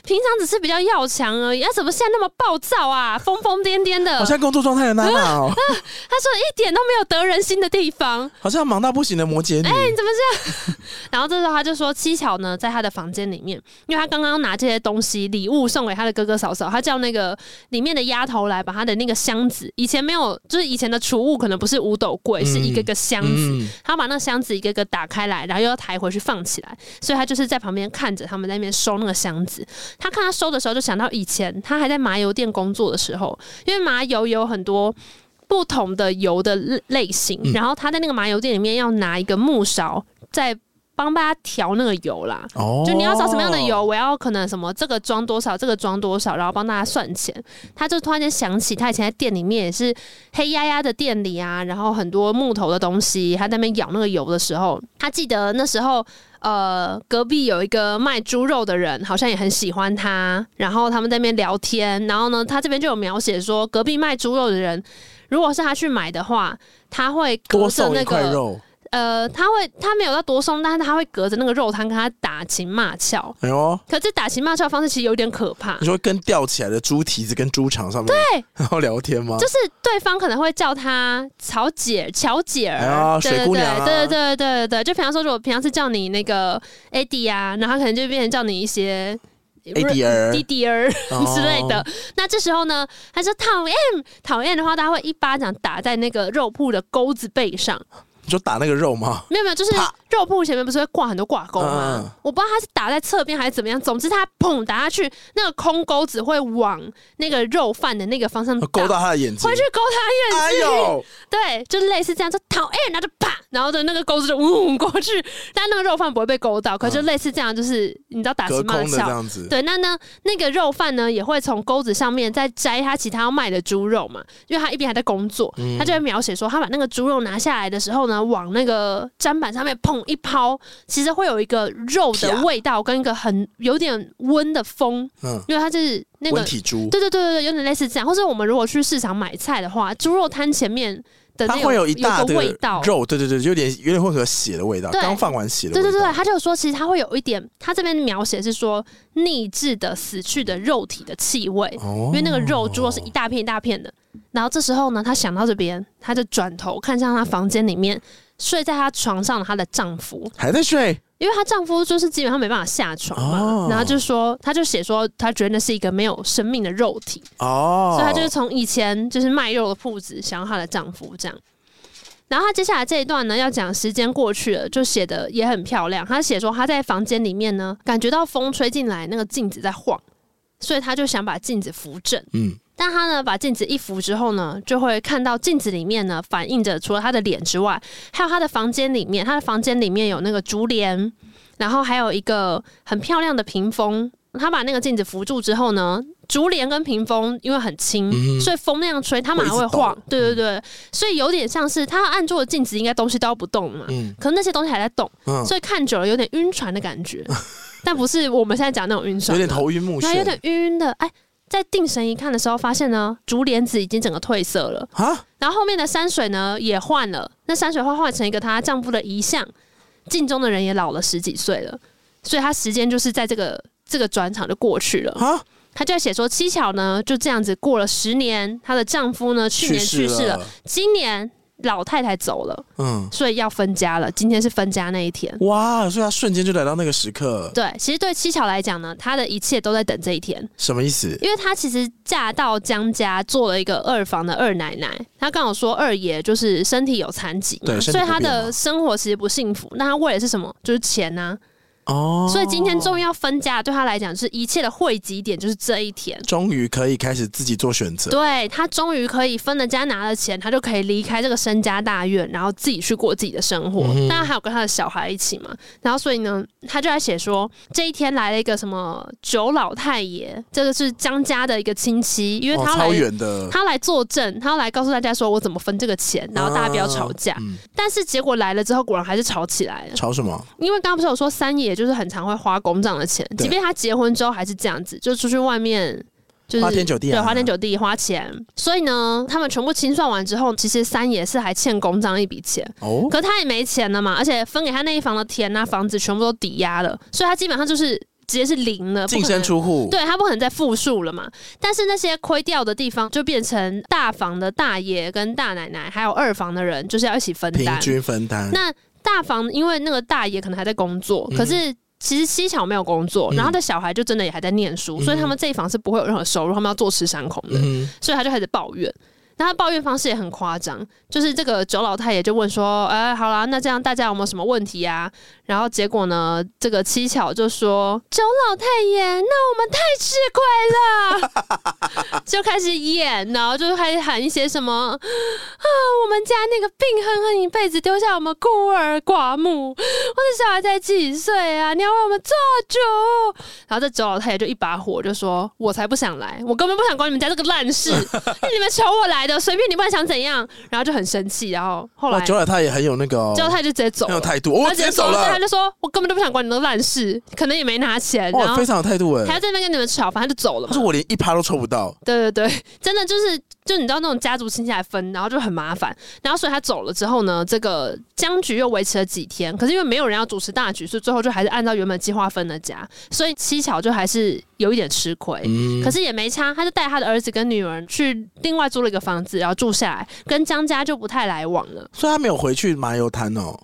平常只是比较要强而已，啊，怎么现在那么暴躁啊，疯疯癫癫的？”好像工作状态的娜娜嗯哦，他说一点都没有得人心的地 方。哎好像忙到不行的摩羯女。你怎么这样？ 然后这时候他就说，七巧呢在他的房间里面，因为他刚刚拿这些东西礼物送给他的哥哥嫂嫂，他叫那个里面的丫头来把他的那个箱子，以前没有，就是以前的储物可能不是五斗柜，嗯是一个个箱子。嗯他把那个箱子一个个打开来，然后又要抬回去放起来，所以他就是在旁边看着他们在那边收那个箱子。他看他收的时候，就想到以前他还在麻油店工作的时候，因为麻油有很多。不同的油的类类型，嗯然后他在那个麻油店里面要拿一个木勺，在帮大家调那个油啦。哦就你要找什么样的油，？我要可能什么这个装多少，这个装多少，然后帮大家算钱。他就突然间想起，他以前在店里面也是黑压压的店里啊，然后很多木头的东西，他在那边舀那个油的时候，他记得那时候。呃，隔壁有一个卖猪肉的人，好像也很喜欢他。然后他们在那边聊天，然后呢，他这边就有描写说，隔壁卖猪肉的人，如果是他去买的话，他会隔多着送那一块个肉。呃，他会他没有到多松，但是他会隔着那个肉摊跟他打情骂俏。哎呦，可这打情骂俏的方式其实有点可怕，你说跟吊起来的猪蹄子跟猪肠上面，对， 然后聊天吗？就是对方可能会叫他乔姐、乔姐儿，哎呀对水对姑对娘啊对对对对对，就平常说，如果平常是叫你那个 AD 啊，然后他可能就变成叫你一些 ADR 滴滴儿哦之类的。那这时候呢，他说讨厌讨厌的话，他会一巴掌打在那个肉铺的钩子背上。你就打那个肉吗？没有没有，就是啪肉铺前面不是会挂很多挂钩吗？嗯我不知道他是打在侧边还是怎么样，总之他砰打下去，那个空钩只会往那个肉贩的那个方向打哦勾到他的眼睛回，去勾他哎眼睛，呦，对，就类似这样，就讨厌，然后就啪，然后的那个钩子就嗡过去，但那个肉贩不会被勾到，可就类似这样，就是、你知道打隔情骂空的这俏。样子，对，那呢，那个肉贩呢也会从钩子上面再摘他其他要卖的猪肉嘛，因为他一边还在工作，嗯他就会描写说，他把那个猪肉拿下来的时候呢，往那个砧板上面砰一抛，其实会有一个肉的啪味道跟一个很有点温的风，嗯，因为它就是那个文体猪，对对对对对，有点类似这样。或者我们如果去市场买菜的话，猪肉摊前面的它那会有一大个的味道。肉，对对对，有点有点混合血的味道，对刚放完血的对味道，对对，对他就说，其实它会有一点，他这边描写是说腻制的死去的肉体的气味，哦因为那个肉猪肉是一大片一大片的。然后这时候呢，他想到这边，他就转头看向他房间里面睡在他床上的她的丈夫，还在睡，因为她丈夫就是基本上没办法下床嘛，哦然后就说，他就写说，他觉得那是一个没有生命的肉体，哦，所以她就是从以前就是卖肉的铺子想到她的丈夫这样。然后她接下来这一段呢，要讲时间过去了，就写的也很漂亮。她写说她在房间里面呢，感觉到风吹进来，那个镜子在晃，所以她就想把镜子扶正。嗯，但她呢，把镜子一扶之后呢，就会看到镜子里面呢，反映着除了她的脸之外，还有她的房间里面，她的房间里面有那个竹帘，然后还有一个很漂亮的屏风。她把那个镜子扶住之后呢，竹帘跟屏风因为很轻，嗯所以风那样吹，它马上会一会直晃抖。对对对，所以有点像是她按住的镜子，应该东西都要不动嘛。嗯可那些东西还在动，嗯，所以看久了有点晕船的 感觉，但不是我们现在讲那种晕船有啊，点头晕目然后有眩点晕晕的。哎，在定神一看的时候，发现呢，竹帘子已经整个褪色了，啊，然后后面的山水呢也换了，那山水画换成一个她丈夫的遗像，镜中的人也老了十几岁了，所以她时间就是在这个这个转场就过去了。啊，她就在写说，七巧呢就这样子过了十年，她的丈夫呢去年去世了，，今年老太太走了，嗯，所以要分家了，今天是分家那一天。哇，所以他瞬间就来到那个时刻，对，其实对七巧来讲呢，她的一切都在等这一天。什么意思？因为她其实嫁到江家做了一个二房的二奶奶，她刚好说二爷就是身体有残疾嘛，对身体所以她不便的嘛生活其实不幸福。那她为的是什么？就是钱呐、哦，所以今天终于要分家，对她来讲，就是一切的汇集点就是这一天。终于可以开始自己做选择，对她终于可以分了家，拿了钱，她就可以离开这个身家大院，然后自己去过自己的生活。嗯哼当然还有跟她的小孩一起嘛。然后所以呢，她就在写说，这一天来了一个什么九老太爷，这个是江家的一个亲戚，因为哦他来、超远的，他来作证，他要来告诉大家说我怎么分这个钱，然后大家不要吵架。嗯，但是结果来了之后，果然还是吵起来了。吵什么？因为刚刚不是有说三爷就是很常会花公账的钱，对即便他结婚之后还是这样子，就出去外面就是花天酒地啊对，花天酒地花钱。所以呢，他们全部清算完之后，其实三爷是还欠公账一笔钱，哦，可他也没钱了嘛，而且分给他那一房的田啊、房子全部都抵押了，所以他基本上就是直接是零了，不净可能身出户，对他不可能再复述了嘛。但是那些亏掉的地方，就变成大房的大爷跟大奶奶，还有二房的人，就是要一起分平担。均分担，那大房因为那个大爷可能还在工作，嗯可是。其实西巧没有工作，嗯然后他的小孩就真的也还在念书，嗯所以他们这一房是不会有任何收入，他们要坐吃山空的，嗯所以他就开始抱怨。那他抱怨方式也很夸张，就是这个九老太爷就问说：“哎、好啦，那这样大家有没有什么问题啊？”然后结果呢，这个七巧就说：“九老太爷，那我们太吃亏了。”就开始演，然后就开始喊一些什么啊，我们家那个病哼哼一辈子，丢下我们孤儿寡母，我的小孩才几岁啊，你要为我们做主。然后这九老太爷就一把火，就说：“我才不想来，我根本不想管你们家这个烂事，是你们求我来的，随便你们想怎样。”然后就很生气，然后后来哇，九老太也很有那个哦，九老太爷就直接走很了有。态度，我他直直接接走走了，他了，就说：“我根本就不想管你的烂事，可能也没拿钱，哇，然后非常有态度还哎要，在那边跟你们吵，反正就走了他嘛。说我连一趴都抽不到”，对对对，真的就是就你知道那种家族亲戚来分，然后就很麻烦。然后所以他走了之后呢，这个僵局又维持了几天。可是因为没有人要主持大局，所以最后就还是按照原本计划分了家，所以七巧就还是有一点吃亏。嗯可是也没差，他就带他的儿子跟女儿去另外租了一个房子，然后住下来，跟江家就不太来往了。所以他没有回去麻油滩哦，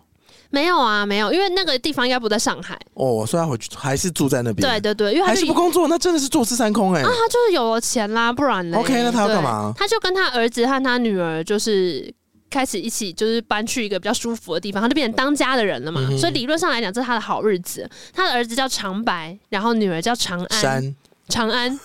没有啊，没有，因为那个地方应该不在上海。哦，所以他回去还是住在那边，对对对，因为他还就是不工作，那真的是坐吃山空哎、啊，他就是有了钱啦，不然嘞 OK，那他要干嘛对他就跟他儿子和他女儿就是开始一起就是搬去一个比较舒服的地方，他就变成当家的人嗯了嘛。所以理论上来讲，这是他的好日子。他的儿子叫长白，然后女儿叫长安，山，长安。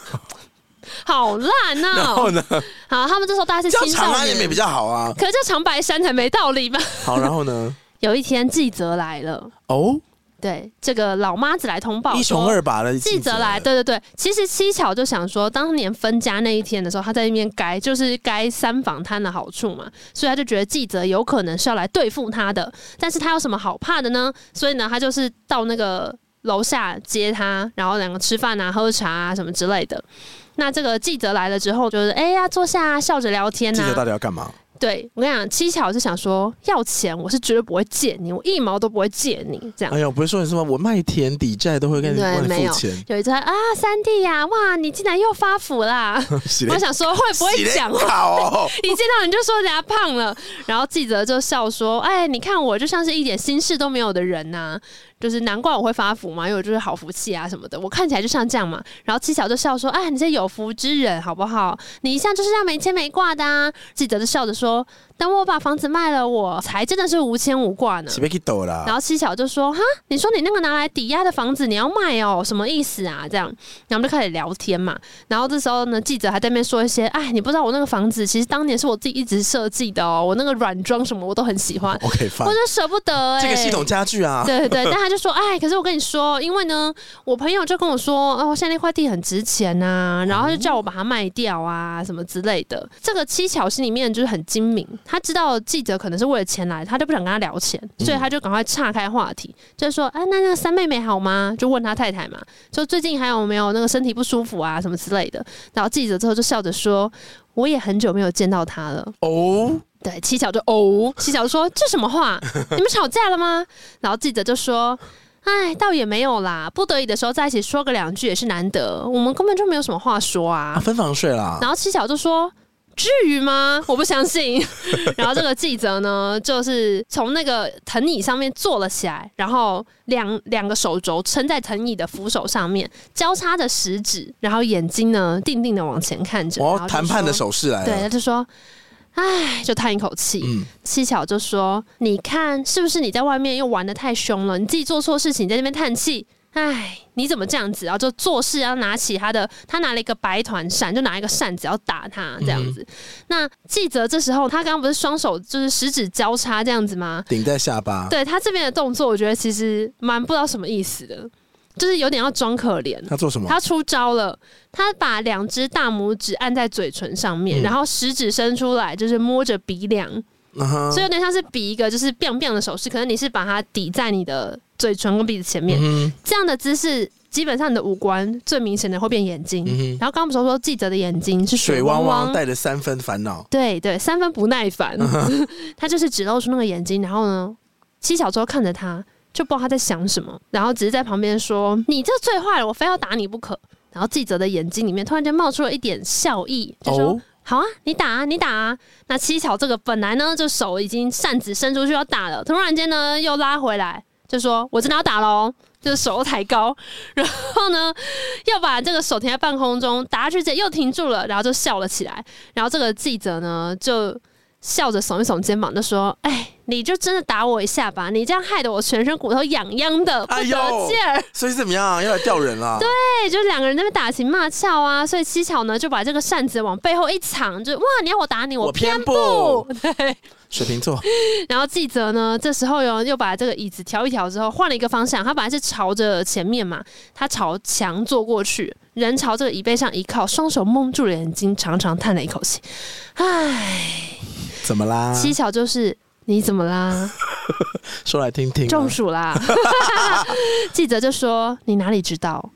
好烂然哦、后呢，好，他们这时候大概是叫青长少安也没年比，较好啊。可是叫长白山才没道理吧？好，然后呢？ 有一天，记者来了，哦，对，这个老妈子来通报，一穷二白的哎记者来，，对对对，其实七巧就想说，当年分家那一天的时候，他在那边该就是该三访摊的好处嘛，所以他就觉得记者有可能是要来对付他的，但是他有什么好怕的呢？所以呢，他就是到那个楼下接他，然后两个吃饭啊、喝茶啊什么之类的。那这个记者来了之后，就是哎呀，坐下啊，笑着聊天记呐、者到底要干嘛？对我跟你讲，七巧就想说，要钱我是绝对不会借你，我一毛都不会借你这样。哎呦，不是说你什么我卖田抵债都会跟你对帮没你有付钱， 有一次他啊，三弟呀、哇，你竟然又发福啦！洗我脸想啊说会不会讲话？ 好哦，一见到你就说人家胖了，然后记者就笑说：“哎，你看我就像是一点心事都没有的人呐、就是难怪我会发福嘛，因为我就是好福气啊什么的，我看起来就像这样嘛。”然后七巧就笑说：“哎，你这有福之人好不好？你一向就是这样没牵没挂的啊。”记者就笑着说：“等我把房子卖了我，才真的是无牵无挂呢。”洗被给抖啊啦然。后七巧就说：“哈，你说你那个拿来抵押的房子你要卖哦，什么意思啊？”这样，然后我们就开始聊天嘛。然后这时候呢，记者还在那边说一些：“哎，你不知道我那个房子其实当年是我自己一直设计的哦，我那个软装什么我都很喜欢， OK，我放就舍不得、哎，这个系统家具啊，对对对，但他就说，哎，可是我跟你说，因为呢，我朋友就跟我说，哦，现在那块地很值钱呐、然后就叫我把它卖掉啊，什么之类的。这个七巧心里面就是很精明，他知道记者可能是为了钱来，他就不想跟他聊钱，所以他就赶快岔开话题，就说，哎，那那个三妹妹好吗？就问他太太嘛，说最近还有没有那个身体不舒服啊，什么之类的。然后记者之后就笑着说。我也很久没有见到她了，哦，对，七巧就哦，七巧说这什 么话？你们吵架了吗？然后记者就说。哎，倒也没有啦，不得已的时候在一起说个两句也是难得，我们根本就没有什么话说啊 啊。分房睡啦，然后七巧就说：“至于吗？我不相信。” 然后这个记者呢，就是从那个藤椅上面坐了起来，然后两两个手肘撑在藤椅的扶手上面，交叉着食指，然后眼睛呢定定的往前看着。然哦后，就谈判的说手势来对，他了，就说：“唉，就叹一口气。嗯，七巧就说：“你看，是不是你在外面又玩的太凶了？你自己做错事情，你在那边叹气。”唉，你怎么这样子？然啊后就做事要拿起他的，他拿了一个白团扇，就拿一个扇子要打他这样子。那记者这时候他刚刚不是双手就是食指交叉这样子吗？顶在下巴，对他这边的动作，我觉得其实蛮不知道什么意思的，就是有点要装可怜。他做什么？他出招了，他把两只大拇指按在嘴唇上面，嗯然后食指伸出来，就是摸着鼻梁，嗯哼所以有点像是比一个就是 biang biang 的手势，可能你是把它抵在你的嘴唇跟鼻子前面，嗯这样的姿势，基本上你的五官最明显的会变眼睛。哼，嗯哼，然后刚刚不是说记者的眼睛是水水汪汪汪带着三分烦恼，对对，三分不耐烦，他就是只露出那个眼睛，然后呢，七小周看着他，就不知道他在想什么，然后只是在旁边说：“你这最坏了，我非要打你不可。”然后记者的眼睛里面突然间冒出了一点笑意，就说：“哦，好啊，你打啊，你打啊。那七巧这个本来呢，就手已经扇子伸出去要打了，突然间呢又拉回来，就说我真的要打喽，就是手抬高，然后呢又把这个手停在半空中，打下去之后又停住了，然后就笑了起来。然后这个记者呢就笑着耸一耸肩膀，就说：“哎，你就真的打我一下吧，你这样害得我全身骨头痒痒的，不哎得呦劲儿。所以怎么样？要来调人啦？对， 对，就是两个人在那边打情骂俏啊，所以七巧呢就把这个扇子往背后一藏，就哇，你要我打你，我我偏偏不不。水瓶座，然后记者呢，这时候又又把这个椅子调一调之后，换了一个方向，他本来是朝着前面嘛，他朝墙坐过去，人朝这个椅背上一靠，双手蒙住了眼睛，长长叹了一口气，唉，怎么啦？七巧就是。你怎么啦？说来听听啊，中暑 啦！ 记者就说：“你哪里知道？”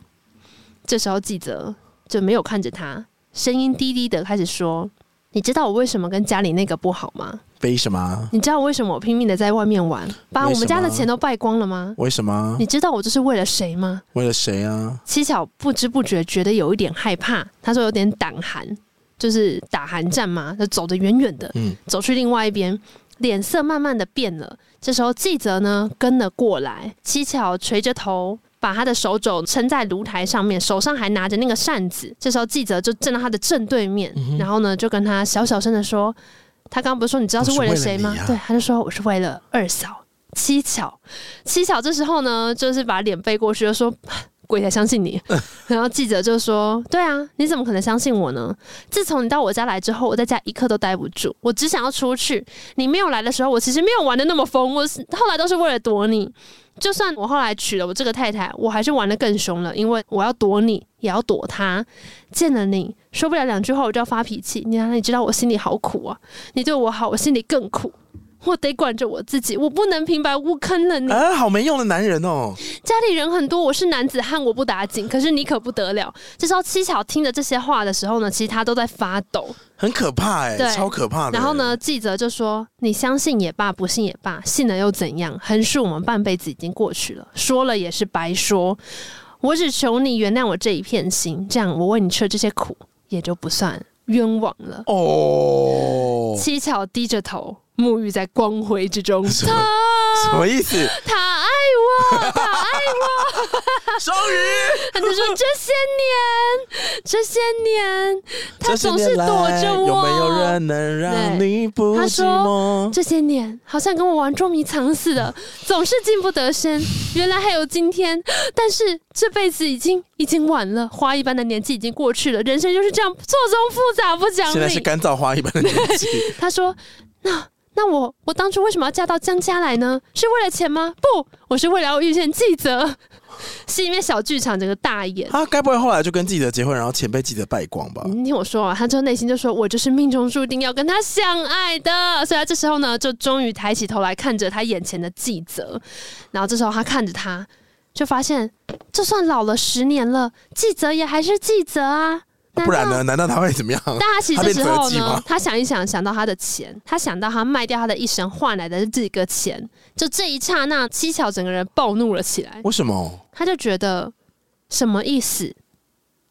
这时候记者就没有看着他，声音低低的开始说：“你知道我为什么跟家里那个不好吗？为什么？你知道我为什么我拼命的在外面玩，把我为什们家的么钱都败光了吗？为什么你？知道我这是为了谁吗？”为了谁啊？七巧不知不觉觉得有一点害怕，他说有点胆寒，就是打寒战嘛，就走得远远的，嗯，走去另外一边，脸色慢慢的变了。这时候记者呢跟了过来，七巧垂着头。把他的手肘撑在炉台上面，手上还拿着那个扇子。这时候记者就站到他的正对面，然后呢就跟他小小声的说：“他刚刚不是说你知道是为了谁吗？我是为了你啊对，他就说我是为了二嫂七巧。七巧这时候呢，就是把脸背过去，就说。啊鬼才相信你， 然后记者就说：“对啊，你怎么可能相信我呢？自从你到我家来之后，我在家一刻都待不住，我只想要出去。你没有来的时候，我其实没有玩的那么疯，我是后来都是为了躲你。就算我后来娶了我这个太太，我还是玩的更凶了，因为我要躲你，也要躲他。见了你，说不了两句话我就要发脾气，你让你知道我心里好苦啊！你对我好，我心里更苦。”我得管着我自己，我不能平白无故坑了你。啊，好没用的男人哦！家里人很多，我是男子汉，我不打紧。可是你可不得了。这时候七巧听着这些话的时候呢，其实他都在发抖。很可怕哎、对超可怕的。然后？呢，记者就说：“你相信也罢，不信也罢，信了又怎样？横竖我们半辈子已经过去了，说了也是白说。我只求你原谅我这一片心，这样我为你吃了这些苦也就不算冤枉了。哦， 七巧低着头，沐浴在光辉之中。什他么什么意思？他爱我，他爱双鱼，他就说这些年，这些年，他总是躲着我。有没有人能让你不对他寂说寞？这些年好像跟我玩捉迷藏似的，总是进不得身。原来还有今天，但是这辈子已经已经晚了，花一般的年纪已经过去了，人生就是这样错综复杂，不讲 现在是理。干燥花一般的年纪，他说：“那那我我当初为什么要嫁到江家来呢？是为了钱吗？不，我是为了要遇见记者。” 心里面小剧场整个大 演。他该不会后来就跟记者结婚，然后钱被记者败光吧？你听我说啊，他就内心就说：“我就是命中注定要跟他相爱的。”所以他这时候呢，就终于抬起头来看着他眼前的记者，然后这时候他看着他，就发现就算老了十年了，记者也还是记者啊。难不然道呢？难道他会怎 么样？但他其实这时他变候择机呢吗，他想一想，想到他的钱，他想到他卖掉他的一生换来的这个钱，就这一刹那，七巧整个人暴怒了起来。为什么？他就觉得什么意思？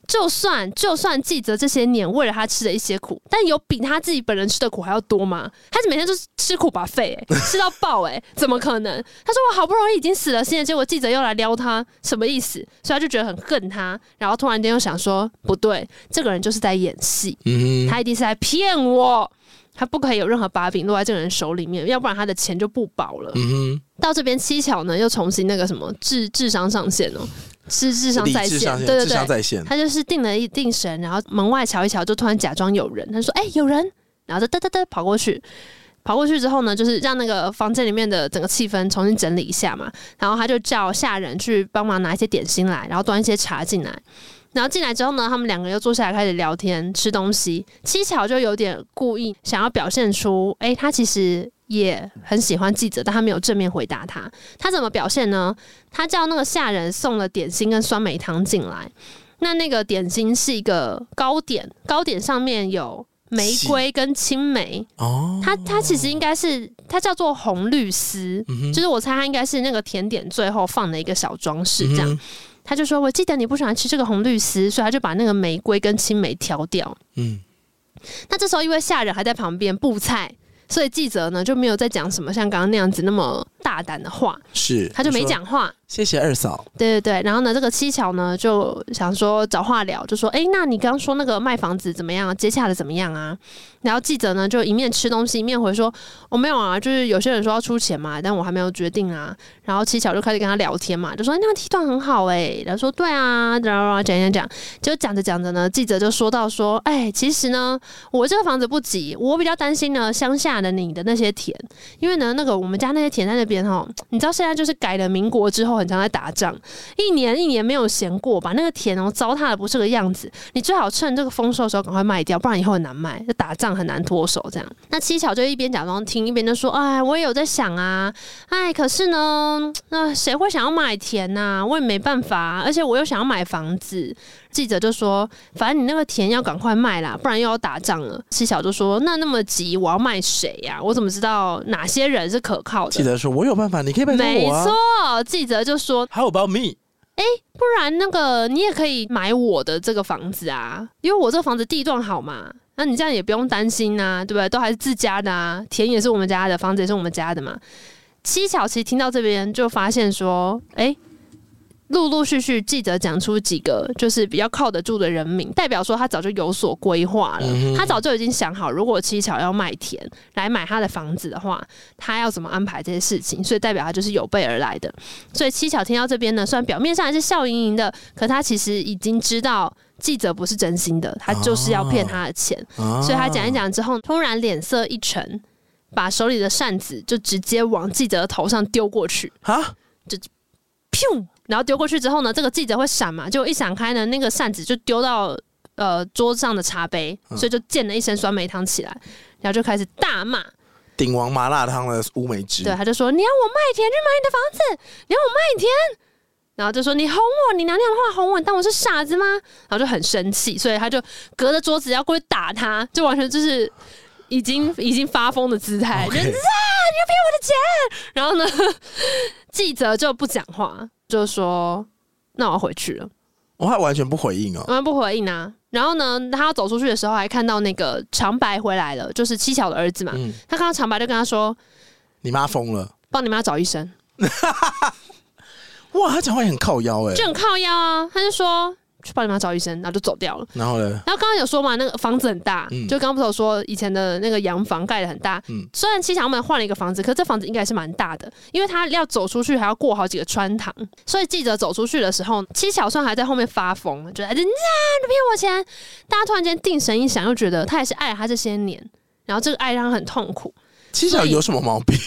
就算就算记者这些年为了他吃的一些苦，但有比他自己本人吃的苦还要多吗？他每天就是吃苦把肺、欸， 吃到爆哎、欸怎么可能？他说我好不容易已经死了心了，结果记者又来撩他，什么意思？所以他就觉得很恨他，然后突然间又想说，不对，这个人就是在演戏，嗯，他一定是在骗我，他不可以有任何把柄落在这个人手里面，要不然他的钱就不保了。嗯到这边七巧呢，又重新那个什么智智商上线哦，是智哼，商理在智线上，线，对对智商对，在线。他就是定了一定神，然后门外瞧一瞧，就突然假装有人，他说：“哎、有人！”然后就哒哒哒跑过去，跑过去之后呢，就是让那个房间里面的整个气氛重新整理一下嘛，然后他就叫下人去帮忙拿一些点心来，然后端一些茶进来。然后进来之后呢，他们两个又坐下来开始聊天、吃东西。七巧就有点故意想要表现出，哎、他其实也很喜欢记者，但他没有正面回答他。他怎么表现呢？他叫那个下人送了点心跟酸梅汤进来。那那个点心是一个糕点，糕点上面有玫瑰跟青梅。哦，它它其实应该是它叫做红绿丝，嗯哼就是我猜它应该是那个甜点最后放的一个小装饰这样。嗯哼他就说：“我记得你不喜欢吃这个红绿丝，所以他就把那个玫瑰跟青梅挑掉。嗯，”那这时候因为下人还在旁边布菜，所以记者呢就没有再讲什么像刚刚那样子那么大胆的话，是，他就没说。讲话。谢谢二嫂，对对对，然后呢，这个七巧呢就想说找话聊，就说：“诶，那你刚说那个卖房子怎么样？接洽的怎么样啊？”然后记者呢就一面吃东西一面回说：“我、没有啊，就是有些人说要出钱嘛，但我还没有决定啊。”然后七巧就开始跟他聊天嘛，就说：“那个梯段很好诶，然后说：“对啊，然后讲讲讲。”就讲着讲着呢，记者就说到说：“哎、其实呢，我这个房子不急，我比较担心呢乡下的你的那些田，因为呢那个我们家那些田在那边哈，你知道现在就是改了民国之后，很常在打仗。”一年一年没有闲过，把那个田哦糟蹋的不是个样子。你最好趁这个丰收的时候赶快卖掉，不然以后很难卖，就打仗很难脱手这样。那七巧就一边假装听，一边就说：“哎，我也有在想啊，哎，可是呢，那谁会想要买田呐、我也没办法啊、而且我又想要买房子。”记者就说：“反正你那个田要赶快卖啦，不然又要打仗了。”七巧就说：“那那么急，我要卖谁呀、我怎么知道哪些人是可靠记的？”得说，我有办法，你可以拜托没我啊错。，记者就说：“ How about me？不然那个你也可以买我的这个房子啊，因为我这个房子地段好嘛，那你这样也不用担心啊，对不对？都还是自家的啊，田也是我们家的，房子也是我们家的嘛。七巧其实听到这边就发现说，哎、陆陆续续记者讲出几个就是比较靠得住的人名，代表说他早就有所规划了，他早就已经想好，如果七巧要卖田来买他的房子的话，他要怎么安排这些事情，所以代表他就是有备而来的。所以七巧听到这边呢，虽然表面上还是笑盈盈的，可他其实已经知道。记者不是真心的，他就是要骗他的钱，啊所以他讲一讲之后，突然脸色一沉，把手里的扇子就直接往记者的头上丢过去，啊，砰！然后丢过去之后呢，这个记者会闪嘛，就一闪开呢，那个扇子就丢到呃桌上的茶杯，所以就溅了一身酸梅汤起来，然后就开始大骂。鼎王麻辣烫的乌梅汁，对，他就说：“你要我卖田去买你的房子，你要我卖田。”然后就说：“你哄我，你娘娘的话哄我，你当我是傻子吗？”然后就很生气，所以他就隔着桌子要过去打他，就完全就是已 经已经发疯的姿态。哦 OK 就是然后呢，记者就不讲话，就说：“那我要回去了。”我还完全不回应哦。完全不回应啊。然后呢，他要走出去的时候，还看到那个长白回来了，就是七巧的儿子嘛。嗯，他看到长白就跟他说你妈疯了！：“帮你妈找医生。哇，他讲话也很靠腰哎、”就很靠腰啊，他就说去帮你妈找医生，然后就走掉了。然后呢？然后刚刚有说嘛，那个房子很大，嗯就刚刚不是有说以前的那个洋房盖的很大。嗯虽然七巧们换了一个房子，可这房子应该是蛮大的，因为他要走出去还要过好几个穿堂，所以记者走出去的时候，七巧算还在后面发疯，觉得人家哎你骗我钱。大家突然间定神一想，又觉得他也是爱了他这些年，然后这个爱让他很痛苦。七巧有什么毛病？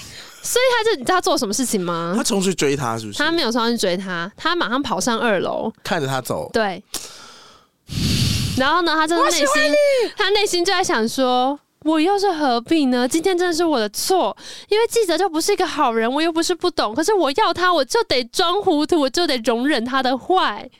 但是你知道他做了什么事情吗他？冲去追他是不是嗯他？没有上去追他，他马上跑上二楼，看着他走，对。然后呢，他真的内心，他内心就在想说。我又是何必呢？今天真的是我的错，因为记者就不是一个好人，我又不是不懂。可是我要他，我就得装糊涂，我就得容忍他的坏。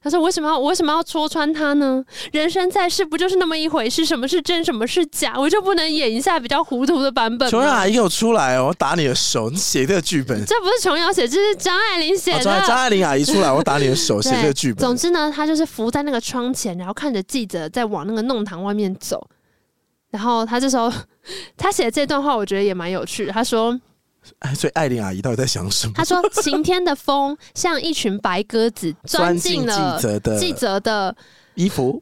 他说：“为什么要我为什么要戳穿他呢？人生在世不就是那么一回事？什么是真，什么是假？我就不能演一下比较糊涂的版本琼瑶吗阿？姨给我出来哦！我打你的手，你写这个剧本。这不是琼瑶写，这是张爱玲写哦的。张爱张爱玲阿姨出来，我打你的 手，写对，这个剧总本。之呢，他就是伏在那个窗前，然后看着记者在往那个弄堂外面走。然后他这时候 他写的这段话，我觉得也蛮有趣的。他说哎，所以艾琳阿姨到底在想什么：“他？说晴天的风像一群白鸽子钻进进了记者的记者的衣服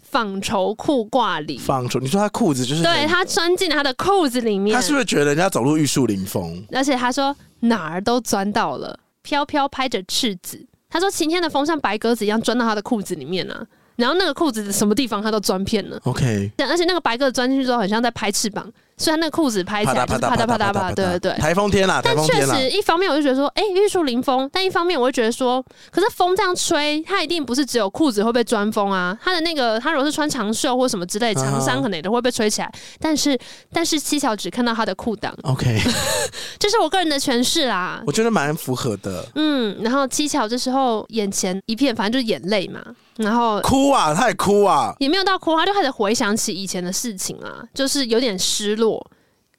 纺绸裤褂里，放出，你说她裤子就是对很他钻进了他的裤子里面她。是不是觉得人家走路玉树临风？而且他说哪儿都钻到了，飘飘拍着翅子。他说晴天的风像白鸽子一样钻到他的裤子里面啊，然后那个裤子的什么地方他都钻遍了。” OK，对，而且那个白鸽子钻进去之后，很像在拍翅膀，虽然那个裤子拍起来就是啪嗒啪嗒啪，对对对。台风天啦，台但风确天啦，实，一方面我就觉得说，哎、玉树临风；但一方面我会觉得说，可是风这样吹，它一定不是只有裤子会被钻风啊，它的那个，它如果是穿长袖或什么之类，啊哈长衫可能也都会被吹起来。但是，但是七巧只看到他的裤裆， OK，这是我个人的诠释啦。我觉得蛮符合的。嗯，然后七巧这时候眼前一片，反正就是眼泪嘛，然后哭啊，她也哭啊，也没有到哭，他就开始回想起以前的事情啊，就是有点失落。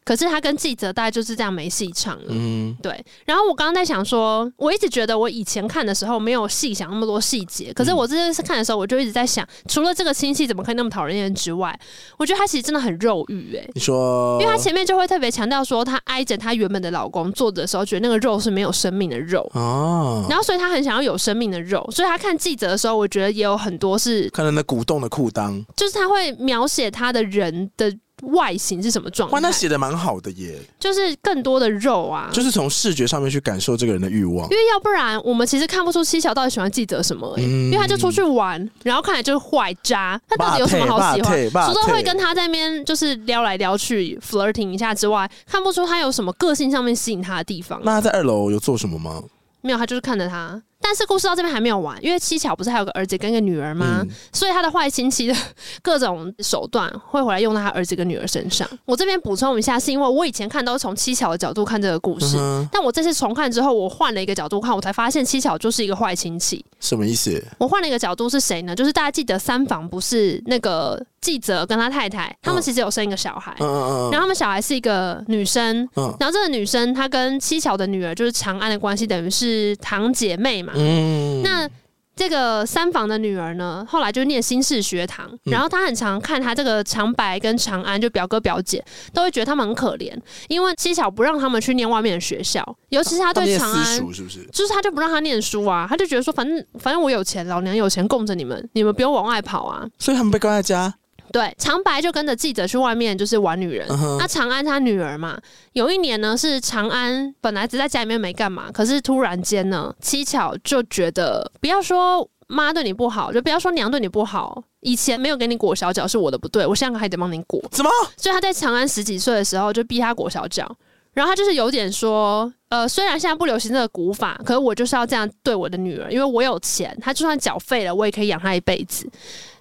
可是他跟记者大概就是这样没戏唱了。嗯，对，然后我刚刚在想说，我一直觉得我以前看的时候没有细想那么多细节，可是我这次看的时候，我就一直在想，除了这个亲戚怎么可以那么讨人厌之外，我觉得他其实真的很肉欲诶、欸你说，因为他前面就会特别强调说，她挨着她原本的老公坐着的时候，觉得那个肉是没有生命的肉，哦，然后所以她很想要有生命的肉，所以她看记者的时候，我觉得也有很多是看到那鼓动的裤裆，就是他会描写他的人的外形是什么状哇，那态，写的蛮好的耶，就是更多的肉啊。就是从视觉上面去感受这个人的欲望因。为要不然我们其实看不出七巧到底喜欢记者什么、欸，嗯因为他就出去玩，然后看起来就是坏渣，他到底有什么好喜霸欢？退霸退除了会跟他他在那边就是撩来撩去 flirting 一下之外，看不出他有什么个性上面吸引他的地方。那他在二楼有做什么吗？没有，他就是看着他。但是故事到这边还没有完，因为七巧不是还有个儿子跟一个女儿吗？嗯所以他的坏亲戚的各种手段会回来用到他儿子跟女儿身上。我这边补充一下，是因为我以前看都是从七巧的角度看这个故事，嗯哼但我这次重看之后，我换了一个角度看，我才发现七巧就是一个坏亲戚。什么意思？我换了一个角度是谁呢？就是大家记得三房不是那个记者跟他太太，他们嗯其实有生一个小孩，嗯嗯嗯然后他们小孩是一个女生。嗯哎然后这个女生她跟七巧的女儿就是长安的关系，等于是堂姐妹嘛。嗯，那这个三房的女儿呢，后来就念新式学堂，嗯然后她很常看她这个长白跟长安，就表哥表姐，都会觉得他们很可怜，因为七巧不让他们去念外面的学校，尤其是她他们对念长私安。塾是不是？就是他就不让他念书啊，他就觉得说，反正反正我有钱，老娘有钱供着你们，你们不用往外跑啊。所以他们被关在家，对，长白就跟着记者去外面就是玩女人。嗯哼那、长安呃他女儿嘛，有一年呢是长安本来只在家里面没干嘛，可是突然间呢，七巧就觉得不要说妈对你不好，就不要说娘对你不好，以前没有给你裹小脚是我的不对，我现在还得帮你裹。怎么？所以他在长安十几岁的时候就逼他裹小脚，然后他就是有点说，呃，虽然现在不流行这个古法，可是我就是要这样对我的女儿，因为我有钱，她就算缴费了，我也可以养她一辈子。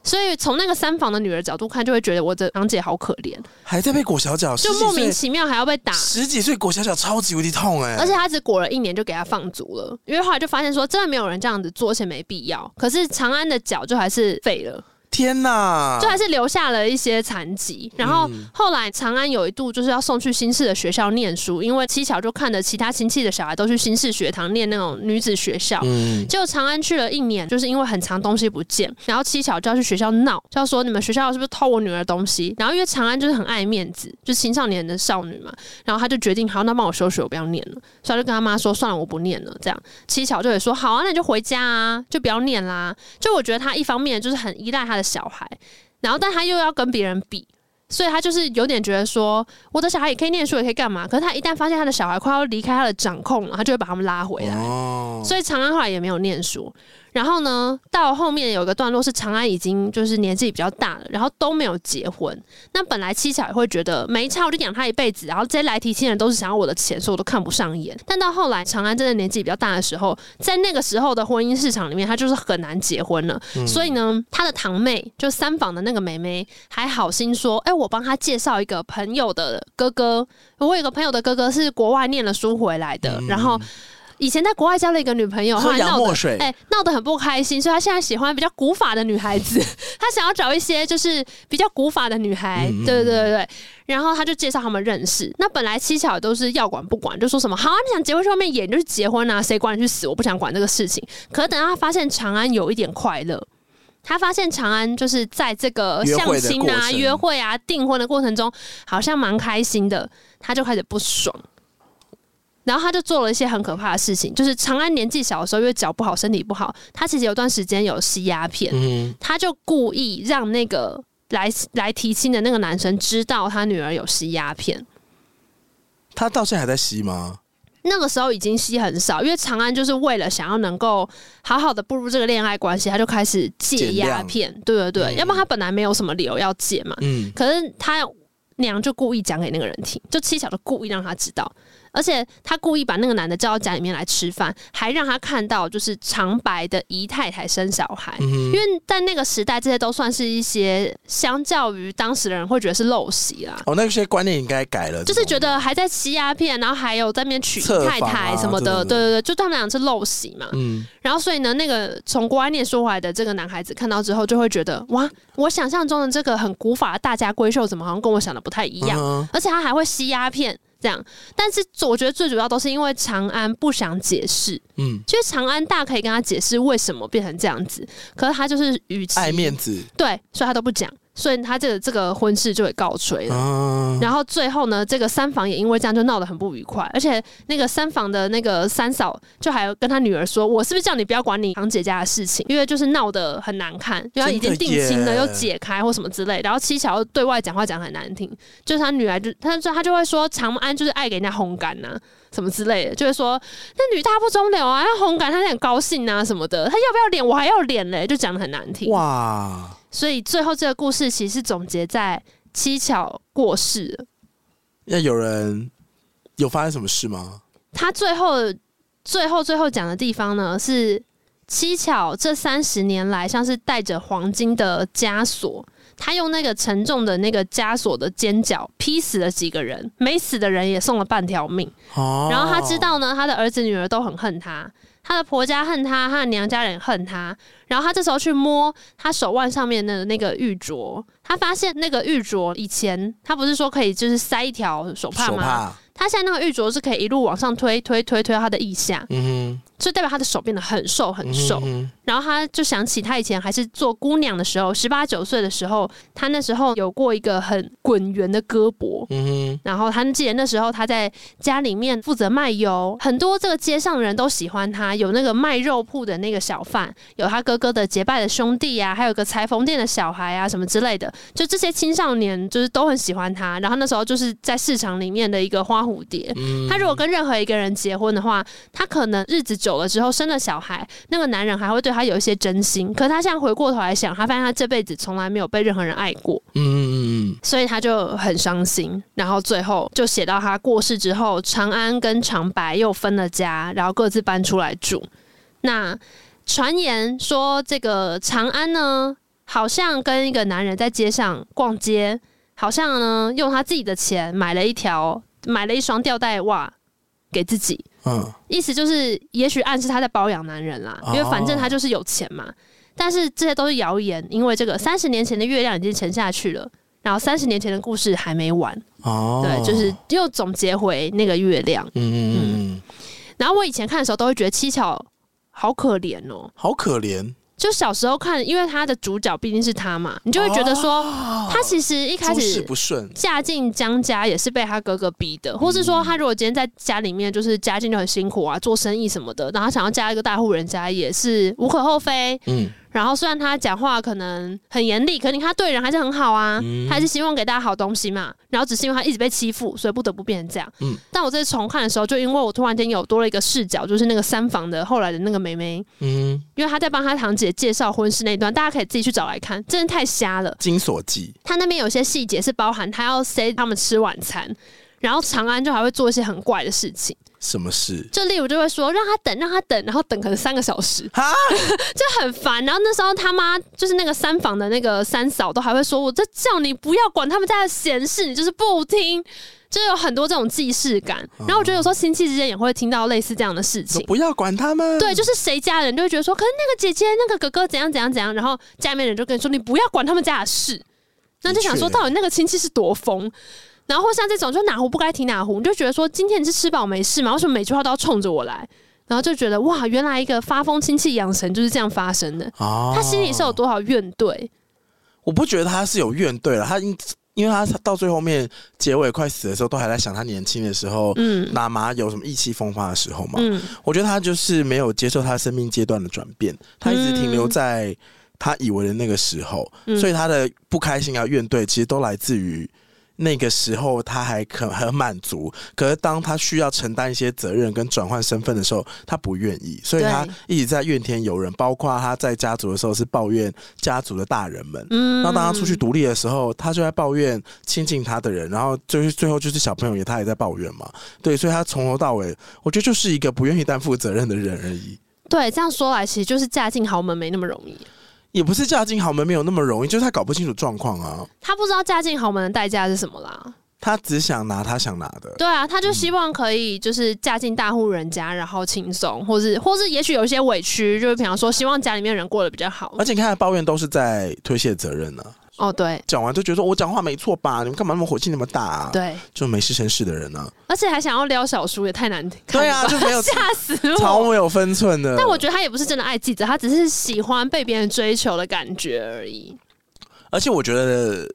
所以从那个三房的女儿角度看，就会觉得我的堂姐好可怜，还在被裹小脚？就十几莫名岁其妙还要被打。十几岁裹小脚超级无敌痛哎、而且他只裹了一年就给他放足了，因为后来就发现说真的没有人这样子做，而且没必要。可是长安的脚就还是废了，天哪就！还是留下了一些残疾。然后嗯后来长安有一度就是要送去新式的学校念书，因为七巧就看着其他亲戚的小孩都去新式学堂念那种女子学校。嗯，结果长安去了一年，就是因为很长东西不见，然后七巧就要去学校闹，就要说你们学校是不是偷我女儿东西？然后因为长安就是很爱面子，就是青少年的少女嘛，然后他就决定好，那帮我休学，我不要念了。所以他就跟他妈说，算了，我不念了。这样七巧就也说好啊，那你就回家啊，就不要念啦。就我觉得他一方面就是很依赖他的小孩，然后但他又要跟别人比。所以他就是有点觉得说，我的小孩也可以念书，也可以干嘛。可是他一旦发现他的小孩快要离开他的掌控了，他就会把他们拉回来。哦，所以长安后来也没有念书。然后呢，到后面有一个段落是长安已经就是年纪比较大了，然后都没有结婚。那本来七巧也会觉得没差，我就养他一辈子，然后这些来提亲人都是想要我的钱，所以我都看不上眼。但到后来长安真的年纪比较大的时候，在那个时候的婚姻市场里面，他就是很难结婚了。所以呢，他的堂妹就三房的那个妹妹还好心说：“哎、我帮他介绍一个朋友的哥哥，我有个朋友的哥哥是国外念了书回来的，然后。”以前在国外交了一个女朋友，后喝来洋闹墨得水，哎、闹得很不开心，所以他现在喜欢比较古法的女孩子， 他想要找一些就是比较古法的女孩，嗯嗯对对对对对。然后他就介绍他们认识。那本来七巧也都是要管不管，就说什么好啊，你想结婚去外面演你就是结婚啊，谁管你去死，我不想管这个事情。可是等到他发现长安有一点快乐。他发现长安就是在这个约相会的亲过啊、程约会啊、订婚的过程中，好像蛮开心的，他就开始不爽。然后他就做了一些很可怕的事情，就是长安年纪小的时候，因为脚不好、身体不好，他其实有段时间有吸鸦片，嗯，他就故意让那个来来提亲的那个男生知道他女儿有吸鸦片。他到现在还在吸吗？那个时候已经吸很少，因为长安就是为了想要能够好好的步入这个恋爱关系，他就开始戒减量鸦片，对对对，要不然他本来没有什么理由要戒嘛。嗯，可是他娘就故意讲给那个人听，就七巧就故意让他知道，而且他故意把那个男的叫到家里面来吃饭，还让他看到就是长白的姨太太生小孩。嗯因为在那个时代，这些都算是一些相较于当时的人会觉得是陋习啦， 哦，那些观念应该改了，就是觉得得还在吸鸦片，然后还有在那边娶姨侧太房太啊什么的，这种的对对对，就对他们俩是陋习嘛。嗯，然后所以呢，那个从国外念书回来的这个男孩子看到之后，就会觉得哇，我想象中的这个很古法的大家闺秀，怎么好像跟我想的不太一样？嗯而且他还会吸鸦片。这样，但是我觉得最主要都是因为长安不想解释，嗯，其实长安大可以跟他解释为什么变成这样子，可是他就是语气爱面子对，所以他都不讲，所以他这个这个婚事就给告吹了。啊，然后最后呢，这个三房也因为这样就闹得很不愉快，而且那个三房的那个三嫂就还跟她女儿说：“我是不是叫你不要管你堂姐家的事情？因为就是闹得很难看，然后已经定亲真了的耶又解开或什么之类。”然后七巧又对外讲话讲得很难听，就是她女儿就她就她就会说长安就是爱给人家烘干呐、 什么之类的，就会说那女大不中留啊，要烘干她很高兴啊什么的，她要不要脸我还要脸嘞，就讲得很难听。哇，所以最后这个故事其实是总结在七巧过世了。那有人有发生什么事吗？他最后最后最后讲的地方呢是。七巧这三十年来，像是带着黄金的枷锁，他用那个沉重的那个枷锁的尖角劈死了几个人，没死的人也送了半条命。哦，然后他知道呢，他的儿子女儿都很恨他，他的婆家恨他，他的娘家人恨他。然后他这时候去摸他手腕上面的那个玉镯，他发现那个玉镯以前他不是说可以就是塞一条手帕手吗？帕，他现在那个玉镯是可以一路往上推，推推推到他的腋下，嗯所以代表他的手变得很瘦很瘦。嗯然后他就想起他以前还是做姑娘的时候，十八九岁的时候，他那时候有过一个很滚圆的胳膊。哼嗯然后他记得那时候他在家里面负责卖油，很多这个街上的人都喜欢他，有那个卖肉铺的那个小贩，有他哥哥的结拜的兄弟啊，还有个裁缝店的小孩啊，什么之类的，就这些青少年就是都很喜欢他。然后那时候就是在市场里面的一个花蝴蝶，嗯他如果跟任何一个人结婚的话，他可能日子久了之后生了小孩，那个男人还会对他有一些真心。可他现在回过头来想，他发现他这辈子从来没有被任何人爱过，嗯嗯嗯所以他就很伤心。然后最后就写到他过世之后，长安跟长白又分了家，然后各自搬出来住。那传言说，这个长安呢，好像跟一个男人在街上逛街，好像呢用他自己的钱买了一条买了一双吊带袜给自己，嗯意思就是也许暗示他在包养男人啦，哦因为反正他就是有钱嘛。但是这些都是谣言，因为这个三十年前的月亮已经沉下去了。然后三十年前的故事还没完，嗯哦，对，就是又总结回那个月亮。嗯嗯嗯嗯，然后我以前看的时候都会觉得七巧好可怜哦，好可怜，就小时候看，因为他的主角毕竟是他嘛，你就会觉得哦说，他其实一哦开诸事始不顺，嫁进江家也是被他哥哥逼的，或是说他如果今天在家里面就是家境就很辛苦啊，做生意什么的，然后他想要嫁一个大户人家也是无可厚非。嗯然后虽然他讲话可能很严厉，可是你看他对人还是很好啊，嗯他还是希望给大家好东西嘛。然后只是因为他一直被欺负，所以不得不变成这样。嗯但我这次重看的时候，就因为我突然间有多了一个视角，就是那个三房的后来的那个妹妹，嗯，因为她在帮她堂姐介绍婚事那一段，大家可以自己去找来看，真的太瞎了。金锁记，他那边有些细节是包含他要塞他们吃晚餐，然后长安就还会做一些很怪的事情，什么事？就例如就会说让他等，让他等，然后等可能三个小时，哈， 就很烦。然后那时候他妈就是那个三房的那个三嫂都还会说，我这叫你不要管他们家的闲事，你就是不听。就有很多这种既视感，然后我觉得有时候亲戚之间也会听到类似这样的事情说。不要管他们，对，就是谁家人就会觉得说，可是那个姐姐、那个哥哥怎样怎样怎样，然后家里面人就跟你说，你不要管他们家的事。那就想说，的确到底那个亲戚是多疯？然后或像这种，就哪壶不该提哪壶，你就觉得说，今天你是吃饱没事嘛？为什么每句话都要冲着我来？然后就觉得哇，原来一个发疯亲戚养成就是这样发生的。哦，他心里是有多少怨怼？我不觉得他是有怨怼了，他因因为他到最后面结尾快死的时候，都还在想他年轻的时候，嗯喇嘛有什么意气风发的时候嘛。嗯，我觉得他就是没有接受他生命阶段的转变，他一直停留在他以为的那个时候，嗯所以他的不开心啊、怨怼，其实都来自于。那个时候他还可很满足，可是当他需要承担一些责任跟转换身份的时候，他不愿意，所以他对一直在怨天尤人。包括他在家族的时候是抱怨家族的大人们，嗯那当他出去独立的时候，他就在抱怨亲近他的人，然后就是最后就是小朋友也他也在抱怨嘛，对，所以他从头到尾，我觉得就是一个不愿意担负责任的人而已。对，这样说来，其实就是嫁进豪门没那么容易。也不是嫁进豪门没有那么容易，就是他搞不清楚状况啊，他不知道嫁进豪门的代价是什么啦。他只想拿他想拿的。对啊，他就希望可以就是嫁进大户人家，然后轻松，或是或是也许有一些委屈，就是比方说希望家里面人过得比较好而。且你看他抱怨都是在推卸责任呢、啊，哦，对讲完就觉得说我讲话没错吧？你们干嘛那么火气那么大、啊？，对，就没事生事的人呢、啊，而且还想要撩小叔，也太难听。对啊，看了吧就没有 吓死超我。没有分寸的。但我觉得他也不是真的爱记者，他只是喜欢被别人追求的感觉而已。而且我觉得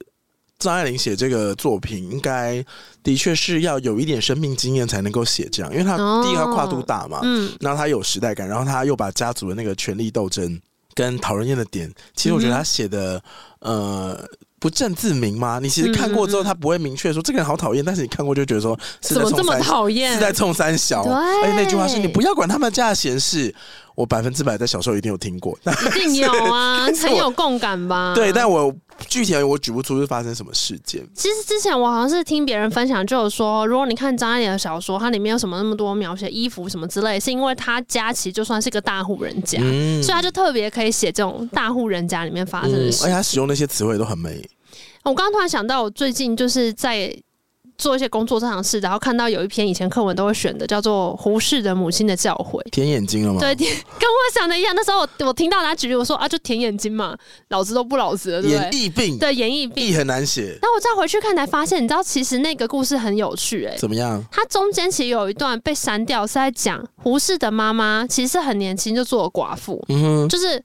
张爱玲写这个作品，应该的确是要有一点生命经验才能够写这样，因为她哦第一个跨度大嘛，嗯，然后她有时代感，然后她又把家族的那个权力斗争跟讨人厌的点，其实我觉得她写的、嗯呃。不正自明吗？你其实看过之后，她不会明确说这个人好讨厌，但是你看过就觉得说是怎在么冲这么三小，讨是厌？在冲三小。对而且那句话是你不要管他们家的闲事，我百分之百在小时候一定有听过。 一定有啊，是我很有共感吧？对，但我具体而言我举不出是发生什么事件。其实之前我好像是听别人分享，就有说，如果你看张爱玲的小说，它里面有什么那么多描写衣服什么之类，是因为她家其实就算是个大户人家，嗯所以她就特别可以写这种大户人家里面发生的而事。且他使用那些词汇都很美。我刚刚突然想到，我最近就是在做一些工作上的事，然后看到有一篇以前课文都会选的，叫做《胡适的母亲的教诲》。舔眼睛了吗？对， 跟我想的一样。那时候我我听到他举例，我说啊，就舔眼睛嘛，老子都不老子了，对不眼对？翳病，对，演绎病。翳很难写，但我再回去看才发现，你知道，其实那个故事很有趣、欸，怎么样？它中间其实有一段被删掉，是在讲胡适的妈妈其实是很年轻就做了寡妇，嗯哼，就是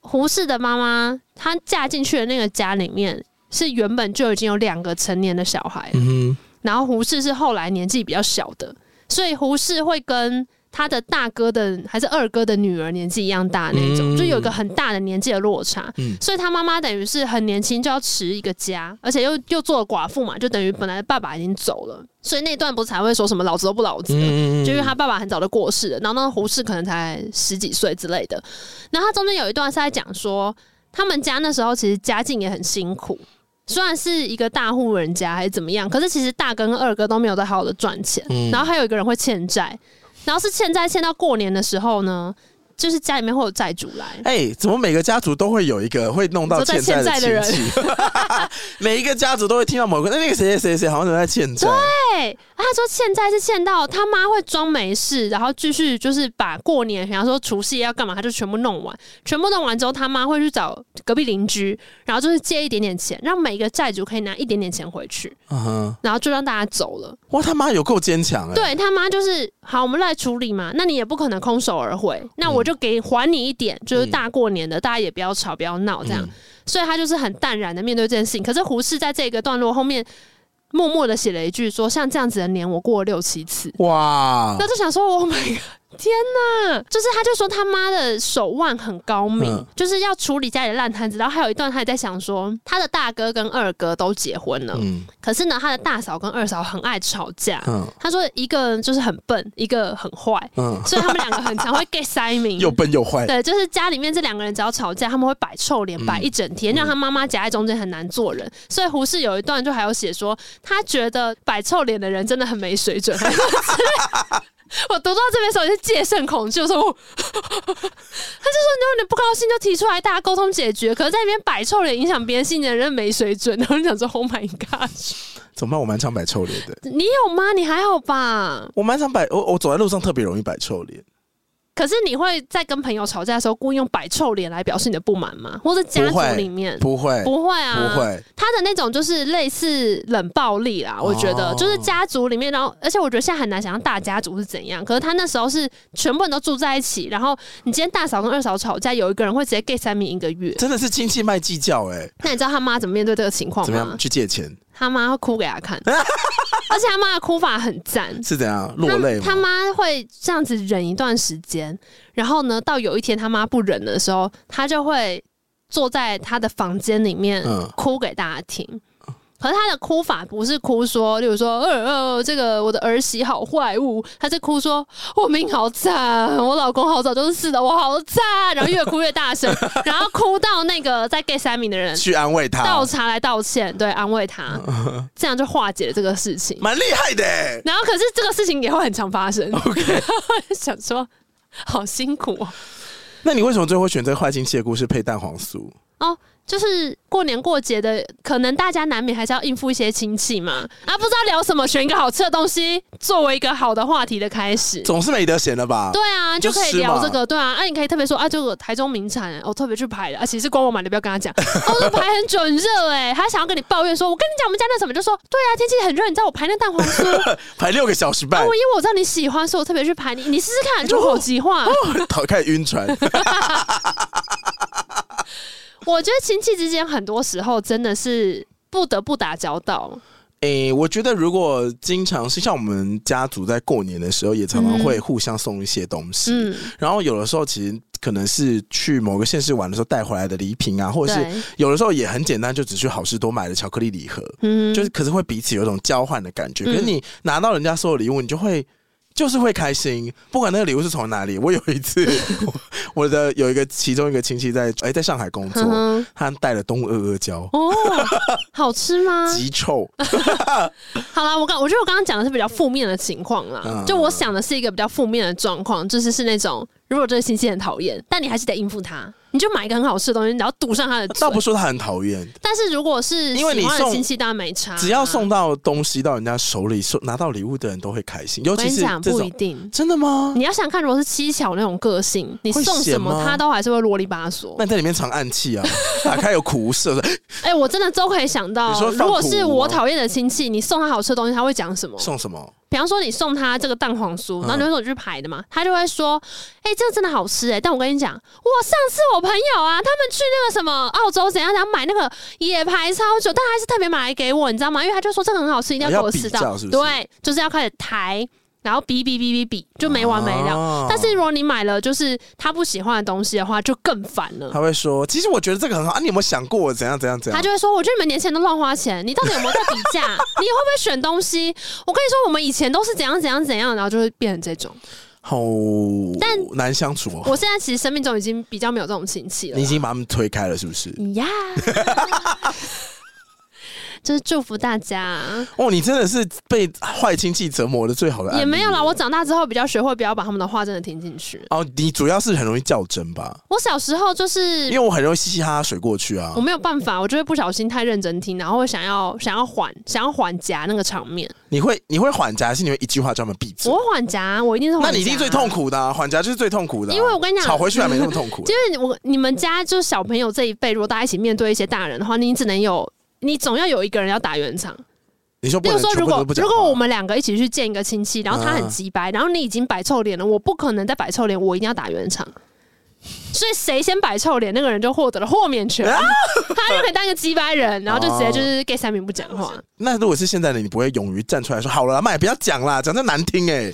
胡适的妈妈，她嫁进去的那个家里面是原本就已经有两个成年的小孩，嗯然后胡适是后来年纪比较小的，所以胡适会跟他的大哥的还是二哥的女儿年纪一样大那嗯种，就有一个很大的年纪的落差。嗯所以他妈妈等于是很年轻就要持一个家，而且又又做了寡妇嘛，就等于本来爸爸已经走了，所以那段不是才会说什么老子都不老子哼，了嗯就因为他爸爸很早就过世了，然后那胡适可能才十几岁之类的。然后他中间有一段是在讲说，他们家那时候其实家境也很辛苦，虽然是一个大户人家还是怎么样，可是其实大哥跟二哥都没有在好好的赚钱，嗯然后还有一个人会欠债，然后是欠债欠到过年的时候呢，就是家里面会有债主来。哎、怎么每个家族都会有一个会弄到你说在欠债欠债的的人亲戚？ 每一个家族都会听到某个那那个谁谁谁谁好像都在欠债，对，他说欠债是欠到他妈会装没事，然后继续就是把过年，比方说除夕要干嘛，他就全部弄完，全部弄完之后，他妈会去找隔壁邻居，然后就是借一点点钱，让每个债主可以拿一点点钱回去，嗯哼，然后就让大家走了。哇，他妈有够坚强哎，，对他妈就是好，我们来处理嘛，那你也不可能空手而回，那我就给还你一点，就是大过年的，大家也不要吵，不要闹这嗯样。所以他就是很淡然的面对这件事情。可是胡适在这个段落后面，默默的写了一句说：“像这样子的年，我过了六七次。”哇，那就想说，Oh my god，天 哪！就是他就说他妈的手腕很高明，嗯就是要处理家里的烂摊子。然后还有一段，他也在想说，他的大哥跟二哥都结婚了，嗯可是呢，他的大嫂跟二嫂很爱吵架。嗯他说一个就是很笨，一个很坏，嗯，所以他们两个很常会 get 塞明。又笨又坏，对，就是家里面这两个人只要吵架，他们会摆臭脸，嗯摆一整天，让他妈妈夹在中间很难做人。所以胡适有一段就还有写说，他觉得摆臭脸的人真的很没水准。 还是之类的我读到这边的时候也是戒慎恐惧，我说我，他就说如果你不高兴就提出来，大家沟通解决。可是在那边摆臭脸影响别人心情的人没水准， 然后你想说 Oh my god，怎么办？我蛮常摆臭脸的，你有吗？你还好吧？我蛮常摆，我我走在路上特别容易摆臭脸，可是你会在跟朋友吵架的时候故意用摆臭脸来表示你的不满吗？或者家不会族里面？不会嗯不会啊，不会，他的那种就是类似冷暴力啦，我觉得、哦就是家族里面，然后而且我觉得现在很难想象大家族是怎样。可是他那时候是全部人都住在一起，然后你今天大嫂跟二嫂吵架，有一个人会直接 get 三米一个月。真的是亲戚卖计较哎、那你知道他妈怎么面对这个情况怎么吗样？去借钱他妈会哭给他 看，而且他妈的哭法很赞。是怎样落泪他吗？妈会这样子忍一段时间，然后呢，到有一天他妈不忍的时候，他就会坐在他的房间里面嗯哭给大家听。可是他的哭法不是哭说，例如说，呃呃，这个我的儿媳好坏物，他是哭说，我命好惨，我老公好早就是死的，我好惨，然后越哭越大声，然后哭到那个在 gay 三名的人去安慰他倒，茶来道歉，对，安 慰他，这样就化解了这个事情。蛮厉害的、欸。然后可是这个事情也会很常发生。 OK， 想说好辛苦哦。那你为什么最后选择坏亲戚的故事配蛋黄酥？哦，就是过年过节的，可能大家难免还是要应付一些亲戚嘛。啊，不知道聊什么，选一个好吃的东西作为一个好的话题的开始。总是没得闲了吧？对啊，就就可以吃聊嘛这个。对啊，啊，你可以特别说啊，就有台中名产，我、哦、特别去排的，啊，其实光我买的，不要跟 他讲。哦，这排很久，很热哎、他想要跟你抱怨说，我跟你讲，我们家那什么，就说对啊，天气很热，你知道我排那蛋黄 酥，排六个小时啊，半我，因为我知道你喜欢，所以我特别去排你，你试 试哦看，入口即化。头开始晕 船。我觉得亲戚之间很多时候真的是不得不打交道，诶、我觉得如果经常是像我们家族在过年的时候，也常常会互相送一些东西。嗯，然后有的时候其实可能是去某个县市玩的时候带回来的礼品啊，或者是对，有的时候也很简单，就只去好事多买的巧克力礼盒，嗯，就是可是会彼此有一种交换的感觉。嗯可是你拿到人家所有礼物，你就会。就是会开心，不管那个礼物是从哪里。我有一次， 我我的有一个其中一个亲戚在哎、在上海工作，哼嗯哼他带了东阿阿胶， 哦，好吃吗？极 臭。好啦，我刚我觉得我刚刚讲的是比较负面的情况啦，嗯就我想的是一个比较负面的状况，就是是那种如果这个亲戚很讨厌，但你还是得应付他，你就买一个很好吃的东西，然后堵上他的嘴倒。不说他很讨厌，但是如果是因为你喜欢的送亲戚，当然没差啊。只要送到东西到人家手里，送拿到礼物的人都会开心，尤我跟其你是讲，这不一种定。真的吗？你要想看，如果是七巧那种个性，你会送什咸么吗他都还是会啰里吧嗦那。你在里面藏暗 器啊，打开有苦无涩的，哎、我真的都可以想到你说，放如果苦是吗我讨厌的亲戚，你送他好吃的东西，他会讲什么？送什嗯么？比方说你送他这个蛋黄酥，然后你会说你去排的嘛，他就会说，哎、这个真的好吃哎、但我跟你讲，我上次我朋友啊，他们去那个什么澳洲怎样怎样买那个也排超久，但还是特别买来给我，你知道吗？因为他就说这个很好吃，一定要给我吃要比到，较是不是对，就是要开始抬，然后比比比比比，就没完没了。啊但是如果你买了就是他不喜欢的东西的话，就更烦了。他会说，其实我觉得这个很好啊，你有没有想过我怎样怎样怎他样？就会说：“我觉得你们年轻人都乱花钱，你到底有没有在比 价？你会不会选东西？我跟你说，我们以前都是怎样怎样怎样，然后就会变成这种。好但难相处哦。我现在其实生命中已经比较没有这种亲戚了你已经把他们推开了，是不是？ 呀。就是祝福大家，哦，你真的是被坏亲戚折磨的最好的案例也没有啦。我长大之后比较学会不要把他们的话真的听进去。哦，你主要是很容易较真吧？我小时候就是因为我很容易嘻嘻哈哈水过去啊我。没有办法，我就会不小心太认真听，然后会想要想要缓想要缓夹那个场面。你会你会缓夹，还是你会一句话叫他们闭嘴我？会缓夹，我一定是缓夹那你一定最痛苦的啊，缓夹就是最痛苦的啊。因为我跟你讲吵回去还没那么痛苦啊。因为我你们家就是小朋友这一辈，如果大家一起面对一些大人的话，你只能有。你总要有一个人要打圆场，你说比不如能说，全如部果都不讲如话。果我们两个一起去见一个亲戚，然后他很嗯急白，然后你已经摆臭脸了，我不可能再摆臭脸，我一定要打圆场。所以谁先摆臭脸，那个人就获得了豁免啊权，他就可以当一个鸡掰人，然后就直哦接就是 gay 三明不讲话。那如果是现在的你，不会勇于站出来说好了啦，妈也不要讲啦，讲这难听哎、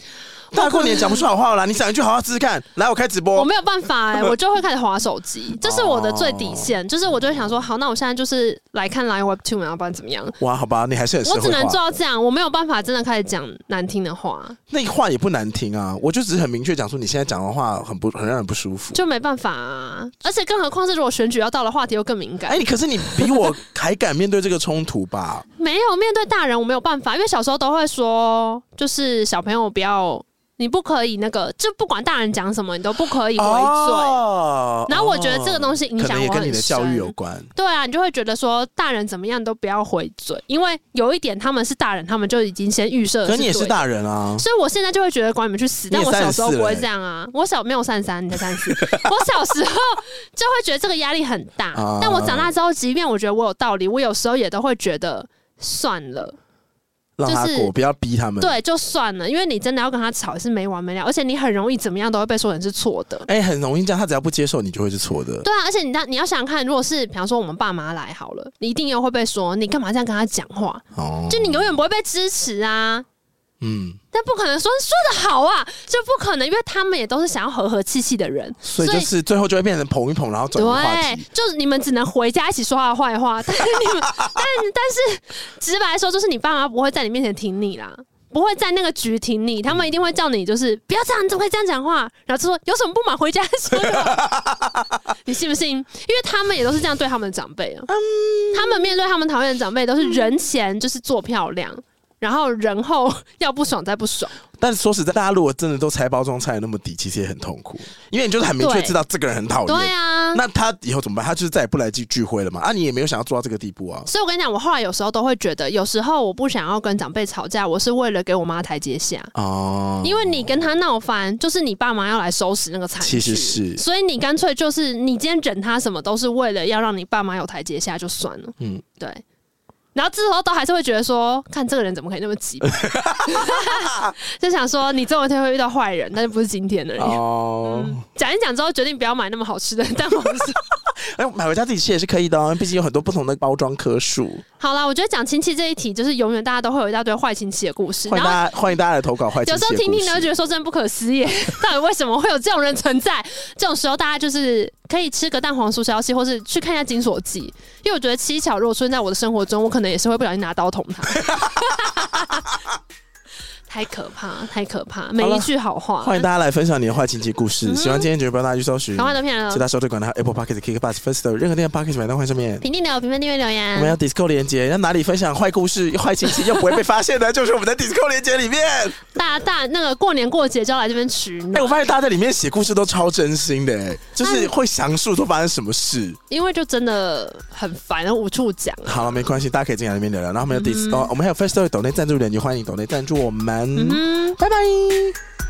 大过年讲不出好话啦，你讲一句好话试试看。来，我开直我播。没有办法、欸，我就会开始划手机，这是我的最底哦线。就是我就会想说，好，那我现在就是来看 Line Webtoon，然后不然怎么样？哇，好吧，你还是很社我只会能做化，到这样，我没有办法真的开始讲难听的话，那话也不难听啊，我就只是很明确讲说你现在讲的话很不很让人不舒服。就没办法啊。而且更何况是如果选举要到了，话题又更敏哎、感。你可是你比我还敢面对这个冲突 吧？没有面对大人，我没有办法，因为小时候都会说，就是小朋友不要，你不可以那个，就不管大人讲什么，你都不可以回嘴。哦然后我觉得这个东西影可响能也我跟你很的教育深有关。对啊，你就会觉得说大人怎么样都不要回嘴，因为有一点他们是大人，他们就已经先预设。可你也是，大人啊，所以我现在就会觉得管你们去死。你但也我小时候34不会了欸这样啊，我小没有三三，你才三四。我小时候就会觉得这个压力很大啊，但我长大之后，即便我觉得我有道理，我有时候也都会觉得算了，让他就是过，不要逼他们。，对，就算了，因为你真的要跟他吵也是没完没了，而且你很容易怎么样都会被说成是错的。哎、很容易这样，他只要不接受，你就会是错的。对啊，而且你当你要想想看，如果是比方说我们爸妈来好了，你一定又会被说你干嘛这样跟他讲话，哦，就你永远不会被支持啊。嗯，但不可能说说的好啊，就不可能，因为他们也都是想要和和气气的人，所以就是最后就会变成捧一捧，然后转移话对题。，就是你们只能回家一起说他的坏话，但是你们，但但是直白说，就是你爸妈不会在你面前挺你啦，不会在那个局挺你，他们一定会叫你就是不要这样，你怎么会这样讲话？然后就说有什么不满回家说的你信不信？因为他们也都是这样对他们的长辈啊，他们面对他们讨厌的长辈都是人前就是做漂亮。然后人后要不爽再不爽，但说实在，大家如果真的都拆包装拆的那么底，其实也很痛苦，因为你就是很明确对知道这个人很讨对厌。啊，那他以后怎么办？他就是再也不来聚聚会了嘛？啊，你也没有想要做到这个地步啊。所以我跟你讲，我后来有时候都会觉得，有时候我不想要跟长辈吵架，我是为了给我妈台阶下。哦，因为你跟他闹翻，就是你爸妈要来收拾那个惨其剧，实是所以你干脆就是你今天忍他什么，都是为了要让你爸妈有台阶下就算了，嗯嗯，对。然后这时候都还是会觉得说，看这个人怎么可以那么 急，就想说你总有一天会遇到坏人，但是不是今天而已。哦，讲、一讲之后，决定不要买那么好吃的蛋黄酥。 哎、买回家自己吃也是可以的、哦，毕竟有很多不同的包装棵数。好啦，我觉得讲亲戚这一题，就是永远大家都会有一大堆坏亲戚的故事，欢迎然后大家，欢迎大家来投稿坏亲有时候戚的听故听呢，事。觉得说真的不可 思议，到底为什么会有这种人存在？这种时候，大家就是可以吃个蛋黄酥消息，或是去看一下《金锁记》，因为我觉得七 巧如果出现在我的生活中，我可能也是会不小心拿刀捅他。太可怕，太可怕，每好一了句好嗯话。欢迎大家来分享你的坏亲戚故事。喜欢今天节目，不要大家去搜寻台湾的骗人其，他收听管道还有 Apple Podcast、k i c k b u s First Story 任何店 Podcast 买单换上面。评定留言评分、订阅、留我们言要。Disco 连接，要哪里分享坏故事、坏亲戚又不会被发现呢？就是我们的 Disco 连接里面。大大那个过年过节就要来这边取哎、暖，我发现大家在里面写故事都超真心的、哎，就是会详述都发生什么事。因为就真的很烦，然后无处讲啊。好了，没关系，大家可以进来里面聊哦聊。然后我们有 Disco，、我们还有 First Story 抖内赞助人，也欢迎抖内赞助我们。嗯。拜拜。